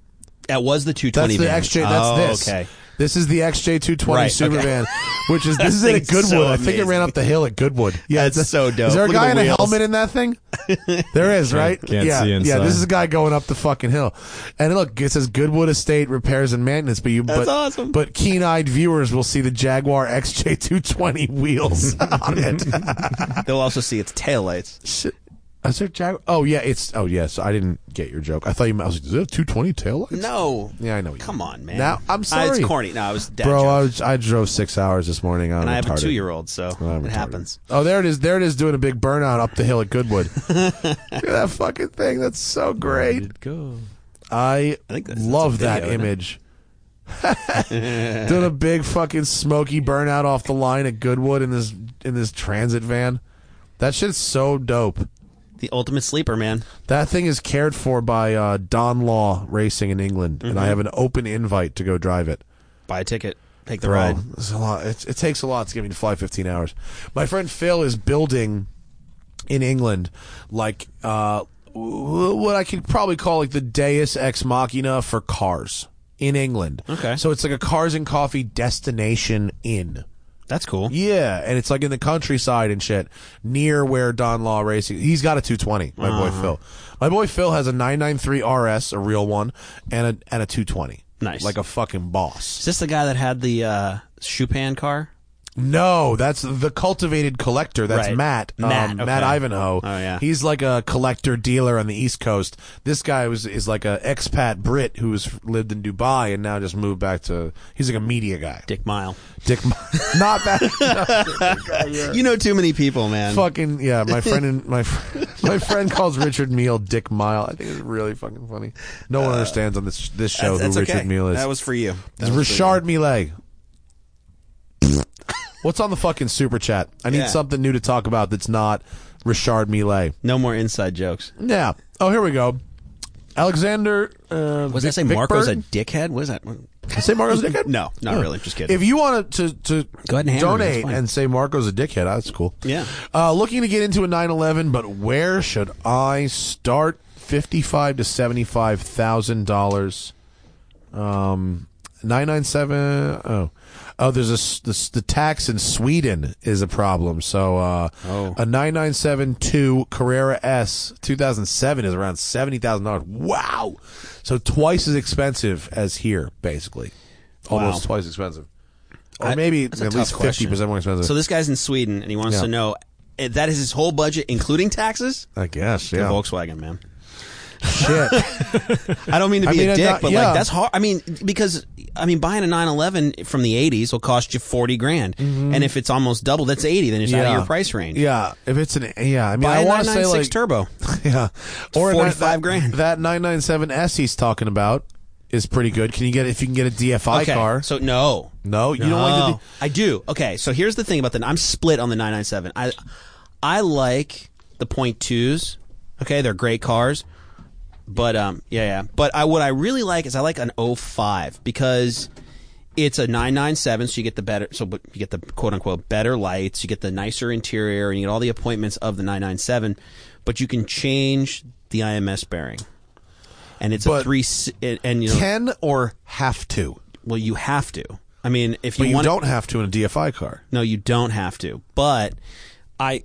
Speaker 2: that was the 220
Speaker 1: That's the
Speaker 2: van.
Speaker 1: XJ. That's
Speaker 2: oh,
Speaker 1: this.
Speaker 2: Okay.
Speaker 1: This is the XJ220
Speaker 2: Right,
Speaker 1: Super
Speaker 2: okay.
Speaker 1: van, which is this is
Speaker 2: That
Speaker 1: it at
Speaker 2: thing's
Speaker 1: Goodwood.
Speaker 2: so
Speaker 1: I think it ran
Speaker 2: amazing.
Speaker 1: up the hill at Goodwood. Yeah,
Speaker 2: That's
Speaker 1: it's-
Speaker 2: so dope.
Speaker 1: Is there a
Speaker 2: Look at
Speaker 1: guy
Speaker 2: the
Speaker 1: in a
Speaker 2: wheels.
Speaker 1: helmet in that thing? there is, right?
Speaker 3: Can't
Speaker 1: yeah,
Speaker 3: see
Speaker 1: yeah.
Speaker 3: inside.
Speaker 1: This is a guy going up the fucking hill, and look, it says Goodwood Estate Repairs and Maintenance. But you, but,
Speaker 2: awesome.
Speaker 1: But keen-eyed viewers will see the Jaguar XJ220 wheels on it.
Speaker 2: They'll also see its taillights.
Speaker 1: is there Jag? Oh yeah, it's. Oh yes, I didn't get your joke. I thought you. meant- I was like, is it a 220 taillights?
Speaker 2: No.
Speaker 1: Yeah, I know. What you
Speaker 2: Come
Speaker 1: mean.
Speaker 2: on, man.
Speaker 1: Now I'm
Speaker 2: Ah,
Speaker 1: sorry.
Speaker 2: it's corny. No, I was a dad
Speaker 1: Bro,
Speaker 2: joke.
Speaker 1: I, was, I drove six hours this morning. I'm
Speaker 2: and I have
Speaker 1: retarded.
Speaker 2: a two-year-old, so it happens.
Speaker 1: Oh, there it is. There it is doing a big burnout up the hill at Goodwood. Look at that fucking thing. That's so great.
Speaker 3: Go.
Speaker 1: I,
Speaker 2: think that's- that's
Speaker 1: love
Speaker 2: a video,
Speaker 1: that
Speaker 2: isn't it?
Speaker 1: image. doing a big fucking smoky burnout off the line at Goodwood in this in this transit van. That shit's so dope.
Speaker 2: The ultimate sleeper, man.
Speaker 1: That thing is cared for by uh, Don Law Racing in England, and
Speaker 2: Mm-hmm.
Speaker 1: I have an open invite to go drive it.
Speaker 2: Buy a ticket, take the
Speaker 1: Bro,
Speaker 2: ride.
Speaker 1: It's Oh, a lot. It, it takes a lot to get me to fly 15 hours. My friend Phil is building in England, like uh, w- what I could probably call like the Deus Ex Machina for cars in England.
Speaker 2: Okay.
Speaker 1: so it's like a cars and coffee destination inn.
Speaker 2: That's cool.
Speaker 1: Yeah, and it's like in the countryside and shit, near where Don Law Racing. He's got a 220. My boy
Speaker 2: Uh-huh.
Speaker 1: Phil. My boy Phil has a 993 RS, a real one, and a and a 220.
Speaker 2: Nice.
Speaker 1: like a fucking boss.
Speaker 2: Is this the guy that had the uh, Chopin car?
Speaker 1: No, that's the cultivated collector. That's
Speaker 2: Right.
Speaker 1: Matt. um,
Speaker 2: Matt,
Speaker 1: Matt
Speaker 2: okay.
Speaker 1: Ivanhoe.
Speaker 2: Oh, yeah.
Speaker 1: He's like a collector dealer on the East Coast. This guy was is like a expat Brit who's lived in Dubai and now just moved back to. He's like a media guy.
Speaker 2: Dick Mile.
Speaker 1: Dick, Ma- not that
Speaker 2: You know too many people, man.
Speaker 1: fucking yeah. My friend and my fr- my friend calls Richard Meal Dick Mile. I think it's really fucking funny. No one understands on this this show
Speaker 2: that's, Uh, that's
Speaker 1: who
Speaker 2: okay.
Speaker 1: Richard Meal is.
Speaker 2: That was for you. That
Speaker 1: It's
Speaker 2: was for
Speaker 1: Richard Millet. What's on the fucking super chat? I need
Speaker 2: Yeah.
Speaker 1: something new to talk about that's not Richard Millet.
Speaker 2: you. No more inside jokes.
Speaker 1: Yeah. Oh, here we go. Alexander. Uh,
Speaker 2: Was I
Speaker 1: Vic-
Speaker 2: say Marco's
Speaker 1: Vickberg?
Speaker 2: a dickhead? What is that? Go
Speaker 1: Did I say Marco's a dickhead?
Speaker 2: No, not really. Just kidding.
Speaker 1: If you want to to
Speaker 2: Go ahead and hammer me. That's
Speaker 1: donate
Speaker 2: fine.
Speaker 1: and say Marco's a dickhead, that's cool.
Speaker 2: Yeah.
Speaker 1: Uh, looking to get into a 911, but where should I start? Fifty-five to seventy-five thousand dollars. Um, nine nine seven. Oh, oh. There's a s- the, s- the tax in Sweden is a problem. So uh,
Speaker 2: Oh.
Speaker 1: a nine nine seven two Carrera S two thousand seven is around seventy thousand dollars. Wow. So twice as expensive as here, basically. Almost
Speaker 2: Wow.
Speaker 1: twice expensive. or maybe
Speaker 2: a
Speaker 1: at
Speaker 2: tough
Speaker 1: least fifty percent more expensive.
Speaker 2: So this guy's in Sweden and he wants
Speaker 1: Yeah.
Speaker 2: to know eh, that is his whole budget, including taxes.
Speaker 1: I guess,
Speaker 2: The
Speaker 1: yeah.
Speaker 2: Volkswagen man.
Speaker 1: Shit.
Speaker 2: I don't mean to
Speaker 1: I
Speaker 2: be
Speaker 1: mean,
Speaker 2: a
Speaker 1: it's
Speaker 2: dick,
Speaker 1: not-
Speaker 2: but
Speaker 1: yeah.
Speaker 2: like that's hard. I mean, because I mean, buying a 911 from the 80s will cost you 40 grand, and if it's almost double, that's 80. Then it's out of your price range.
Speaker 1: Mm-hmm. Yeah, if it's an yeah, I mean,
Speaker 2: Buy
Speaker 1: I
Speaker 2: a
Speaker 1: want to say
Speaker 2: 996
Speaker 1: like
Speaker 2: turbo.
Speaker 1: yeah, a
Speaker 2: 45
Speaker 1: nine- that-
Speaker 2: grand.
Speaker 1: That nine nine seven S he's talking about is pretty good. Can you get if you can get a DFI
Speaker 2: okay.
Speaker 1: car?
Speaker 2: So no,
Speaker 1: no, you don't like the.
Speaker 2: Oh, I do. Okay, so here's the thing about that. I'm split on the 997. I I like the point twos. Okay, they're great cars. But um yeah, yeah. But I what I really like is I like an 05 because it's a 997 so you get the better so but you get the quote unquote better lights, you get the nicer interior and you get all the appointments of the 997, but you can change the IMS bearing. And it's
Speaker 1: But
Speaker 2: a 3 s- and, and you know
Speaker 1: Can or have to,
Speaker 2: well you have to. I mean, if
Speaker 1: but
Speaker 2: you
Speaker 1: you,
Speaker 2: want
Speaker 1: don't have to in a DFI car.
Speaker 2: no, you don't have to. But I,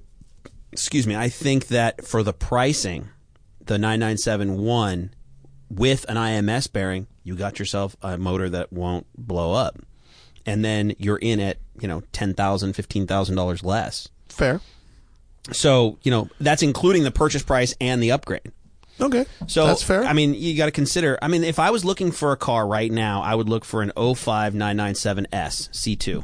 Speaker 2: excuse me, I think that for the pricing, the 9971 with an IMS bearing, you got yourself a motor that won't blow up. And then you're in at, you know, $10,000, $15,000 less.
Speaker 1: Fair,
Speaker 2: So, you know, that's including the purchase price and the upgrade.
Speaker 1: okay,
Speaker 2: So
Speaker 1: that's fair.
Speaker 2: I mean, you got to consider. I mean, if I was looking for a car right now, I would look for an 05997S C2.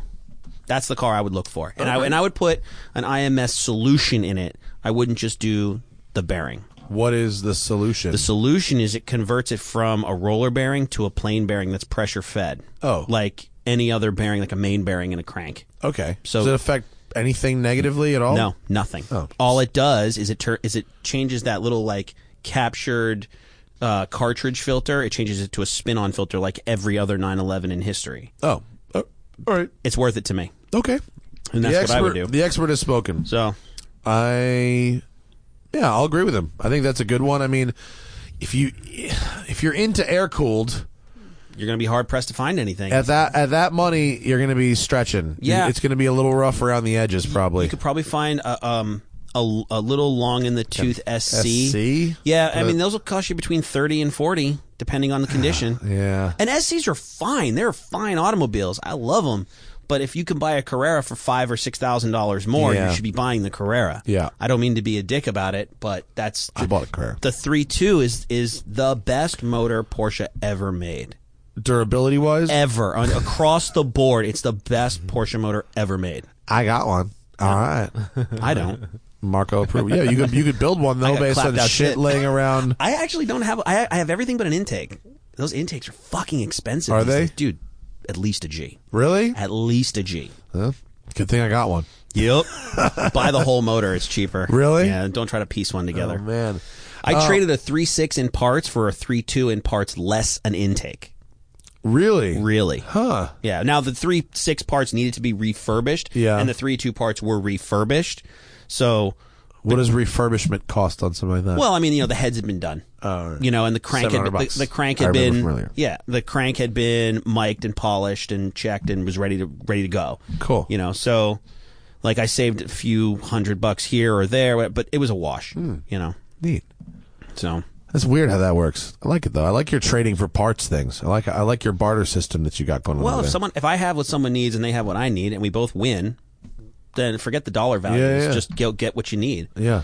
Speaker 2: That's the car I would look for, and I and I would put an IMS solution in it. I wouldn't just do the bearing.
Speaker 1: what is the solution?
Speaker 2: The solution is it converts it from a roller bearing to a plane bearing that's pressure fed.
Speaker 1: Oh.
Speaker 2: like any other bearing, like a main bearing in a crank.
Speaker 1: okay,
Speaker 2: so-
Speaker 1: does it affect anything negatively at all?
Speaker 2: No, nothing.
Speaker 1: Oh.
Speaker 2: All it does is it tur- is it changes that little like captured uh, cartridge filter. It changes it to a spin-on filter, like every other 911 in history.
Speaker 1: Oh, uh, all right,
Speaker 2: It's worth it to me,
Speaker 1: okay.
Speaker 2: and that's
Speaker 1: the
Speaker 2: what
Speaker 1: expert,
Speaker 2: I would do.
Speaker 1: The expert has spoken.
Speaker 2: so
Speaker 1: I yeah, I'll agree with him. I think that's a good one. I mean, if you if you're into air cooled
Speaker 2: you're gonna be hard pressed to find anything.
Speaker 1: at that at that money, you're going to be stretching.
Speaker 2: Yeah.
Speaker 1: it's going to be a little rough around the edges
Speaker 2: you
Speaker 1: probably.
Speaker 2: could probably find a um a, a little long in the tooth SC.
Speaker 1: SC?
Speaker 2: Yeah, I mean those will cost you between thirty and forty, depending on the condition.
Speaker 1: Yeah,
Speaker 2: And SCs are fine. They're fine automobiles. I love them. But if you can buy a Carrera for five or six thousand dollars more,
Speaker 1: Yeah.
Speaker 2: you should be buying the Carrera.
Speaker 1: Yeah.
Speaker 2: I don't mean to be a dick about it, but that's
Speaker 1: I bought a Carrera.
Speaker 2: The three two is is the best motor Porsche ever made.
Speaker 1: durability wise,
Speaker 2: Ever on, across the board, it's the best Porsche motor ever made.
Speaker 1: I got one. All right,
Speaker 2: I don't.
Speaker 1: Marco approved. Yeah, you could you could build one though
Speaker 2: got
Speaker 1: based on
Speaker 2: clapped out
Speaker 1: shit
Speaker 2: shit.
Speaker 1: laying around.
Speaker 2: I actually don't have. I, I have everything but an intake. Those intakes are fucking expensive.
Speaker 1: Are
Speaker 2: these
Speaker 1: they?
Speaker 2: days. dude? At least a G.
Speaker 1: Really?
Speaker 2: At least a G.
Speaker 1: Huh? Good thing I got one.
Speaker 2: Yep. Buy the whole motor. It's cheaper.
Speaker 1: Really?
Speaker 2: Yeah. Don't try to piece one
Speaker 1: Oh
Speaker 2: together.
Speaker 1: man,
Speaker 2: I traded a three six in parts for a three two in parts less an intake.
Speaker 1: really?
Speaker 2: Really?
Speaker 1: Huh?
Speaker 2: Yeah. Now the three six parts needed to be refurbished.
Speaker 1: Yeah.
Speaker 2: And the three two parts were refurbished. So,
Speaker 1: What does refurbishment cost on something like that?
Speaker 2: well, I mean, you know, the heads had been done.
Speaker 1: Oh,
Speaker 2: you know, and the crank had
Speaker 1: 700
Speaker 2: the,
Speaker 1: bucks.
Speaker 2: the crank
Speaker 1: I
Speaker 2: had
Speaker 1: remember
Speaker 2: been
Speaker 1: from earlier.
Speaker 2: yeah the crank had been mic'd and polished and checked and was ready to ready to go.
Speaker 1: Cool.
Speaker 2: You know, so like I saved a few hundred bucks here or there, but it was a wash. You know,
Speaker 1: neat.
Speaker 2: so
Speaker 1: That's weird how that works. I like it though. I like your trading for parts things. I like I like your barter system that you got going on.
Speaker 2: well,
Speaker 1: over
Speaker 2: if
Speaker 1: there.
Speaker 2: someone if I have what someone needs and they have what I need and we both win, then forget the dollar values.
Speaker 1: Yeah, yeah.
Speaker 2: Just go get what you need.
Speaker 1: yeah.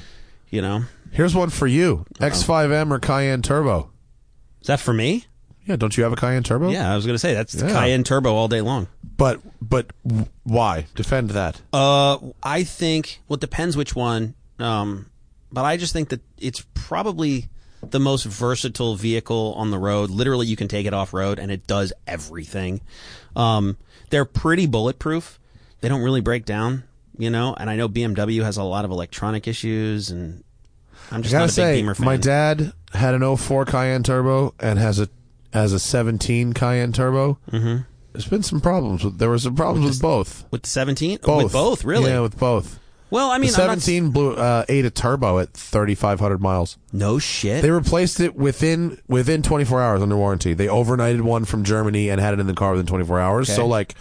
Speaker 2: You know,
Speaker 1: Here's one for you:
Speaker 2: Uh-huh.
Speaker 1: X5M or Cayenne Turbo.
Speaker 2: is that for me?
Speaker 1: Yeah, don't you have a Cayenne Turbo?
Speaker 2: Yeah, I was gonna say that's
Speaker 1: Yeah.
Speaker 2: Cayenne Turbo all day long.
Speaker 1: But but w- why defend that?
Speaker 2: Uh, I think. Well, it depends which one. Um, but I just think that it's probably the most versatile vehicle on the road. Literally, you can take it off road and it does everything. Um, they're pretty bulletproof. They don't really break down, you know. And I know BMW has a lot of electronic issues, and I'm
Speaker 1: I
Speaker 2: just not
Speaker 1: gotta
Speaker 2: a big
Speaker 1: say,
Speaker 2: Beamer fan.
Speaker 1: my dad had an 04 Cayenne Turbo and has a has a 17 Cayenne Turbo. Mm-hmm. There's been some problems. With, there were some problems with, both.
Speaker 2: with the 17,
Speaker 1: Both.
Speaker 2: with both, really.
Speaker 1: Yeah, with both.
Speaker 2: well, I mean,
Speaker 1: the
Speaker 2: I'm not s-
Speaker 1: 17 blew uh, ate a turbo at 3,500 miles.
Speaker 2: no shit.
Speaker 1: They replaced it within within 24 hours under warranty. They overnighted one from Germany and had it in the car within 24 hours. So like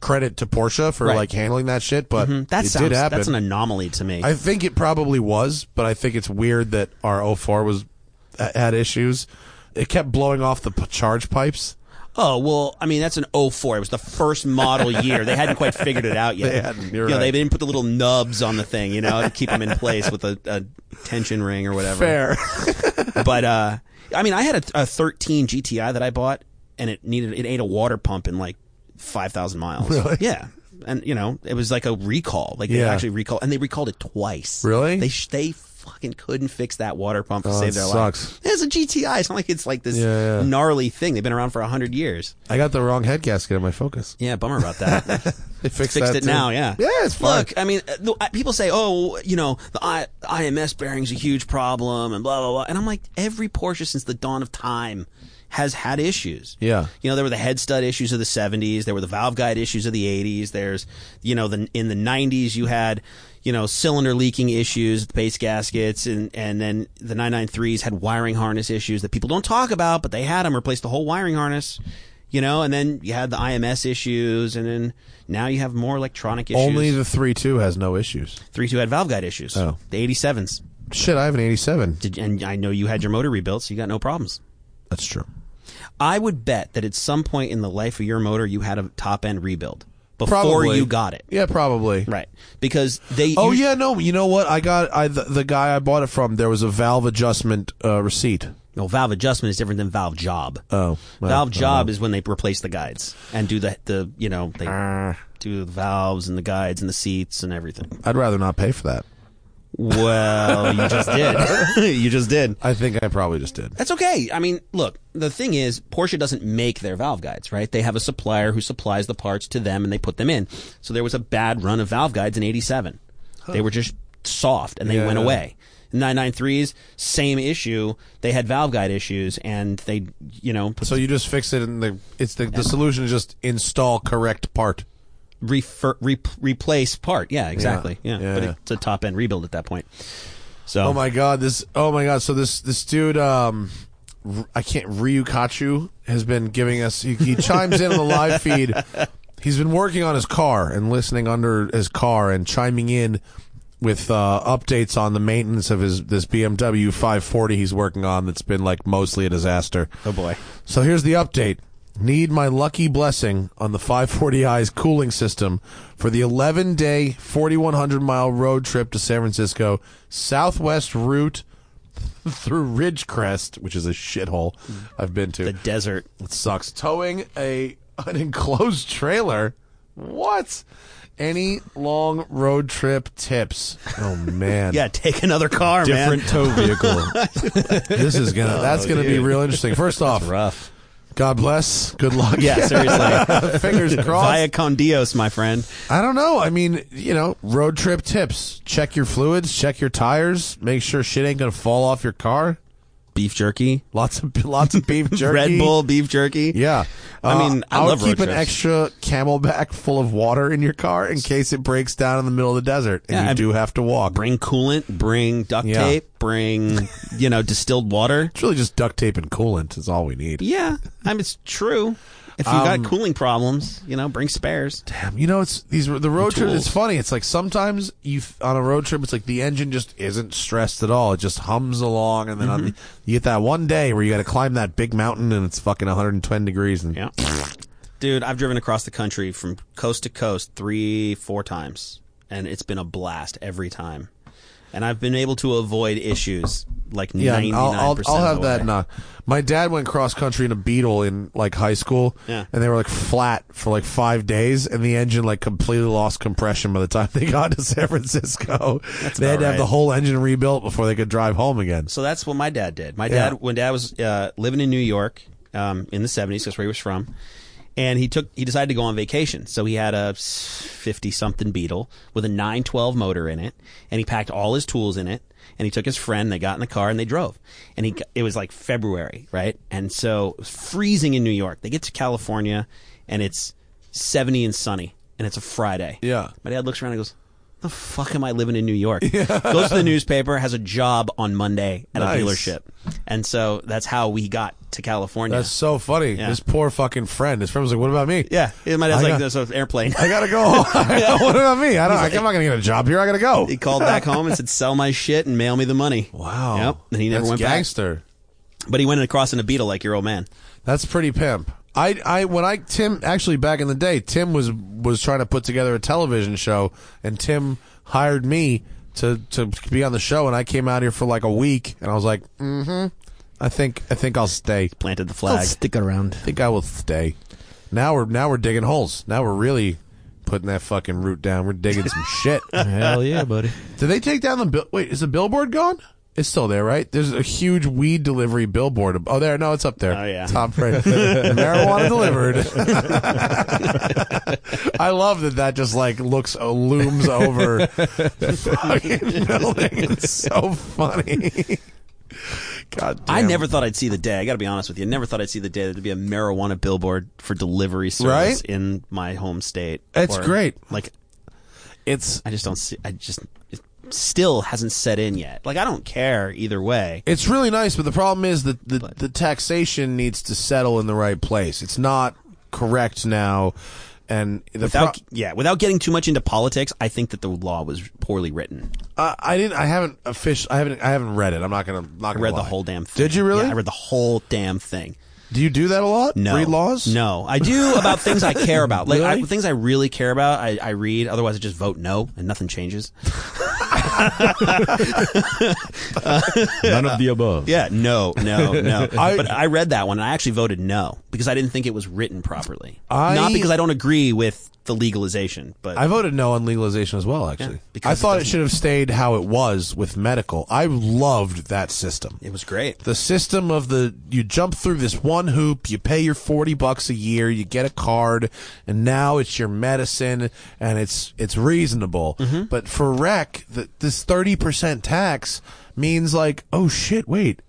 Speaker 1: credit to Porsche for
Speaker 2: Right. Mm-hmm.
Speaker 1: like handling that shit, but
Speaker 2: Mm, that
Speaker 1: it
Speaker 2: sounds
Speaker 1: did happen.
Speaker 2: that's an anomaly to me.
Speaker 1: I think it probably was, but I think it's weird that oh our 04 was had issues. It kept blowing off the p- charge pipes.
Speaker 2: oh, well, I mean, that's an 04. It was the first model year. They hadn't quite figured it out yet.
Speaker 1: They hadn't, you're
Speaker 2: you know,
Speaker 1: right.
Speaker 2: they didn't put the little nubs on the thing, you know, to keep them in place with a, a tension ring or whatever.
Speaker 1: Fair.
Speaker 2: but uh, I mean, I had a, a 13 GTI that I bought, and it needed it ate a water pump in like 5,000 miles.
Speaker 1: Really?
Speaker 2: Yeah. And you know, it was like a recall. Like they
Speaker 1: Yeah.
Speaker 2: actually recalled, and they recalled it twice.
Speaker 1: Really?
Speaker 2: They sh- they fucking couldn't fix that water pump to
Speaker 1: Oh,
Speaker 2: save
Speaker 1: that
Speaker 2: their
Speaker 1: sucks.
Speaker 2: life. It's a GTI. It's not like it's like this
Speaker 1: Yeah, yeah.
Speaker 2: gnarly thing. They've been around for hundred years.
Speaker 1: I got the wrong head gasket on my Focus.
Speaker 2: Yeah, bummer about that.
Speaker 1: They fixed,
Speaker 2: fixed
Speaker 1: that,
Speaker 2: it
Speaker 1: too.
Speaker 2: now. Yeah,
Speaker 1: Yeah, it's fine.
Speaker 2: Look, I mean, uh, the- I- people say, "Oh, you know, the I, IMS bearing's a huge problem," and blah blah blah. And I'm like, every Porsche since the dawn of time has had issues.
Speaker 1: Yeah.
Speaker 2: you know, there were the head stud issues of the '70s. There were the valve guide issues of the '80s. There's, you know, the in the '90s you had. You know, cylinder leaking issues, the base gaskets, and, and then the 993s had wiring harness issues that people don't talk about, but they had them replace the whole wiring harness, you know, and then you had the IMS issues, and then now you have more electronic issues.
Speaker 1: Only the three two has no issues.
Speaker 2: Three two had valve guide issues.
Speaker 1: Oh.
Speaker 2: The eighty sevens.
Speaker 1: Shit, I have an eighty seven.
Speaker 2: Did and I know you had your motor rebuilt, so you got no problems.
Speaker 1: That's true.
Speaker 2: I would bet that at some point in the life of your motor, you had a top end rebuild before
Speaker 1: Probably
Speaker 2: you got it.
Speaker 1: Yeah, probably.
Speaker 2: Right, because they.
Speaker 1: Oh
Speaker 2: us-
Speaker 1: yeah, no. You know what? I got I the, the guy I bought it from. There was a valve adjustment uh, receipt.
Speaker 2: No, valve adjustment is different than valve job.
Speaker 1: Oh, well,
Speaker 2: valve
Speaker 1: I don't
Speaker 2: job is when they replace the guides and do the the you know they
Speaker 1: Ah.
Speaker 2: do the valves and the guides and the seats and everything.
Speaker 1: I'd rather not pay for that.
Speaker 2: Well, you just did. you just did.
Speaker 1: I think I probably just did.
Speaker 2: That's okay. I mean, look, the thing is, Porsche doesn't make their valve guides, right? They have a supplier who supplies the parts to them and they put them in. So there was a bad run of valve guides in 87. They were just soft and they went
Speaker 1: Yeah.
Speaker 2: away. 993s, same issue. They had valve guide issues and they, you know, put
Speaker 1: So you just fix it, and the it's the the solution is just install correct part.
Speaker 2: refer, re, replace part. Yeah, exactly. Yeah.
Speaker 1: Yeah.
Speaker 2: But
Speaker 1: Yeah.
Speaker 2: it's a top end rebuild at that point. So,
Speaker 1: Oh my god, this oh my god, so this this dude um R- I can't Ryu Kachu has been giving us he, he chimes in on the live feed. He's been working on his car and listening under his car and chiming in with uh, updates on the maintenance of his this BMW 540 he's working on that's been like mostly a disaster.
Speaker 2: oh boy.
Speaker 1: So here's the update. Need my lucky blessing on the 540i's cooling system for the 11 day, 4,100 mile road trip to San Francisco, southwest route through Ridgecrest, which is a shithole I've been to.
Speaker 2: The desert.
Speaker 1: It sucks. Towing a an enclosed trailer. What? Any long road trip tips? Oh man.
Speaker 2: Yeah, take another car,
Speaker 3: Different
Speaker 2: man. Oh,
Speaker 3: tow vehicle.
Speaker 1: This is gonna. That's gonna be
Speaker 2: dude.
Speaker 1: real interesting. First off,
Speaker 2: Rough.
Speaker 1: God bless. Good luck.
Speaker 2: Yeah, seriously.
Speaker 1: Fingers crossed.
Speaker 2: Via con Dios, my friend.
Speaker 1: I don't know. I mean, you know, road trip tips. Check your fluids, check your tires, make sure shit ain't gonna fall off your car.
Speaker 2: Beef jerky,
Speaker 1: Lots of lots of beef jerky.
Speaker 2: Red Bull beef jerky.
Speaker 1: Yeah.
Speaker 2: I mean, I
Speaker 1: would
Speaker 2: love road
Speaker 1: keep an
Speaker 2: trips.
Speaker 1: extra camelback full of water in your car in case it breaks down in the middle of the desert and
Speaker 2: Yeah,
Speaker 1: you
Speaker 2: and-
Speaker 1: do have to walk.
Speaker 2: Bring coolant. Bring duct
Speaker 1: Yeah.
Speaker 2: tape. Bring you know distilled water.
Speaker 1: It's really just duct tape and coolant is all we need.
Speaker 2: Yeah, I mean it's true. If you got cooling problems, you know, bring spares.
Speaker 1: Um, Damn, you know, it's these the road trip.
Speaker 2: Tools.
Speaker 1: It's funny. It's like sometimes you on a road trip, it's like the engine just isn't stressed at all. It just hums along, and then on the,
Speaker 2: Mm-hmm.
Speaker 1: you get that one day where you got to climb that big mountain and it's fucking 110 degrees. And
Speaker 2: Yeah, dude, I've driven across the country from coast to coast three, four times, and it's been a blast every time. And I've been able to avoid issues like
Speaker 1: Yeah,
Speaker 2: ninety
Speaker 1: and I'll,
Speaker 2: nine
Speaker 1: I'll,
Speaker 2: percent.
Speaker 1: I'll
Speaker 2: of
Speaker 1: have
Speaker 2: the
Speaker 1: that
Speaker 2: way.
Speaker 1: knock. My dad went cross country in a Beetle in like high school,
Speaker 2: Yeah.
Speaker 1: and they were like flat for like five days, and the engine like completely lost compression by the time they got to San Francisco. they had
Speaker 2: about
Speaker 1: to have the
Speaker 2: right.
Speaker 1: whole engine rebuilt before they could drive home again.
Speaker 2: So that's what my dad did. My
Speaker 1: Yeah.
Speaker 2: dad, when dad was uh, living in New York um, in the seventies, that's where he was from, and he took he decided to go on vacation. So he had a fifty something Beetle with a nine twelve motor in it, and he packed all his tools in it. And he took his friend. They got in the car and they drove. And he it was like February, right? And so it was freezing in New York. They get to California, and it's seventy and sunny, and it's a Friday.
Speaker 1: Yeah.
Speaker 2: My dad looks around and goes, "The fuck am I living in New York?" Goes to the newspaper, has a job on Monday at
Speaker 1: Nice.
Speaker 2: a dealership, and so that's how we got to California.
Speaker 1: That's so funny.
Speaker 2: Yeah.
Speaker 1: This poor fucking friend. His friend was like, "What about me?
Speaker 2: yeah, Yeah, my dad's
Speaker 1: I
Speaker 2: like,
Speaker 1: got-
Speaker 2: "There's an airplane."
Speaker 1: I gotta go. what about me? I don't. I'm not gonna get a job here. I gotta go."
Speaker 2: he called back home and said, "Sell my shit and mail me the money."
Speaker 1: Wow.
Speaker 2: Yep. And he never
Speaker 1: That's
Speaker 2: went
Speaker 1: gangster.
Speaker 2: back. But he went across in a Beetle like your old man.
Speaker 1: That's pretty pimp. I, I when I Tim actually back in the day, Tim was was trying to put together a television show, and Tim hired me to to be on the show, and I came out here for like a week, and I was like, mm-hmm, I think I think I'll stay. I
Speaker 2: Planted the
Speaker 3: I'll
Speaker 2: flag.
Speaker 3: stick around.
Speaker 1: think I will stay. Now we're now we're digging holes. Now we're really putting that fucking root down. We're digging some shit.
Speaker 3: Hell yeah, buddy.
Speaker 1: Did they take down the bill? Wait, is the billboard gone? It's still there, right? There's a huge weed delivery billboard. ab- Oh, there. No, it's up there.
Speaker 2: Oh, yeah.
Speaker 1: Top right. Marijuana delivered. I love that that just like looks, uh, looms over the fucking building. It's so funny. God damn.
Speaker 2: I never thought I'd see the day. I got to be honest with you. I never thought I'd see the day that there'd be a marijuana billboard for delivery service
Speaker 1: Right?
Speaker 2: in my home state.
Speaker 1: That's
Speaker 2: Or,
Speaker 1: great.
Speaker 2: Like
Speaker 1: It's
Speaker 2: I just don't see. I just it still hasn't set in yet. Like I don't care either way.
Speaker 1: It's really nice, but the problem is that the, the taxation needs to settle in the right place. It's not correct now, and the
Speaker 2: Without
Speaker 1: pro-
Speaker 2: yeah, without getting too much into politics, I think that the law was poorly written.
Speaker 1: I, I didn't. I haven't official. I haven't. I haven't read it. I'm not gonna. Not
Speaker 2: I
Speaker 1: gonna
Speaker 2: read the
Speaker 1: lie.
Speaker 2: whole damn thing.
Speaker 1: Did you really?
Speaker 2: Yeah, I read the whole damn thing.
Speaker 1: Do you do that a lot?
Speaker 2: No.
Speaker 1: Read laws.
Speaker 2: No, I do about things I care about. Like I,
Speaker 1: Really?
Speaker 2: things I really care about, I, I read. Otherwise, I just vote no, and nothing changes.
Speaker 4: None of the above.
Speaker 2: Yeah, no, no, no.
Speaker 1: I-
Speaker 2: but I read that one, and I actually voted no because I didn't think it was written properly.
Speaker 1: I-
Speaker 2: Not because I don't agree with the legalization, but
Speaker 1: I voted no on legalization as well. Actually,
Speaker 2: because
Speaker 1: I
Speaker 2: it
Speaker 1: thought it
Speaker 2: doesn't-
Speaker 1: should have stayed how it was with medical. I loved that system.
Speaker 2: it was great.
Speaker 1: the system of the you jump through this one hoop, you pay your 40 bucks a year, you get a card, and now it's your medicine and it's it's reasonable.
Speaker 2: Mm-hmm.
Speaker 1: But for rec, the, this 30% tax means like, oh shit, wait.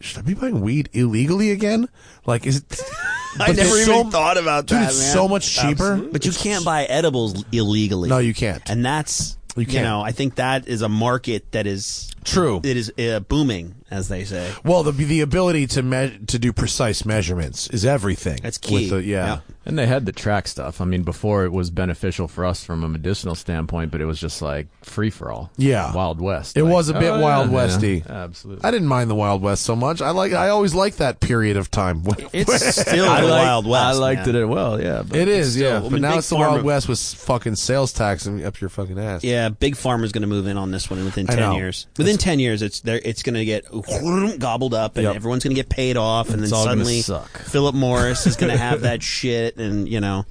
Speaker 1: Should I be buying weed illegally again? Like is it
Speaker 2: I
Speaker 1: But
Speaker 2: never
Speaker 1: it's
Speaker 2: even thought about
Speaker 1: dude,
Speaker 2: that,
Speaker 1: it's
Speaker 2: man.
Speaker 1: so much cheaper.
Speaker 2: But you can't buy edibles illegally.
Speaker 1: No, you can't.
Speaker 2: And that's
Speaker 1: You
Speaker 2: you,
Speaker 1: can't.
Speaker 2: know, I think that is a market that is
Speaker 1: True.
Speaker 2: It is uh, booming, as they say.
Speaker 1: well, the the ability to me- to do precise measurements is everything.
Speaker 2: That's
Speaker 1: With
Speaker 2: key.
Speaker 1: the- yeah.
Speaker 3: And they had the track stuff. I mean, before it was beneficial for us from a medicinal standpoint, but it was just like free for all.
Speaker 1: Yeah.
Speaker 3: Wild West.
Speaker 1: It
Speaker 3: Like,
Speaker 1: was a bit
Speaker 3: oh,
Speaker 1: Wild
Speaker 3: yeah,
Speaker 1: Westy.
Speaker 3: yeah, absolutely.
Speaker 1: I didn't mind the Wild West so much. I like I always liked that period of time.
Speaker 2: It's still
Speaker 3: I
Speaker 2: the
Speaker 3: like-
Speaker 2: Wild West.
Speaker 3: I liked
Speaker 2: man.
Speaker 3: it well, yeah. But
Speaker 1: It is, yeah.
Speaker 2: I
Speaker 1: but
Speaker 2: mean,
Speaker 1: now
Speaker 2: Big
Speaker 1: it's the
Speaker 2: Pharma-
Speaker 1: Wild West with fucking sales tax and up your fucking ass.
Speaker 2: Yeah, Big Pharma's going to move in on this one within
Speaker 1: I
Speaker 2: ten
Speaker 1: know.
Speaker 2: years. Within ten years, it's there. It's going to get gobbled up, and
Speaker 1: Yep.
Speaker 2: everyone's going to get paid off, and
Speaker 3: It's
Speaker 2: then
Speaker 3: all gonna
Speaker 2: suddenly
Speaker 3: suck.
Speaker 2: Philip Morris is going to have that shit, and you know,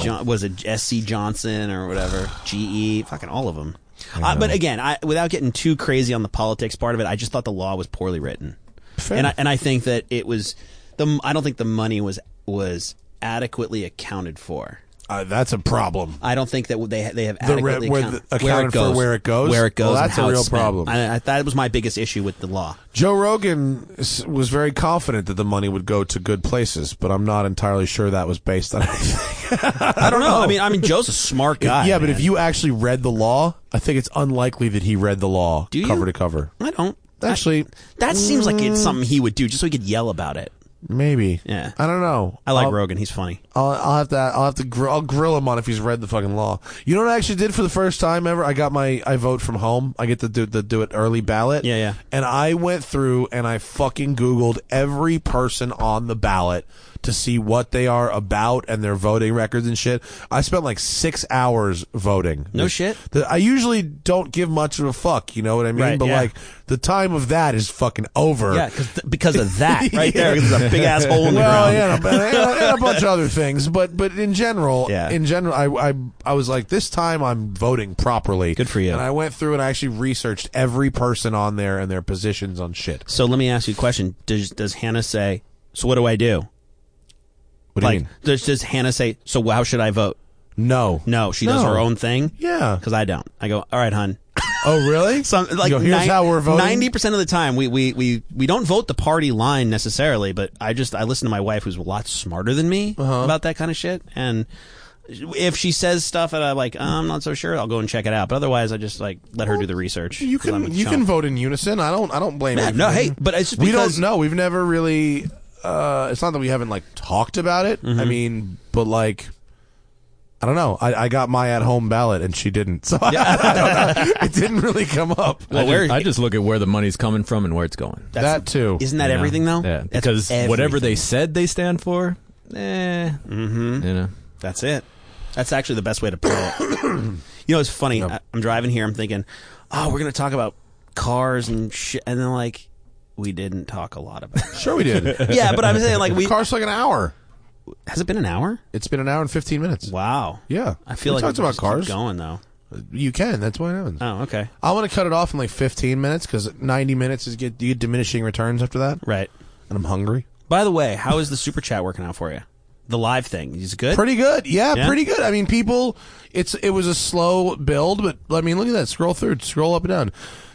Speaker 2: John, was it S.C. Johnson or whatever, GE, fucking all of them. Uh, but again, I, without getting too crazy on the politics part of it, I just thought the law was poorly written, and I, and I think that it was the. I don't think the money was was adequately accounted for.
Speaker 1: Uh, that's a problem.
Speaker 2: I don't think that they they have
Speaker 1: The re-
Speaker 2: adequately
Speaker 1: where
Speaker 2: account-
Speaker 1: the- accounted for where it goes?
Speaker 2: where it goes.
Speaker 1: Well,
Speaker 2: and
Speaker 1: that's a
Speaker 2: how it's
Speaker 1: real
Speaker 2: spent.
Speaker 1: problem.
Speaker 2: I, I, that was my biggest issue with the law.
Speaker 1: Joe Rogan s- was very confident that the money would go to good places, but I'm not entirely sure that was based on anything.
Speaker 2: I don't know. I mean, I mean, Joe's a smart guy.
Speaker 1: yeah, but if
Speaker 2: man.
Speaker 1: you actually read the law, I think it's unlikely that he read the law
Speaker 2: you?
Speaker 1: cover to cover.
Speaker 2: I don't.
Speaker 1: Actually, Mm.
Speaker 2: That seems like it's something he would do, just so he could yell about it.
Speaker 1: maybe.
Speaker 2: Yeah.
Speaker 1: I don't know.
Speaker 2: I like
Speaker 1: I'll-
Speaker 2: Rogan. He's funny.
Speaker 1: I'll, I'll have to. I'll have to. Gr- I'll grill him on if he's read the fucking law. You know what I actually did for the first time ever? I got my. I vote from home. I get to do the do it early ballot.
Speaker 2: Yeah, yeah.
Speaker 1: And I went through and I fucking googled every person on the ballot to see what they are about and their voting records and shit. I spent like six hours voting.
Speaker 2: No
Speaker 1: This-
Speaker 2: shit.
Speaker 1: the- I usually don't give much of a fuck. You know what I mean?
Speaker 2: Right,
Speaker 1: but
Speaker 2: yeah.
Speaker 1: like the time of that is fucking over.
Speaker 2: Yeah, cause th- because of that right there, there's a big ass hole in the
Speaker 1: well,
Speaker 2: ground.
Speaker 1: yeah, and, and- and a bunch of other things, but but in general,
Speaker 2: Yeah.
Speaker 1: in general, I, I I was like, this time I'm voting properly.
Speaker 2: Good for you.
Speaker 1: And I went through and I actually researched every person on there and their positions on shit.
Speaker 2: So let me ask you a question: Does does Hannah say? So what do I do?
Speaker 1: What
Speaker 2: like,
Speaker 1: do you
Speaker 2: does does Hannah say? So how should I vote?
Speaker 1: mean? No,
Speaker 2: No, she does
Speaker 1: No.
Speaker 2: her own thing.
Speaker 1: Yeah.
Speaker 2: because I don't. I go, all right, hun.
Speaker 1: Oh, really?
Speaker 2: Some like
Speaker 1: You go, here's how we're voting.
Speaker 2: Ninety percent of the time, we, we we we don't vote the party line necessarily, but I just I listen to my wife, who's a lot smarter than me
Speaker 1: Uh-huh.
Speaker 2: about that kind of shit, and if she says stuff that I like, I'm not so sure, I'll go and check it out. But otherwise, I just like let her do the research.
Speaker 1: You
Speaker 2: 'cause I'm a
Speaker 1: can you
Speaker 2: chump.
Speaker 1: can vote in unison. I don't I don't blame
Speaker 2: Yeah,
Speaker 1: you.
Speaker 2: no, hey, but it's just
Speaker 1: we
Speaker 2: because-
Speaker 1: don't know. We've never really. Uh, it's not that we haven't like talked about it. I
Speaker 2: Mm-hmm.
Speaker 1: mean, but like. I don't know. I, I got my at-home ballot and she didn't, so I, don't know. it didn't really come up.
Speaker 2: Well,
Speaker 3: I,
Speaker 2: where
Speaker 3: just, I just look at where the money's coming from and where it's going.
Speaker 1: that too.
Speaker 2: isn't that everything though?
Speaker 3: Yeah,
Speaker 2: That's
Speaker 3: because whatever
Speaker 2: everything.
Speaker 3: they said they stand for, eh, mm-hmm. you know.
Speaker 2: That's it. That's actually the best way to put it. you know, it's funny. I, I'm driving here. I'm thinking, oh, we're going to talk about cars and shit. And then, like, we didn't talk a lot about it.
Speaker 1: Sure, we did.
Speaker 2: yeah, but I'm saying, like, we.
Speaker 1: Car's like an hour.
Speaker 2: Has it been an hour?
Speaker 1: It's been an hour and fifteen minutes.
Speaker 2: Wow.
Speaker 1: Yeah.
Speaker 2: I feel
Speaker 1: We
Speaker 2: like
Speaker 1: talked
Speaker 2: we
Speaker 1: about
Speaker 2: just
Speaker 1: cars.
Speaker 2: Keep going, though.
Speaker 1: You can. That's what happens.
Speaker 2: Oh, okay.
Speaker 1: I want to cut it off in like fifteen minutes because ninety minutes is get you get diminishing returns after that,
Speaker 2: Right.
Speaker 1: and I'm hungry.
Speaker 2: By the way, how is the super chat working out for you? The live thing is it good.
Speaker 1: Pretty good, yeah,
Speaker 2: Yeah?
Speaker 1: pretty good. I mean, people, it's it was a slow build, but I mean, look at that. Scroll through, scroll up and down.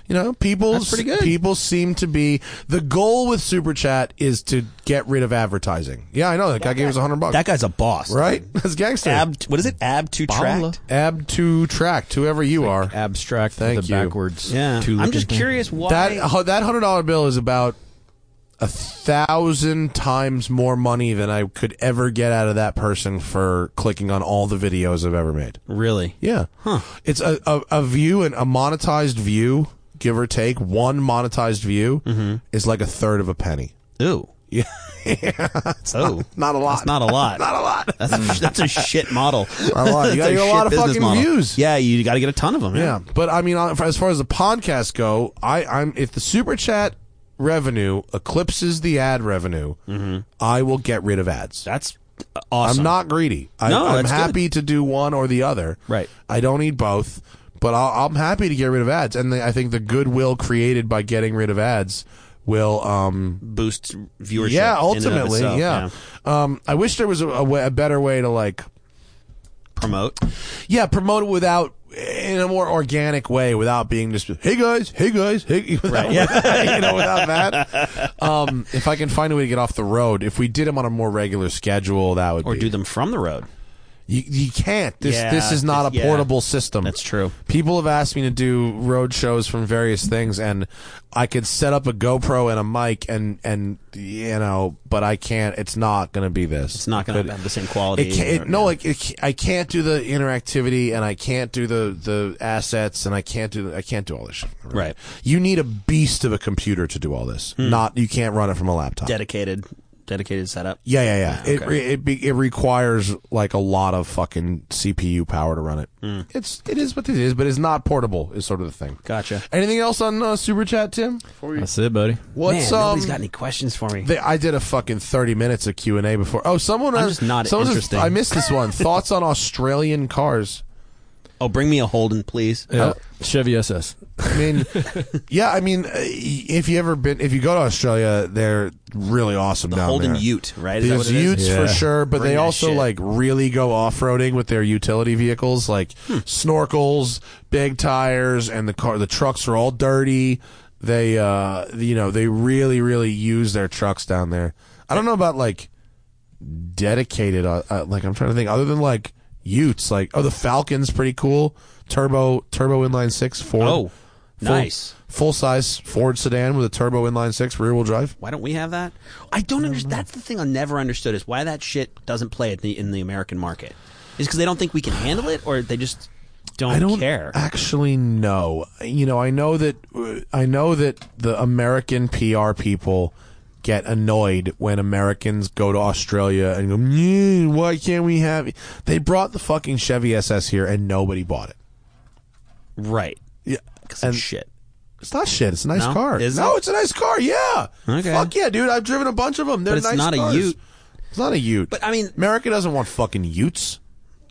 Speaker 1: You know, people,
Speaker 2: That's pretty good.
Speaker 1: people seem to be the goal with super chat is to get rid of advertising. Yeah, I know that guy gave us a hundred bucks,
Speaker 2: that guy's a boss,
Speaker 1: right? That's gangster.
Speaker 2: Ab, what is it? Ab to track.
Speaker 1: Ab to tract, whoever you are.
Speaker 3: Abstract
Speaker 1: Thank
Speaker 3: with a
Speaker 1: you.
Speaker 3: backwards.
Speaker 2: Yeah,
Speaker 3: two
Speaker 2: I'm just
Speaker 3: looking thing.
Speaker 2: curious why.
Speaker 1: That uh, hu- that hundred dollar bill is about a thousand times more money than I could ever get out of that person for clicking on all the videos I've ever made.
Speaker 2: really?
Speaker 1: Yeah, huh? It's a a, a view and a monetized view, give or take one monetized view
Speaker 2: Mm-hmm.
Speaker 1: is like a third of a penny.
Speaker 2: Ooh.
Speaker 1: Yeah.
Speaker 2: Oh,
Speaker 1: Not a lot.
Speaker 2: that's not a lot.
Speaker 1: Not a lot.
Speaker 2: That's a, that's a shit model.
Speaker 1: Mm. Not a lot. You
Speaker 2: That's
Speaker 1: gotta get a
Speaker 2: shit
Speaker 1: lot of
Speaker 2: business
Speaker 1: fucking
Speaker 2: model.
Speaker 1: views.
Speaker 2: Yeah, you got to get a ton of them.
Speaker 1: Yeah,
Speaker 2: Yeah.
Speaker 1: but I mean, on- as far as the podcast go, I, I'm if the super chat revenue eclipses the ad revenue, I will get rid of ads.
Speaker 2: Mm-hmm. that's
Speaker 1: I'm
Speaker 2: awesome.
Speaker 1: not greedy. I,
Speaker 2: No,
Speaker 1: I'm
Speaker 2: that's good.
Speaker 1: happy to do one or the other.
Speaker 2: Right.
Speaker 1: I don't need both, but I'll, I'm happy to get rid of ads. And the, I think the goodwill created by getting rid of ads will um,
Speaker 2: boost viewership.
Speaker 1: yeah,
Speaker 2: in and of
Speaker 1: ultimately,
Speaker 2: itself,
Speaker 1: yeah. Um, I wish there was a, a, way, a better way to like,
Speaker 2: Promote.
Speaker 1: yeah, promote it without in a more organic way, without being just, hey guys, hey guys, hey, without, right, you know, without that. Um, if I can find a way to get off the road, if we did them on a more regular schedule, that would
Speaker 2: Or
Speaker 1: be.
Speaker 2: do them from the road.
Speaker 1: you, you can't. This
Speaker 2: Yeah,
Speaker 1: this is not a
Speaker 2: yeah.
Speaker 1: portable system.
Speaker 2: That's true.
Speaker 1: People have asked me to do road shows from various things, and I could set up a GoPro and a mic, and and you know, but I can't. It's not going to be this.
Speaker 2: It's not going to have the same quality.
Speaker 1: It can't, it, no, like it, ca- I can't do the interactivity, and I can't do the the assets, and I can't do the, I can't do all this. Shit.
Speaker 2: Right. Hmm.
Speaker 1: You need a beast of a computer to do all this. Not you can't run it from a laptop.
Speaker 2: dedicated, dedicated setup.
Speaker 1: Yeah, yeah, yeah. It
Speaker 2: okay.
Speaker 1: re- it be, it requires like a lot of fucking CPU power to run it.
Speaker 2: Hmm.
Speaker 1: It's it is what it is, but it's not portable. Is sort of the thing.
Speaker 2: Gotcha.
Speaker 1: Anything else on uh, super chat, Tim?
Speaker 3: That's it, buddy.
Speaker 1: What's
Speaker 2: Man,
Speaker 1: um?
Speaker 2: nobody's got any questions for me.
Speaker 1: they, I did a fucking thirty minutes of Q and A before. Oh, someone
Speaker 2: I'm
Speaker 1: has-
Speaker 2: just not
Speaker 1: someone has-
Speaker 2: interesting.
Speaker 1: I missed this one. Thoughts on Australian cars?
Speaker 2: oh, bring me a Holden, please.
Speaker 3: Yeah. Oh. Chevy SS.
Speaker 1: I mean, yeah, I mean, uh, if you ever been, if you go to Australia, they're really awesome down
Speaker 2: Holden
Speaker 1: there.
Speaker 2: Ute, right? Is that
Speaker 1: There's
Speaker 2: what it is?
Speaker 1: Utes for
Speaker 3: Yeah.
Speaker 1: sure, but
Speaker 2: Bring
Speaker 1: they
Speaker 2: that
Speaker 1: also
Speaker 2: shit.
Speaker 1: like really go off roading with their utility vehicles, like
Speaker 2: Hmm.
Speaker 1: snorkels, big tires, and the car. The trucks are all dirty. They, uh, you know, they really, really use their trucks down there. I don't know about like dedicated. Uh, uh, like I'm trying to think, other than like Utes, like oh, the Falcon's pretty cool. Turbo, turbo inline six, Ford.
Speaker 2: Oh,
Speaker 1: Full-
Speaker 2: nice.
Speaker 1: Full size Ford sedan with a turbo inline six, rear wheel drive.
Speaker 2: Why don't we have that? I don't understand. That's the thing I never understood is why that shit doesn't play at the, in the American market. Is because they don't think we can handle it, or they just don't,
Speaker 1: I don't
Speaker 2: care.
Speaker 1: actually know. You know, I know that uh, I know that the American PR people get annoyed when Americans go to Australia and go, "Mm, "Why can't we have?" it?" They brought the fucking Chevy SS here and nobody bought it.
Speaker 2: right?
Speaker 1: Yeah,
Speaker 2: Because
Speaker 1: and
Speaker 2: it's shit.
Speaker 1: it's not shit. It's a nice
Speaker 2: No?
Speaker 1: car.
Speaker 2: Is
Speaker 1: no,
Speaker 2: it?
Speaker 1: it's a nice car. Yeah.
Speaker 2: Okay.
Speaker 1: Fuck yeah, dude. I've driven a bunch of them. They're
Speaker 2: But it's
Speaker 1: nice
Speaker 2: not a
Speaker 1: cars.
Speaker 2: Ute.
Speaker 1: It's not a Ute.
Speaker 2: But, I mean-
Speaker 1: America doesn't want fucking Utes.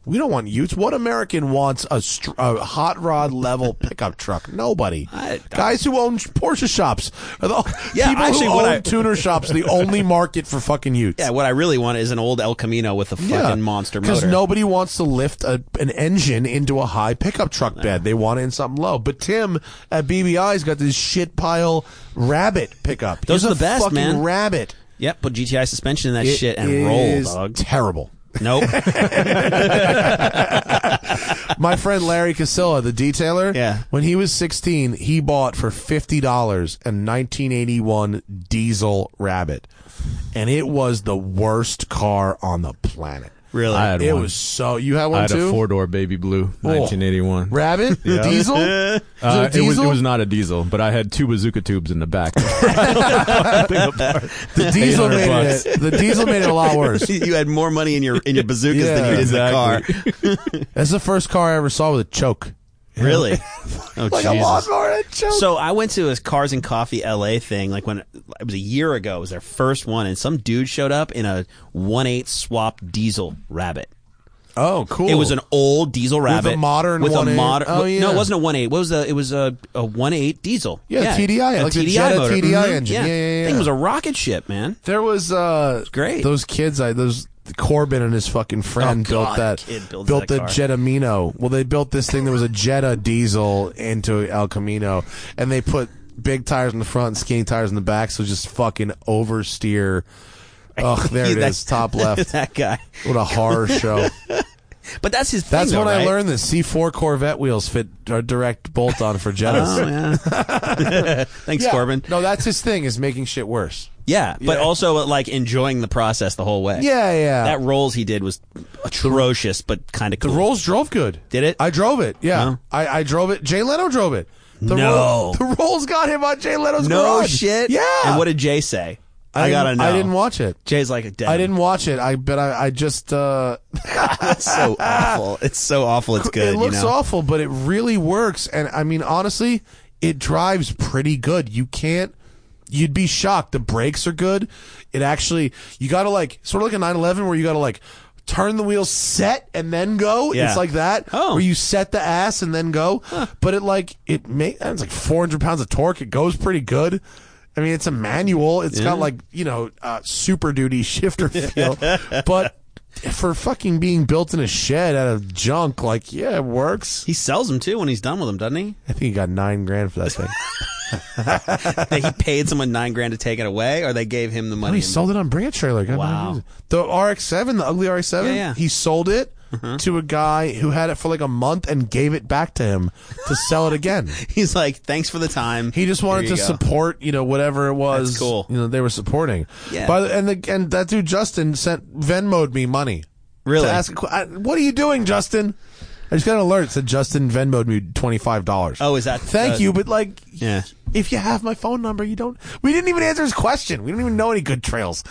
Speaker 1: We don't want Utes. What American wants a, str- a hot rod level pickup truck? Nobody.
Speaker 2: I- I-
Speaker 1: Guys who own Porsche shops. Are the,
Speaker 2: Yeah,
Speaker 1: people
Speaker 2: actually,
Speaker 1: who
Speaker 2: what
Speaker 1: own
Speaker 2: I-
Speaker 1: tuner shops. The only market for fucking Utes.
Speaker 2: Yeah, what I really want is an old El Camino with a fucking monster motor.
Speaker 1: nobody wants to lift a, an engine into a high pickup truck bed. They want it in something low. But Tim at BBI's got this shit pile rabbit pickup.
Speaker 2: Those
Speaker 1: He's
Speaker 2: are
Speaker 1: a
Speaker 2: the best,
Speaker 1: fucking
Speaker 2: man.
Speaker 1: Rabbit.
Speaker 2: yep, put GTI suspension in that
Speaker 1: It
Speaker 2: shit and
Speaker 1: is
Speaker 2: roll, dog.
Speaker 1: Terrible.
Speaker 2: Nope.
Speaker 1: My friend Larry Casilla, the detailer,
Speaker 2: Yeah.
Speaker 1: when he was 16, he bought for $50 a 1981 diesel rabbit. And it was the worst car on the planet.
Speaker 2: Really?
Speaker 3: I had
Speaker 1: It
Speaker 3: one.
Speaker 1: was so. You had
Speaker 3: I
Speaker 1: one Oh.
Speaker 3: had
Speaker 1: too.
Speaker 3: a four door baby blue, 1981.
Speaker 1: Rabbit diesel. Is it a
Speaker 3: Uh, it was
Speaker 1: diesel?
Speaker 3: it was not a diesel, but I had two bazooka tubes in the back.
Speaker 1: the diesel
Speaker 3: 800
Speaker 1: made it. The diesel made it a lot worse.
Speaker 2: you had more money in your in your bazookas than
Speaker 1: Yeah,
Speaker 2: you did
Speaker 3: exactly.
Speaker 2: in the
Speaker 1: That's the first car I ever saw with a choke.
Speaker 2: car. Really? Oh,
Speaker 1: Like a
Speaker 2: Jesus.
Speaker 1: lawnmower and a choke.
Speaker 2: So I went to his Cars and Coffee LA thing, like when it was a year ago. It was their first one, and some dude showed up in a one eight swap diesel rabbit.
Speaker 1: oh, cool.
Speaker 2: It was an old diesel rabbit
Speaker 1: modern
Speaker 2: with a
Speaker 1: 1.8.
Speaker 2: modern.
Speaker 1: Oh, yeah.
Speaker 2: No, it wasn't a one eight. What was the? It was a a one eight diesel.
Speaker 1: Yeah, TDI,
Speaker 2: a
Speaker 1: like the
Speaker 2: TDI
Speaker 1: Jetta
Speaker 2: motor.
Speaker 1: TDI
Speaker 2: Mhm.
Speaker 1: engine. Yeah, yeah, yeah.
Speaker 2: Thing was a rocket ship, man.
Speaker 1: There was uh
Speaker 2: great.
Speaker 1: Those kids, I those Corbin and his fucking friend
Speaker 2: Oh,
Speaker 1: built
Speaker 2: God,
Speaker 1: that
Speaker 2: kid builds
Speaker 1: built
Speaker 2: that
Speaker 1: the
Speaker 2: car.
Speaker 1: Jetta Mino. Well, they built this thing that was a Jetta diesel into El Camino, and they put big tires in the front and skinny tires in the back, so just fucking oversteer. Ugh, there it
Speaker 2: That-
Speaker 1: is, top left.
Speaker 2: that guy.
Speaker 1: What a horror show.
Speaker 2: But that's his.
Speaker 1: That's
Speaker 2: thing,
Speaker 1: when
Speaker 2: though,
Speaker 1: I
Speaker 2: right?
Speaker 1: learned that C4 Corvette wheels fit are direct bolt on for Jettas.
Speaker 2: Oh yeah. Thanks,
Speaker 1: Yeah.
Speaker 2: Corbin.
Speaker 1: No, that's his thing is making shit worse.
Speaker 2: Yeah, but also like enjoying the process the whole way.
Speaker 1: Yeah, yeah.
Speaker 2: That Rolls he did was atrocious, but kind of cool.
Speaker 1: The Rolls drove good.
Speaker 2: Did it?
Speaker 1: I drove it. Yeah,
Speaker 2: No.
Speaker 1: I, I drove it. Jay Leno drove it. The
Speaker 2: No.
Speaker 1: Rolls- the Rolls got him on Jay Leno's
Speaker 2: no
Speaker 1: garage.
Speaker 2: shit.
Speaker 1: Yeah.
Speaker 2: And what did Jay say? I,
Speaker 1: didn't-
Speaker 2: gotta know.
Speaker 1: I didn't watch it.
Speaker 2: Jay's like a dead.
Speaker 1: I didn't watch it. I bet I, I just. Uh,
Speaker 2: It's so awful. It's so awful. It's good.
Speaker 1: it looks
Speaker 2: you know?
Speaker 1: awful, but it really works. And I mean, honestly, it drives pretty good. You can't. You'd be shocked. The brakes are good. It actually, you gotta like, sort of like a 911 where you gotta like turn the wheel, set, and then go.
Speaker 2: Yeah.
Speaker 1: It's like that.
Speaker 2: Oh.
Speaker 1: Where you set the ass and then go. But it like, it makes, it's like 400 pounds of torque. It goes pretty good. I mean, it's a manual. It's got like, you know, uh, super duty shifter feel. but for fucking being built in a shed out of junk, like, yeah, it works.
Speaker 2: He sells them too when he's done with them, doesn't he?
Speaker 1: I think he got nine grand for that thing.
Speaker 2: That he paid someone nine grand to take it away, or they gave him the
Speaker 1: Oh,
Speaker 2: money.
Speaker 1: he
Speaker 2: and-
Speaker 1: sold it on Bring a Trailer. God,
Speaker 2: Wow.
Speaker 1: man, The RX-7, the ugly RX-7,
Speaker 2: Yeah, yeah. Uh-huh.
Speaker 1: he sold it to a guy who had it for like a month and gave it back to him to sell it again.
Speaker 2: He's like, thanks for the time.
Speaker 1: He just wanted to
Speaker 2: Here you go.
Speaker 1: support, you know, whatever it was.
Speaker 2: That's cool.
Speaker 1: You know, they were supporting.
Speaker 2: Yeah.
Speaker 1: By the, and the, and that dude Justin sent Venmoed me money.
Speaker 2: Really?
Speaker 1: To ask, a que- I- what are you doing, Justin? I just got an alert that said Justin Venmoed me twenty five dollars.
Speaker 2: Oh, is that-
Speaker 1: Thank
Speaker 2: uh,
Speaker 1: you, but like,
Speaker 2: Yeah.
Speaker 1: If you have my phone number, you don't. We didn't even answer his question. We don't even know any good trails.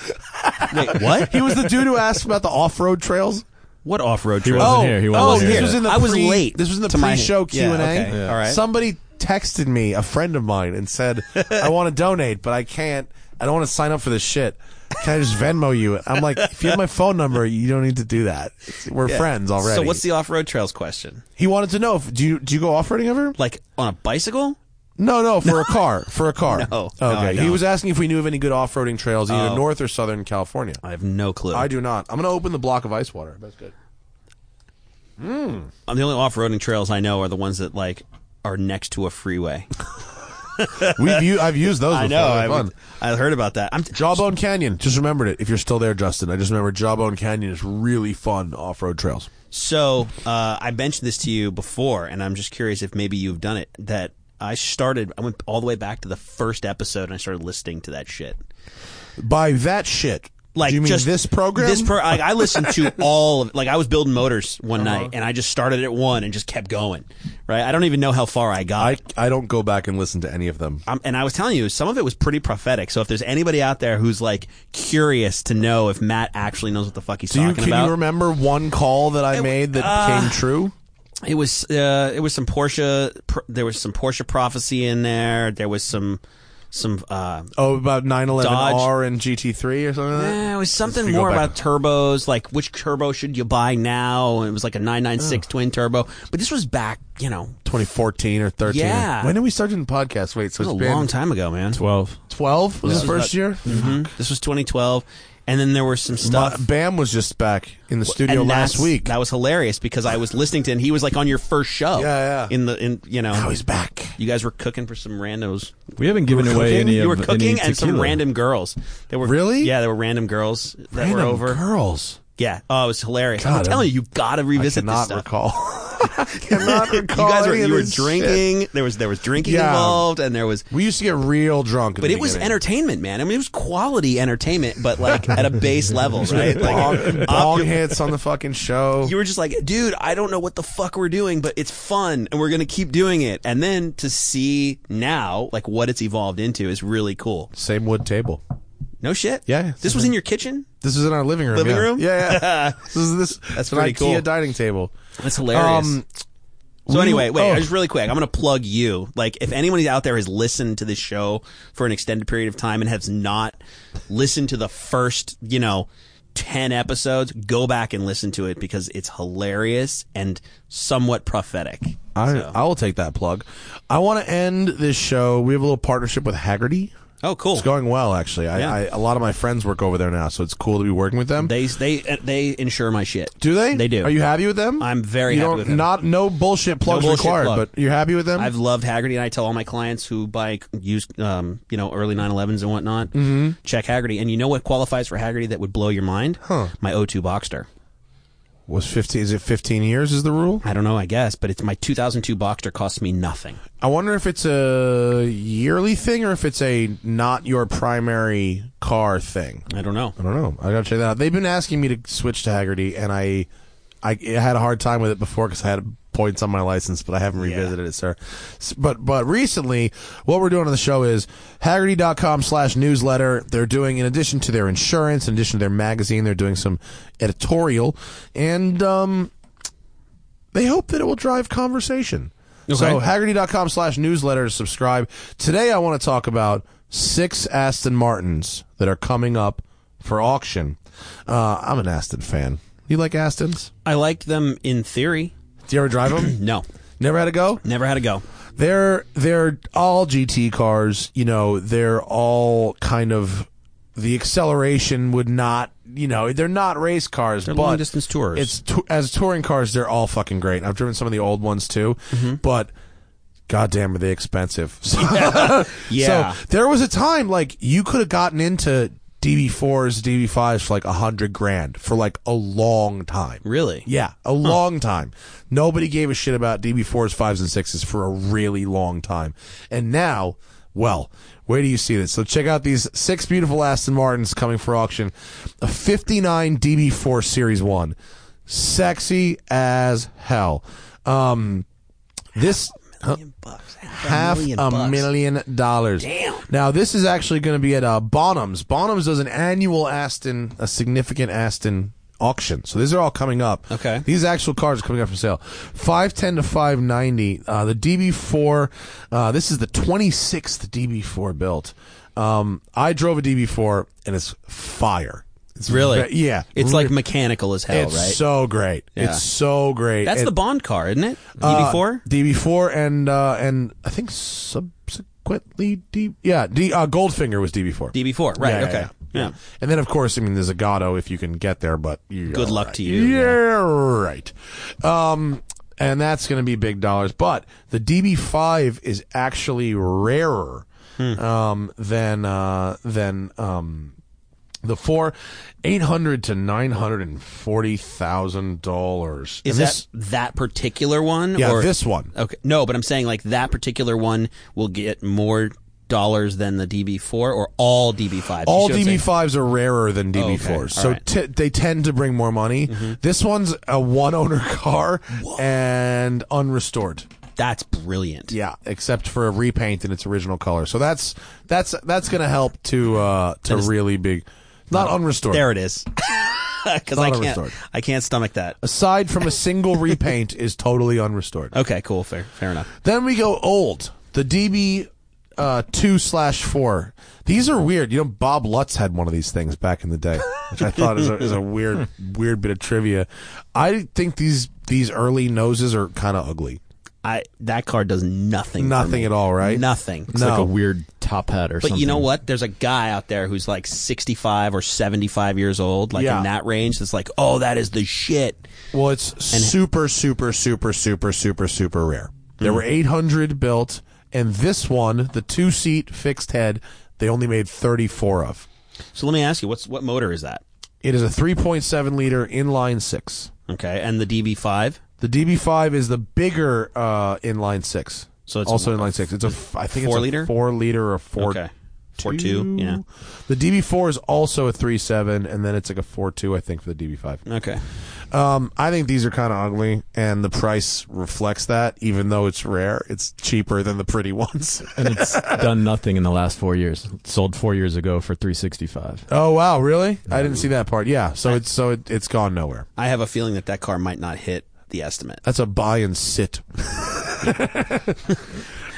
Speaker 2: Wait, what?
Speaker 1: He was the dude who asked about the off road trails.
Speaker 2: What off road
Speaker 3: He
Speaker 2: trip?
Speaker 3: wasn't
Speaker 1: oh,
Speaker 3: here. He wasn't
Speaker 1: oh, this
Speaker 3: here.
Speaker 1: was in the
Speaker 2: I was
Speaker 1: pre-
Speaker 2: late
Speaker 1: This was in the
Speaker 2: to my-
Speaker 1: pre-show Q
Speaker 2: Yeah,
Speaker 1: and
Speaker 2: okay.
Speaker 1: A.
Speaker 2: Yeah. All right.
Speaker 1: Somebody texted me, a friend of mine, and said, "I want to donate, but I can't. I don't want to sign up for this shit. Can I just Venmo you?" I'm like, "If you have my phone number, you don't need to do that. We're friends already."
Speaker 2: So what's the off road trails question?
Speaker 1: He wanted to know if do you do you go off roading ever?
Speaker 2: Like on a bicycle?
Speaker 1: No, no, for a car, for a car.
Speaker 2: No,
Speaker 1: okay.
Speaker 2: no, I
Speaker 1: he
Speaker 2: don't. Oh.
Speaker 1: was asking if we knew of any good off roading trails, either north or southern California.
Speaker 2: I have no clue.
Speaker 1: I do not. I'm gonna open the block of ice water. That's good.
Speaker 2: Um, the only off-roading trails I know are the ones that like are next to a freeway.
Speaker 1: We've u- I've used those. Before. They're
Speaker 2: I,
Speaker 1: fun.
Speaker 2: I heard about that. I'm t-
Speaker 1: Jawbone Canyon. Just remembered it. If you're still there, Justin, I just remember Jawbone Canyon is really fun off road trails.
Speaker 2: so uh, I mentioned this to you before, and I'm just curious if maybe you've done it. That I started. I went all the way back to the first episode, and I started listening to that shit.
Speaker 1: By that shit,
Speaker 2: Like
Speaker 1: do you mean
Speaker 2: just
Speaker 1: this program?
Speaker 2: This pro- like, I listened to all of. Like I was building motors one
Speaker 1: Uh-huh.
Speaker 2: night, and I just started at one and just kept going. Right. I don't even know how far I got.
Speaker 1: I I don't go back and listen to any of them.
Speaker 2: i and I was telling you, some of it was pretty prophetic. So if there's anybody out there who's like curious to know if Matt actually knows what the fuck he's
Speaker 1: Do you,
Speaker 2: talking
Speaker 1: can
Speaker 2: about,
Speaker 1: you remember one call that I made that came true?
Speaker 2: it was uh, it was some Porsche. Pr- there was some Porsche prophecy in there. There was some some. Uh,
Speaker 1: Oh, about 911
Speaker 2: Dodge-
Speaker 1: R and GT3 or something. Like that?
Speaker 2: eh, it was something
Speaker 1: you go
Speaker 2: more
Speaker 1: back-
Speaker 2: about turbos, like which turbo should you buy now? And it was like a
Speaker 1: Oh.
Speaker 2: 996 twin turbo. But this was back, you know,
Speaker 1: 2014 or 13.
Speaker 2: Yeah.
Speaker 1: When did we start doing podcasts? Wait, so
Speaker 2: it was
Speaker 1: it's
Speaker 2: a
Speaker 1: been
Speaker 2: long time ago, man.
Speaker 3: 12.
Speaker 1: 12 was the
Speaker 2: was
Speaker 1: first
Speaker 2: about-
Speaker 1: year. Mm-hmm.
Speaker 2: Mhm. This was 2012, and then there were some
Speaker 1: Ma-
Speaker 2: stuff.
Speaker 1: Bam was just back in the studio
Speaker 2: And
Speaker 1: last
Speaker 2: that's-
Speaker 1: week.
Speaker 2: That was hilarious because I was listening to and he was like on your first show.
Speaker 1: Yeah, yeah.
Speaker 2: In the in you know
Speaker 1: now he's back.
Speaker 2: you guys were cooking for some randos.
Speaker 3: We haven't given away
Speaker 1: cooking?
Speaker 3: any of
Speaker 2: you were cooking
Speaker 3: any
Speaker 2: and some
Speaker 3: tequila.
Speaker 2: random girls. They were
Speaker 1: Really?
Speaker 2: Yeah, there were random girls that
Speaker 1: Random
Speaker 2: were over.
Speaker 1: girls.
Speaker 2: Yeah. Oh, it was hilarious.
Speaker 1: God,
Speaker 2: I'm
Speaker 1: I'm-
Speaker 2: telling you, you gotta
Speaker 1: I
Speaker 2: revisit this
Speaker 1: cannot
Speaker 2: stuff.
Speaker 1: recall. cannot recall
Speaker 2: you guys were
Speaker 1: any of
Speaker 2: you were
Speaker 1: this shit.
Speaker 2: drinking. There was there was drinking
Speaker 1: Yeah.
Speaker 2: involved, and there was.
Speaker 1: We used to get real drunk, in
Speaker 2: But
Speaker 1: the
Speaker 2: it was
Speaker 1: beginning.
Speaker 2: entertainment, man. I mean, it was quality entertainment, but like at a base level, right? Like,
Speaker 1: Bong, bong
Speaker 2: op-
Speaker 1: hits on the fucking show.
Speaker 2: you were just like, dude, I don't know what the fuck we're doing, but it's fun, and we're gonna keep doing it. And then to see now, like what it's evolved into, is really cool.
Speaker 1: Same wood table.
Speaker 2: No shit.
Speaker 1: Yeah.
Speaker 2: This was in your kitchen.
Speaker 1: This is in our living room.
Speaker 2: Living
Speaker 1: yeah.
Speaker 2: room?
Speaker 1: Yeah, yeah. this is this.
Speaker 2: That's
Speaker 1: an
Speaker 2: pretty
Speaker 1: IKEA
Speaker 2: cool.
Speaker 1: dining table.
Speaker 2: That's hilarious.
Speaker 1: Um,
Speaker 2: so anyway, wait,
Speaker 1: oh.
Speaker 2: just really quick. I'm going to plug you. Like, if anybody out there has listened to this show for an extended period of time and has not listened to the first, you know, 10 episodes, go back and listen to it because it's hilarious and somewhat prophetic.
Speaker 1: I,
Speaker 2: So-
Speaker 1: I will take that plug. I want to end this show. We have a little partnership with Haggerty.
Speaker 2: oh, cool.
Speaker 1: It's going well, actually. I,
Speaker 2: Yeah.
Speaker 1: I, a lot of my friends work over there now, so it's cool to be working with them.
Speaker 2: They, they, they insure my shit.
Speaker 1: do they?
Speaker 2: They do.
Speaker 1: Are you happy with them?
Speaker 2: I'm very
Speaker 1: you
Speaker 2: happy
Speaker 1: don't-
Speaker 2: with them.
Speaker 1: Not no bullshit plugs
Speaker 2: bullshit
Speaker 1: required,
Speaker 2: plug.
Speaker 1: but you're happy with them.
Speaker 2: I've loved Haggerty, and I tell all my clients who buy used, um, you know, early 911s and whatnot, mm-hmm. check Haggerty. And you know what qualifies for Haggerty that would blow your mind? Huh. My O2 Boxster.
Speaker 1: Was fifteen? Is it fifteen years? Is the rule?
Speaker 2: I don't know, I guess, but it's my 2002 Boxster costs me nothing.
Speaker 1: I wonder if it's a yearly thing or if it's a not your primary car thing.
Speaker 2: I don't know.
Speaker 1: I don't know. I gotta check that out. They've been asking me to switch to Haggerty, and I, I, I had a hard time with it before because I had points on my license, but I haven't revisited it, sir. S- But but recently, what we're doing on the show is Haggerty.com slash newsletter. They're doing, in addition to their insurance, in addition to their magazine, they're doing some editorial, and um, they hope that it will drive conversation. So Haggerty.com slash newsletter to subscribe. Today I want to talk about six Aston Martins that are coming up for auction. Uh, I'm an Aston fan. You like Astons?
Speaker 2: I like them in theory.
Speaker 1: Do you ever drive them?
Speaker 2: No,
Speaker 1: Never had a go?
Speaker 2: never had a go.
Speaker 1: They're they're all GT cars, you know, they're all kind of the acceleration would not, you know, they're not race cars, but
Speaker 2: long distance tours.
Speaker 1: It's tou- as touring cars, they're all fucking great. I've driven some of the old ones too,
Speaker 2: Mm-hmm.
Speaker 1: but goddamn, are they expensive? So,
Speaker 2: Yeah.
Speaker 1: so there was a time like you could have gotten into DB4s, DB5s for like a hundred grand for like a long time.
Speaker 2: Really?
Speaker 1: Yeah, a long time. Nobody gave a shit about DB4s, 5s, and 6s for a really long time. And now, well, where do you see this? So check out these six beautiful Aston Martins coming for auction. A 59 DB4 Series 1. Sexy as hell. Um, this
Speaker 2: Million bucks.
Speaker 1: half a million,
Speaker 2: bucks.
Speaker 1: dollars. Damn. Now this is actually going to be at uh, Bonhams. Bonhams does an annual Aston, a significant Aston auction. So these are all coming up.
Speaker 2: Okay.
Speaker 1: These actual cars are coming up for sale. Five ten to five ninety. Uh, the DB4. Uh, this is the twenty sixth DB4 built. Um, I drove a DB4 and it's fire. It's
Speaker 2: Really?
Speaker 1: ve- yeah.
Speaker 2: It's like mechanical as hell,
Speaker 1: It's
Speaker 2: right?
Speaker 1: so great. It's so great.
Speaker 2: That's
Speaker 1: And-
Speaker 2: the Bond car, isn't it?
Speaker 1: uh,
Speaker 2: DB4?
Speaker 1: DB4, and uh, and I think subsequently D. Yeah, D. Uh, Goldfinger was DB4.
Speaker 2: DB4,
Speaker 1: Yeah,
Speaker 2: right,
Speaker 1: yeah,
Speaker 2: okay.
Speaker 1: yeah.
Speaker 2: Yeah.
Speaker 1: And then of course, I mean, there's a Gato if you can get there, but you,
Speaker 2: Good luck
Speaker 1: right.
Speaker 2: to you,
Speaker 1: Yeah, right. Um, and that's going to be big dollars, but the DB5 is actually rarer
Speaker 2: Hmm.
Speaker 1: um, than uh, than um, the four. Eight hundred to nine hundred and forty thousand dollars.
Speaker 2: Is
Speaker 1: this,
Speaker 2: that that particular one?
Speaker 1: yeah
Speaker 2: or,
Speaker 1: this one?
Speaker 2: Okay. No, but I'm saying like that particular one will get more dollars than the DB4 or all DB5s.
Speaker 1: All
Speaker 2: You see what I'm saying?
Speaker 1: DB5s are rarer than DB4s,
Speaker 2: Oh, okay. All
Speaker 1: so
Speaker 2: right. Mm-hmm.
Speaker 1: t- they tend to bring more money. This one's a one-owner car and unrestored.
Speaker 2: That's brilliant.
Speaker 1: Yeah, except for a repaint in its original color. So that's that's that's going to help to uh, to really big, not unrestored.
Speaker 2: There it is. Because I
Speaker 1: Not
Speaker 2: can't,
Speaker 1: restored.
Speaker 2: I can't stomach that.
Speaker 1: Aside from a single repaint, is totally unrestored.
Speaker 2: Okay, cool, fair, fair enough.
Speaker 1: Then we go old. The DB uh, two slash four. These are weird. You know, Bob Lutz had one of these things back in the day, which I thought is a, is a weird, weird bit of trivia. I think these these early noses are kind of ugly.
Speaker 2: I that car does nothing. for
Speaker 1: Nothing
Speaker 2: me.
Speaker 1: at all, right?
Speaker 2: Nothing.
Speaker 3: It's like
Speaker 1: No.
Speaker 3: a weird top hat or
Speaker 2: But
Speaker 3: something.
Speaker 2: you know what? There's a guy out there who's like 65 or 75 years old, like
Speaker 1: Yeah.
Speaker 2: in that range. That's like, oh, that is the shit.
Speaker 1: Well, it's super, super, super, super, super, super rare. There were 800 built, and this one, the two seat fixed head, they only made 34 of.
Speaker 2: So let me ask you, what's what motor is that?
Speaker 1: It is a 3.7 liter inline six.
Speaker 2: Okay, and the DB5.
Speaker 1: The DB5 is the bigger uh, inline six.
Speaker 2: So it's
Speaker 1: also
Speaker 2: a-
Speaker 1: inline six. It's a f- I think it's
Speaker 2: Four
Speaker 1: a
Speaker 2: liter?
Speaker 1: four liter or four
Speaker 2: Okay. Four two, yeah.
Speaker 1: The DB4 is also a three seven, and then it's like a four two. I think for the DB5.
Speaker 2: Okay.
Speaker 1: Um, I think these are kind of ugly, and the price reflects that. Even though it's rare, it's cheaper than the pretty ones.
Speaker 3: and it's done nothing in the last four years. It sold four years ago for three sixty five.
Speaker 1: oh wow, really? I didn't see that part. Yeah, so it's so it, it's gone nowhere.
Speaker 2: I have a feeling that that car might not hit the estimate.
Speaker 1: That's a buy and sit.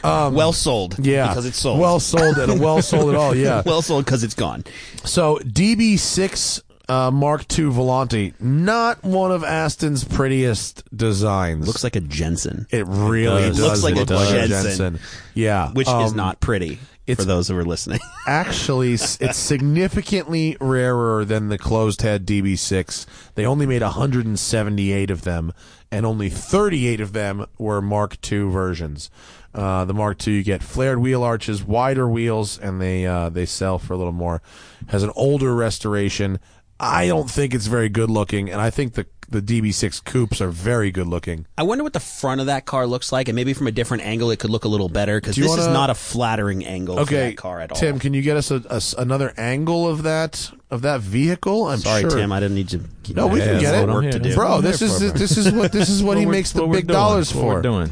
Speaker 2: well sold.
Speaker 1: Um, Yeah,
Speaker 2: Because it's sold.
Speaker 1: Well sold and well sold at all. Yeah.
Speaker 2: well sold because it's gone.
Speaker 1: So DB6 uh, Mark II Volante, not one of Aston's prettiest designs.
Speaker 2: Looks like a Jensen,
Speaker 1: it really
Speaker 2: It
Speaker 1: does
Speaker 2: looks like
Speaker 1: look
Speaker 2: a
Speaker 1: like a
Speaker 2: Jensen.
Speaker 1: Jensen. Yeah,
Speaker 2: which is
Speaker 1: um,
Speaker 2: not pretty for
Speaker 1: it's-
Speaker 2: those who are listening.
Speaker 1: actually s- it's significantly rarer than the closed head DB6. They only made 178 of them, and only 38 of them were Mark II versions. Uh, the Mark II you get flared wheel arches, wider wheels, and they uh, they sell for a little more. Has an older restoration. I don't think it's very good looking, and I think the the DB6 coupes are very good looking.
Speaker 2: I wonder what the front of that car looks like, and maybe from a different angle it could look a little better because
Speaker 1: Do you
Speaker 2: this is
Speaker 1: wanna-
Speaker 2: not a flattering angle for that car at all.
Speaker 1: Tim, can you get us a, a s- another angle of that of that vehicle? I'm
Speaker 2: Sorry,
Speaker 1: sure.
Speaker 2: Tim, I didn't need to.
Speaker 1: No, we can
Speaker 3: Yeah,
Speaker 1: get
Speaker 3: that's
Speaker 1: it.
Speaker 3: what I'm
Speaker 2: Work to
Speaker 3: here.
Speaker 2: do.
Speaker 1: Bro,
Speaker 3: I'm
Speaker 1: this
Speaker 3: here
Speaker 1: is
Speaker 3: for, bro.
Speaker 1: this is what this is what he
Speaker 3: we're-
Speaker 1: makes the
Speaker 3: what we're
Speaker 1: big
Speaker 3: doing,
Speaker 1: dollars
Speaker 3: what
Speaker 1: for.
Speaker 3: We're doing.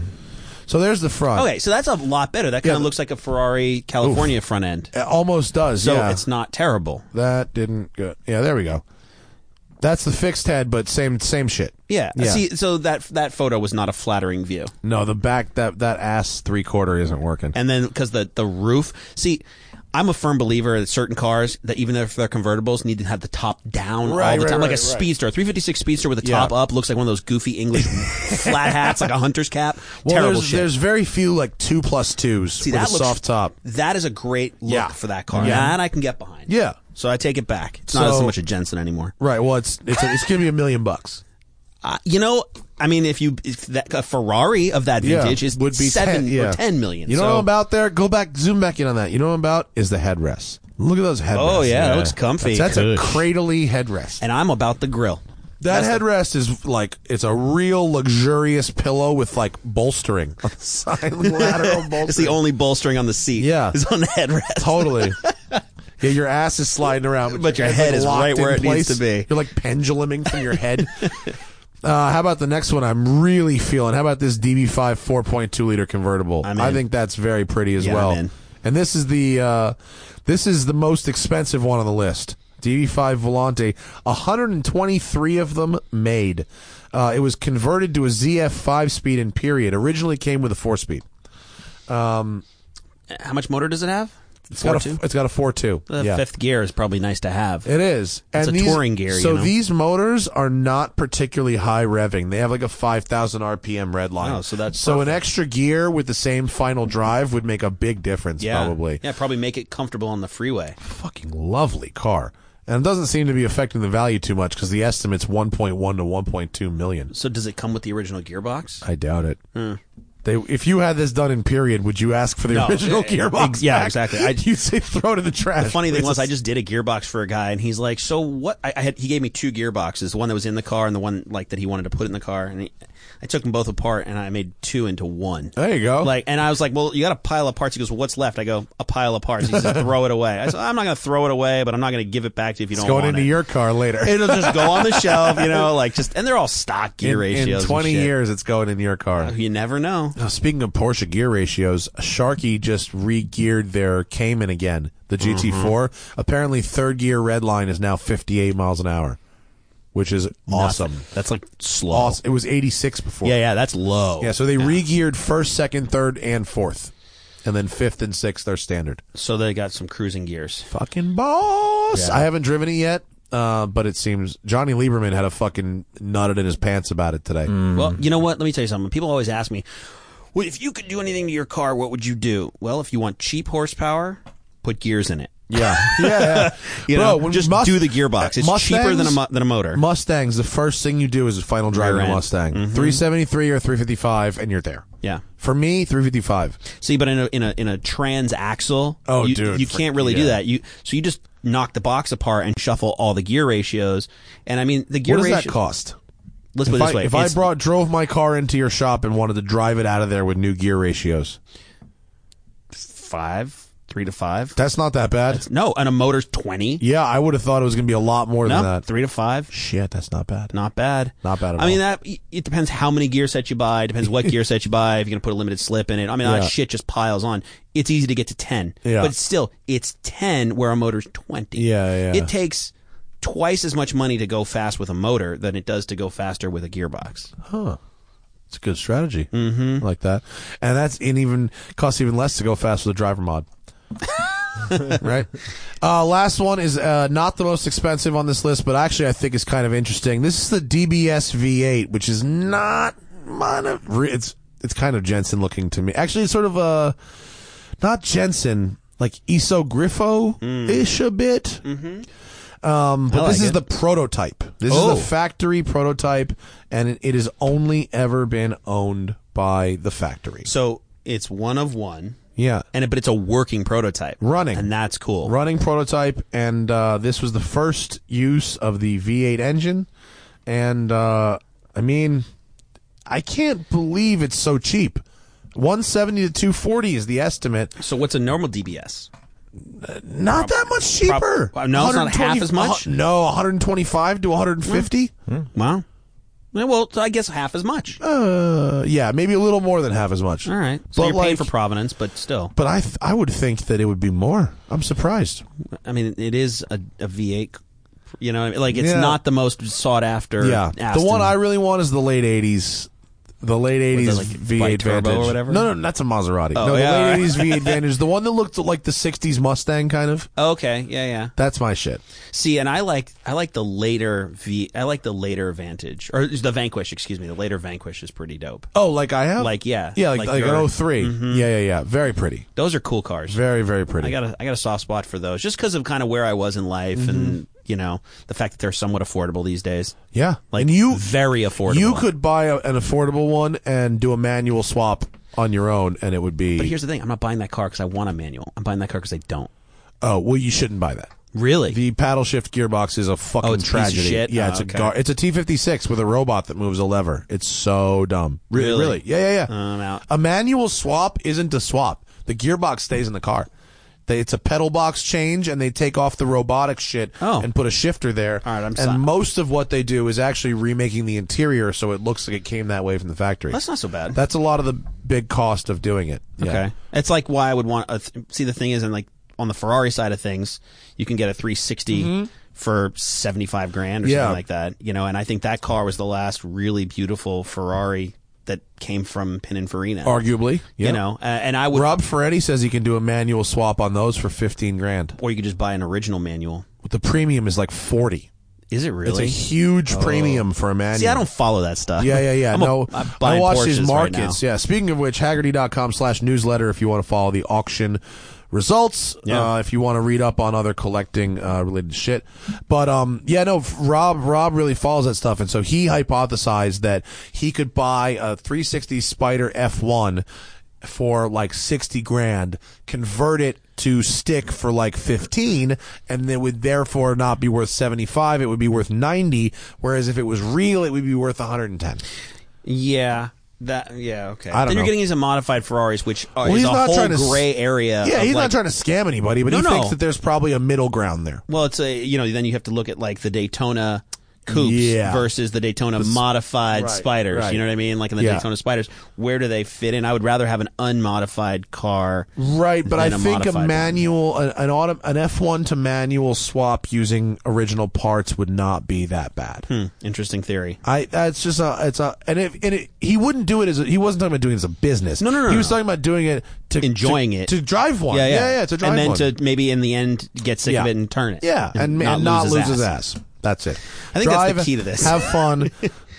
Speaker 1: So there's the front.
Speaker 2: Okay, so that's a lot better. That kind
Speaker 1: Yeah,
Speaker 2: of
Speaker 1: the-
Speaker 2: looks like a Ferrari California front end.
Speaker 1: It almost does.
Speaker 2: So
Speaker 1: yeah.
Speaker 2: it's not terrible.
Speaker 1: that didn't go. Yeah, there we go. That's the fixed head, but same same shit.
Speaker 2: Yeah.
Speaker 1: Yeah.
Speaker 2: See, so that that photo was not a flattering view.
Speaker 1: No, the back that that ass three quarter isn't working.
Speaker 2: and then because the the roof. See, I'm a firm believer that certain cars that even if they're convertibles need to have the top down all
Speaker 1: Right,
Speaker 2: the
Speaker 1: right,
Speaker 2: time, like
Speaker 1: right,
Speaker 2: a
Speaker 1: right.
Speaker 2: speedster, a 356 speedster with the
Speaker 1: Yeah.
Speaker 2: top up looks like one of those goofy English flat hats, like a hunter's cap.
Speaker 1: well,
Speaker 2: Terrible
Speaker 1: there's,
Speaker 2: shit.
Speaker 1: there's very few like two plus twos
Speaker 2: see
Speaker 1: with
Speaker 2: that
Speaker 1: a
Speaker 2: looks,
Speaker 1: soft top.
Speaker 2: That is a great look
Speaker 1: Yeah.
Speaker 2: for that car.
Speaker 1: Yeah.
Speaker 2: That I can get behind.
Speaker 1: Yeah.
Speaker 2: So I take it back. It's not
Speaker 1: So-
Speaker 2: so much a Jensen anymore.
Speaker 1: Right. Well, it's it's it's gonna be a million bucks.
Speaker 2: Uh, you know, I mean, if you if that a Ferrari of that
Speaker 1: Yeah,
Speaker 2: vintage is
Speaker 1: would be
Speaker 2: seven
Speaker 1: 10, yeah.
Speaker 2: or ten million.
Speaker 1: You know
Speaker 2: so,
Speaker 1: what I'm about there? Go back, zoom back in on that. You know what I'm about is the headrest. Look at those headrests.
Speaker 2: Oh yeah, that looks comfy.
Speaker 1: That's a
Speaker 4: Kush.
Speaker 1: cradly headrest.
Speaker 2: and I'm about the grill.
Speaker 1: That
Speaker 2: That's the-
Speaker 1: headrest is like it's a real luxurious pillow with like bolstering, side lateral bolstering.
Speaker 2: It's the only bolstering on the seat.
Speaker 1: Yeah.
Speaker 2: is on the headrest.
Speaker 1: totally. Yeah, your ass is sliding around,
Speaker 2: But your
Speaker 1: it's,
Speaker 2: head is
Speaker 1: locked
Speaker 2: right where
Speaker 1: in
Speaker 2: it needs to be.
Speaker 1: You're like penduluming from your head. Uh, how about the next one? I'm really feeling. How about this DB5 4.2 liter convertible?
Speaker 2: I'm
Speaker 1: I
Speaker 2: in.
Speaker 1: think that's very pretty as
Speaker 2: Yeah,
Speaker 1: well.
Speaker 2: I'm in.
Speaker 1: And this is the uh, this is the most expensive one on the list. DB5 Volante, 123 of them made. Uh, it was converted to a ZF five speed in period. Originally came with a four speed.
Speaker 2: How much motor does it have?
Speaker 1: It's got a f- it's got a four two.
Speaker 2: The
Speaker 1: yeah.
Speaker 2: fifth gear is probably nice to have.
Speaker 1: It is.
Speaker 2: It's a touring gear,
Speaker 1: So
Speaker 2: you know?
Speaker 1: these motors are not particularly high revving. They have like a 5,000 RPM red line.
Speaker 2: Oh, so that's
Speaker 1: so an extra gear with the same final drive would make a big difference,
Speaker 2: yeah,
Speaker 1: probably.
Speaker 2: Yeah, probably make it comfortable on the freeway.
Speaker 1: Fucking lovely car. And it doesn't seem to be affecting the value too much because the estimate's 1.1 to 1.2 million.
Speaker 2: So does it come with the original gearbox?
Speaker 1: I doubt it. They, if you had this done in period, would you ask for the
Speaker 2: Hmm. No.
Speaker 1: original
Speaker 2: Eh,
Speaker 1: gearbox?
Speaker 2: ex- yeah,
Speaker 1: back?
Speaker 2: exactly. I-
Speaker 1: You'd say throw it in the trash.
Speaker 2: The funny thing
Speaker 1: please.
Speaker 2: was, I just did a gearbox for a guy, and he's like, "So what?" I, I had he gave me two gearboxes, one that was in the car, and the one like that he wanted to put in the car. And he, I took them both apart, and I made two into one.
Speaker 1: There you go.
Speaker 2: Like, and I was like, "Well, you got a pile of parts." He goes, "Well, what's left?" I go, "A pile of parts." He says, "Throw it away." I said, "I'm not going to throw it away, but I'm not going to give it back to you if you
Speaker 1: it's
Speaker 2: don't
Speaker 1: going
Speaker 2: want
Speaker 1: into
Speaker 2: it."
Speaker 1: your car later.
Speaker 2: It'll just go on the shelf, you know, like just and they're all stock gear
Speaker 1: in, in
Speaker 2: ratios. and
Speaker 1: 20
Speaker 2: shit.
Speaker 1: years, it's going in your car.
Speaker 2: you never know.
Speaker 1: Now, Uh, speaking of Porsche gear ratios, Sharkey just re-geared their Cayman again, the GT4. Apparently, third gear red line is now 58 miles an hour, which is awesome.
Speaker 2: That's like slow.
Speaker 1: Awesome. It was 86 before.
Speaker 2: Yeah, yeah, that's low.
Speaker 1: Yeah, so they re-geared first, second, third, and fourth. And then fifth and sixth are standard.
Speaker 2: So they got some cruising gears.
Speaker 1: Fucking boss. I haven't driven it yet. Uh, but it seems Johnny Lieberman had a fucking nutted in his pants about it today.
Speaker 2: Well, you know what? Let me tell you something. People always ask me, "Well, if you could do anything to your car, what would you do?" Well, if you want cheap horsepower, put gears in it.
Speaker 1: Yeah, yeah, yeah.
Speaker 2: You
Speaker 1: Bro,
Speaker 2: know,
Speaker 1: when
Speaker 2: just
Speaker 1: Must-
Speaker 2: do the gearbox. It's cheaper than a mo- than a motor.
Speaker 1: Mustangs, the first thing you do is a final drive in a
Speaker 2: end. Mm-hmm.
Speaker 1: Mustang. 373 or 355, and you're there.
Speaker 2: Yeah.
Speaker 1: For me, 355.
Speaker 2: See, but in a in a in a trans axle,
Speaker 1: Oh,
Speaker 2: you,
Speaker 1: dude,
Speaker 2: you
Speaker 1: for-
Speaker 2: can't really
Speaker 1: yeah.
Speaker 2: do that. You so you just knock the box apart and shuffle all the gear ratios. And I mean, the gear
Speaker 1: What does that
Speaker 2: ratio
Speaker 1: cost?
Speaker 2: let's put
Speaker 1: If,
Speaker 2: it this
Speaker 1: I,
Speaker 2: way:
Speaker 1: if I
Speaker 2: It's-
Speaker 1: brought drove my car into your shop and wanted to drive it out of there with new gear ratios,
Speaker 2: five, three to five.
Speaker 1: that's not that bad.
Speaker 2: No, and a motor's twenty.
Speaker 1: yeah, I would have thought it was going to be a lot more
Speaker 2: no,
Speaker 1: than that.
Speaker 2: three to five.
Speaker 1: Shit, that's not bad.
Speaker 2: Not bad.
Speaker 1: Not bad at
Speaker 2: I mean,
Speaker 1: all.
Speaker 2: that it depends how many gear sets you buy. Depends what gear set you buy. If you're gonna put a limited slip in it, I mean, all
Speaker 1: Yeah.
Speaker 2: that shit just piles on. It's easy to get to ten,
Speaker 1: Yeah.
Speaker 2: but still, it's ten where a motor's twenty.
Speaker 1: Yeah, yeah.
Speaker 2: It takes twice as much money to go fast with a motor than it does to go faster with a gearbox.
Speaker 1: It's a good strategy. Mm-hmm. like that, and that's and even costs even less to go fast with a driver mod. right. Uh, last one is uh, not the most expensive on this list, but actually I think is kind of interesting. This is the DBS V8, which is not mono. re- It's it's kind of Jensen looking to me. Actually, it's sort of a not Jensen like Iso Griffo ish a bit. Um, but
Speaker 2: Mm. Mm-hmm. I
Speaker 1: this
Speaker 2: like
Speaker 1: is
Speaker 2: it.
Speaker 1: the prototype. This
Speaker 2: Oh.
Speaker 1: is the factory prototype, and it, it has only ever been owned by the factory.
Speaker 2: So it's one of one,
Speaker 1: Yeah.
Speaker 2: and it, but it's a working prototype,
Speaker 1: Running.
Speaker 2: and that's cool.
Speaker 1: running prototype, and uh, this was the first use of the V8 engine. And uh, I mean, I can't believe it's so cheap. 170 to 240 is the estimate.
Speaker 2: So what's a normal DBS?
Speaker 1: Not that much cheaper.
Speaker 2: prob- uh, no, it's not half
Speaker 1: 120
Speaker 2: as much?
Speaker 1: uh, no, 125 to 150.
Speaker 2: Wow. Yeah, eh, Well, so I guess half as much. All
Speaker 1: Uh, yeah, maybe a little more than half as much.
Speaker 2: right. So
Speaker 1: but
Speaker 2: you're
Speaker 1: like,
Speaker 2: paying for Providence, but still,
Speaker 1: but I th- I would think that it would be more. I'm surprised.
Speaker 2: I mean, it is a, a V8. You know, what I mean? like it's
Speaker 1: Yeah.
Speaker 2: not the most sought after.
Speaker 1: Yeah,
Speaker 2: Aston.
Speaker 1: the one I really want is the late '80s, the late '80s
Speaker 2: like,
Speaker 1: V8
Speaker 2: bi-turbo or
Speaker 1: Vantage.
Speaker 2: whatever? Oh,
Speaker 1: No, no, that's a Maserati. no, the
Speaker 2: yeah, all right.
Speaker 1: late '80s V8 Vantage, the one that looked like the '60s Mustang, kind of.
Speaker 2: Okay. Yeah. Yeah.
Speaker 1: That's my shit.
Speaker 2: See, and I like I like the later V. I like the later Vantage or the Vanquish. Excuse me. The later Vanquish is pretty dope.
Speaker 1: Oh, like I have.
Speaker 2: Like, yeah,
Speaker 1: yeah, like,
Speaker 2: like
Speaker 1: like,
Speaker 2: your-
Speaker 1: an 3 Yeah, yeah, yeah. Very pretty.
Speaker 2: Those are cool cars.
Speaker 1: Very, very pretty.
Speaker 2: I got a I got a soft spot for those just because of kind of where I was in life
Speaker 1: Mm-hmm.
Speaker 2: and you know the fact that they're somewhat affordable these days.
Speaker 1: yeah,
Speaker 2: Like
Speaker 1: and you,
Speaker 2: very affordable.
Speaker 1: you could buy a, an affordable one and do a manual swap on your own, and it would be.
Speaker 2: But here's the thing: I'm not buying that car because I want a manual. I'm buying that car because I don't.
Speaker 1: oh well, you shouldn't buy that.
Speaker 2: Really?
Speaker 1: The paddle shift gearbox is a fucking
Speaker 2: Oh, it's a piece of
Speaker 1: tragedy.
Speaker 2: shit?
Speaker 1: Yeah,
Speaker 2: Oh,
Speaker 1: it's
Speaker 2: okay.
Speaker 1: a gar- it's a T fifty six with a robot that moves a lever. It's so dumb. Really?
Speaker 2: Really?
Speaker 1: really? Yeah, yeah, yeah.
Speaker 2: I'm out.
Speaker 1: A manual swap isn't a swap. The gearbox stays in the car. They, it's a pedal box change, and they take off the robotic shit
Speaker 2: Oh.
Speaker 1: and put a shifter there.
Speaker 2: All right, I'm
Speaker 1: and
Speaker 2: si-
Speaker 1: most of what they do is actually remaking the interior so it looks like it came that way from the factory.
Speaker 2: That's not so bad.
Speaker 1: That's a lot of the big cost of doing it. Yeah.
Speaker 2: Okay. It's like why I would want a th- see the thing is and like on the Ferrari side of things, you can get a 360 for 75 grand or
Speaker 1: Mm-hmm. Yeah.
Speaker 2: something like that, you know, and I think that car was the last really beautiful Ferrari that came from Pininfarina.
Speaker 1: Arguably, yeah.
Speaker 2: you know, uh, and I would
Speaker 1: Rob Ferretti says he can do a manual swap on those for fifteen grand.
Speaker 2: or you could just buy an original manual.
Speaker 1: the premium is like 40
Speaker 2: Is
Speaker 1: it's
Speaker 2: it
Speaker 1: a
Speaker 2: really? Oh.
Speaker 1: huge premium for a manual
Speaker 2: See, I don't follow that stuff.
Speaker 1: yeah yeah yeah
Speaker 2: I'm a-
Speaker 1: no
Speaker 2: I'm
Speaker 1: I
Speaker 2: buying
Speaker 1: watch
Speaker 2: Porsches
Speaker 1: these
Speaker 2: right now.
Speaker 1: markets yeah speaking of which haggerty.com slash newsletter if you want to follow the auction results
Speaker 2: Yeah.
Speaker 1: uh, if you want to read up on other collecting uh, related shit but um yeah no f- rob rob really follows that stuff and so he hypothesized that he could buy a 360 spider f1 for like 60 grand convert it to stick for like 15 and it would therefore not be worth 75 it would be worth 90 whereas if it was real it would be worth 110
Speaker 2: Yeah. That yeah okay.
Speaker 1: I don't
Speaker 2: then you're
Speaker 1: know.
Speaker 2: getting into modified Ferraris, which are,
Speaker 1: Well,
Speaker 2: is
Speaker 1: he's
Speaker 2: a
Speaker 1: not
Speaker 2: whole
Speaker 1: trying to s-
Speaker 2: gray area.
Speaker 1: yeah
Speaker 2: of,
Speaker 1: he's
Speaker 2: like,
Speaker 1: not trying to scam anybody but
Speaker 2: No,
Speaker 1: he
Speaker 2: no.
Speaker 1: thinks that there's probably a middle ground there
Speaker 2: Well, it's a you know then you have to look at like the Daytona coupes
Speaker 1: Yeah.
Speaker 2: versus the Daytona modified
Speaker 1: right,
Speaker 2: spiders.
Speaker 1: right.
Speaker 2: You know what I mean? Like in the
Speaker 1: Yeah.
Speaker 2: Daytona spiders, where do they fit in? I would rather have an unmodified car.
Speaker 1: right but i
Speaker 2: than a
Speaker 1: think a
Speaker 2: modified one.
Speaker 1: manual an, an auto an f1 to manual swap using original parts would not be that bad
Speaker 2: Hmm, interesting theory.
Speaker 1: I that's just a it's a and if and it, he wouldn't do it as a, he wasn't talking about doing it as a business.
Speaker 2: No, no, no,
Speaker 1: He
Speaker 2: no,
Speaker 1: was
Speaker 2: no.
Speaker 1: talking about doing it to
Speaker 2: Enjoying
Speaker 1: to-
Speaker 2: it.
Speaker 1: to drive one.
Speaker 2: Yeah, yeah,
Speaker 1: yeah, to drive
Speaker 2: and then
Speaker 1: one.
Speaker 2: to maybe in the end get sick of
Speaker 1: Yeah.
Speaker 2: it and turn it.
Speaker 1: yeah, and, ma- and not, lose, his, ass. That's it.
Speaker 2: I think that's the
Speaker 1: Drive,
Speaker 2: key to this.
Speaker 1: Have fun.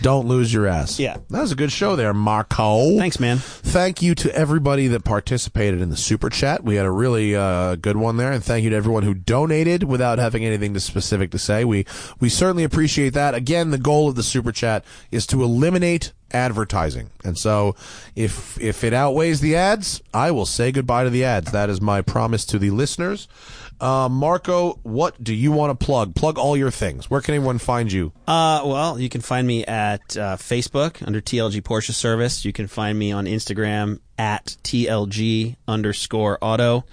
Speaker 1: Don't lose your ass.
Speaker 2: Yeah.
Speaker 1: that was a good show there, Marco.
Speaker 2: Thanks, man.
Speaker 1: Thank you to everybody that participated in the super chat. We had a really uh, good one there, and thank you to everyone who donated without having anything to specific to say. We we certainly appreciate that. Again, the goal of the super chat is to eliminate advertising, and so if if it outweighs the ads, I will say goodbye to the ads. That is my promise to the listeners. Uh, Marco, what do you want to plug? Plug all your things. Where can anyone find you?
Speaker 2: Uh, well, you can find me at at uh, Facebook under TLG Porsche Service. You can find me on Instagram at TLG underscore auto.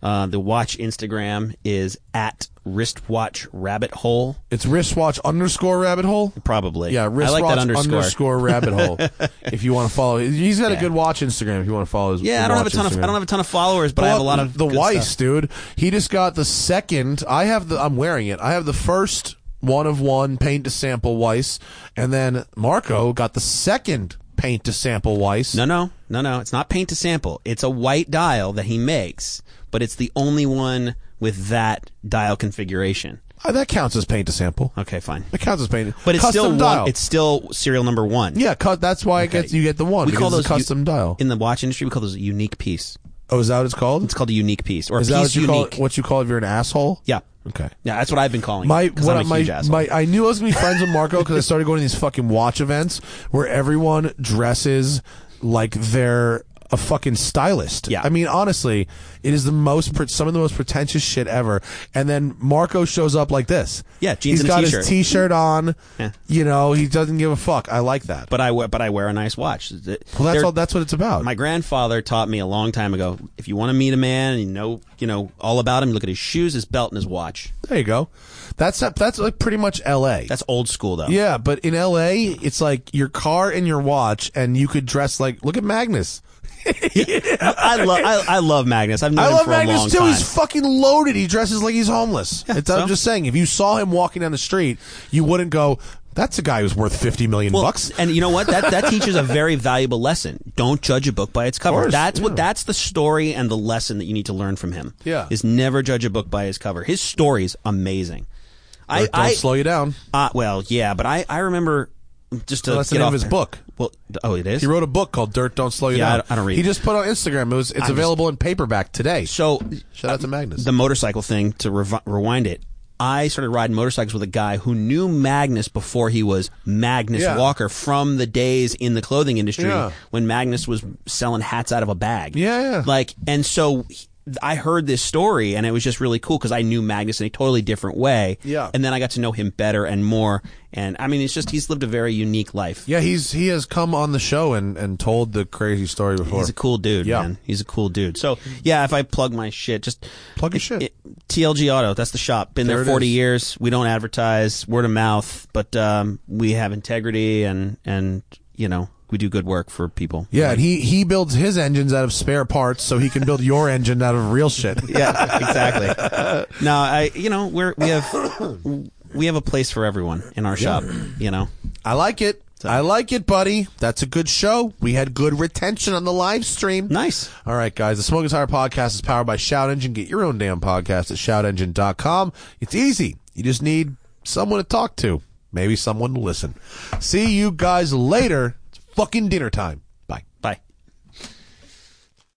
Speaker 2: Uh, the watch Instagram is at wristwatch rabbit hole,
Speaker 1: It's wristwatch underscore rabbit hole.
Speaker 2: probably.
Speaker 1: Yeah,
Speaker 2: I
Speaker 1: wristwatch
Speaker 2: like that underscore.
Speaker 1: underscore rabbit hole. if you want to follow, he's got a good watch Instagram. If you want to follow his,
Speaker 2: Yeah, I don't have a
Speaker 1: watch
Speaker 2: ton of
Speaker 1: Instagram.
Speaker 2: I don't have a ton of followers, but I
Speaker 1: Pull
Speaker 2: have a
Speaker 1: up
Speaker 2: lot of
Speaker 1: the
Speaker 2: good
Speaker 1: Weiss,
Speaker 2: stuff.
Speaker 1: dude. He just got the second. I have the. I'm wearing it. I have the first one of one paint to sample Weiss, and then Marco got the second paint to sample Weiss.
Speaker 2: No, no, no, no. It's not paint to sample. It's a white dial that he makes, but it's the only one with that dial configuration.
Speaker 1: Uh, that counts as paint to sample.
Speaker 2: Okay, fine.
Speaker 1: That counts as paint.
Speaker 2: But it's
Speaker 1: custom
Speaker 2: still
Speaker 1: dial.
Speaker 2: one, it's still serial number one.
Speaker 1: yeah. Cut. That's why it gets, you get the one.
Speaker 2: we
Speaker 1: because
Speaker 2: call
Speaker 1: it's
Speaker 2: those
Speaker 1: a custom
Speaker 2: u-
Speaker 1: dial.
Speaker 2: in the watch industry. We call those a unique piece.
Speaker 1: oh, is that what it's called?
Speaker 2: It's called a unique piece or a
Speaker 1: is
Speaker 2: piece
Speaker 1: that what you
Speaker 2: unique.
Speaker 1: call it, what you call it if you're an asshole?
Speaker 2: yeah,
Speaker 1: Okay.
Speaker 2: yeah, that's what I've been calling.
Speaker 1: My,
Speaker 2: it, 'cause
Speaker 1: what
Speaker 2: I'm a
Speaker 1: my,
Speaker 2: huge asshole.
Speaker 1: my, I knew I was gonna be friends with Marco because I started going to these fucking watch events where everyone dresses like they're a fucking stylist.
Speaker 2: Yeah.
Speaker 1: I mean, honestly, it is the most pre- some of the most pretentious shit ever. And then Marco shows up like this.
Speaker 2: Yeah,
Speaker 1: He's
Speaker 2: jeans and a
Speaker 1: got
Speaker 2: t-shirt.
Speaker 1: his t-shirt on.
Speaker 2: Yeah.
Speaker 1: You know, he doesn't give a fuck. I like that.
Speaker 2: but I wear, but I wear a nice watch.
Speaker 1: well, that's all. That's what it's about.
Speaker 2: my grandfather taught me a long time ago. If you want to meet a man, and you know, you know all about him. You look at his shoes, his belt, and his watch.
Speaker 1: there you go. That's that's like pretty much L.A.
Speaker 2: That's old school, though.
Speaker 1: Yeah, but in LA, it's like your car and your watch, and you could dress like. Look at Magnus.
Speaker 2: I love I, I love Magnus. I've known
Speaker 1: I
Speaker 2: him
Speaker 1: love
Speaker 2: for a long
Speaker 1: Magnus too.
Speaker 2: time.
Speaker 1: He's fucking loaded. He dresses like he's homeless. It's-
Speaker 2: so?
Speaker 1: I'm just saying, if you saw him walking down the street, you wouldn't go. That's a guy who's worth fifty million
Speaker 2: Well,
Speaker 1: bucks.
Speaker 2: And you know what? That that teaches a very valuable lesson. Don't judge a book by its cover.
Speaker 1: course,
Speaker 2: that's
Speaker 1: yeah.
Speaker 2: what that's the story and the lesson that you need to learn from him.
Speaker 1: Yeah.
Speaker 2: Is never judge a book by its cover. His story's amazing. I,
Speaker 1: Don't
Speaker 2: I
Speaker 1: slow you down.
Speaker 2: uh, well, yeah, but I, I remember just to
Speaker 1: Well, that's the
Speaker 2: get
Speaker 1: name
Speaker 2: off
Speaker 1: of his
Speaker 2: there.
Speaker 1: book.
Speaker 2: Well, th- oh, it is.
Speaker 1: He wrote a book called "Dirt Don't Slow You
Speaker 2: Yeah, I
Speaker 1: Down."
Speaker 2: don't- I don't read.
Speaker 1: He just put on Instagram. It was, it's available in paperback today.
Speaker 2: so
Speaker 1: Shout out to Magnus.
Speaker 2: the motorcycle thing to revi- rewind it. I started riding motorcycles with a guy who knew Magnus before he was Magnus
Speaker 1: Yeah.
Speaker 2: Walker from the days in the clothing industry
Speaker 1: Yeah.
Speaker 2: when Magnus was selling hats out of a bag.
Speaker 1: Yeah, yeah.
Speaker 2: Like, and so he- I heard this story and it was just really cool because I knew Magnus in a totally different way.
Speaker 1: Yeah.
Speaker 2: And then I got to know him better and more. And I mean, it's just, he's lived a very unique life.
Speaker 1: yeah, he's he has come on the show and and told the crazy story before.
Speaker 2: He's a cool dude,
Speaker 1: Yeah.
Speaker 2: man. He's a cool dude. So yeah, if I plug my shit, just
Speaker 1: Plug your shit.
Speaker 2: TLG Auto, that's the shop. Been there,
Speaker 1: There it
Speaker 2: forty
Speaker 1: is.
Speaker 2: years. We don't advertise, word of mouth, but um, we have integrity and and you know we do good work for people.
Speaker 1: Yeah, and he he builds his engines out of spare parts, so he can build your engine out of real shit.
Speaker 2: yeah, exactly. no, I you know we're we have we have a place for everyone in our shop. You know,
Speaker 1: I like it. I like it, buddy. That's a good show. We had good retention on the live stream.
Speaker 2: nice.
Speaker 1: All right, guys. The Smoking Tire Podcast is powered by Shout Engine. Get your own damn podcast at shoutengine.com. It's easy. You just need someone to talk to, maybe someone to listen. See you guys later. It's fucking dinner time.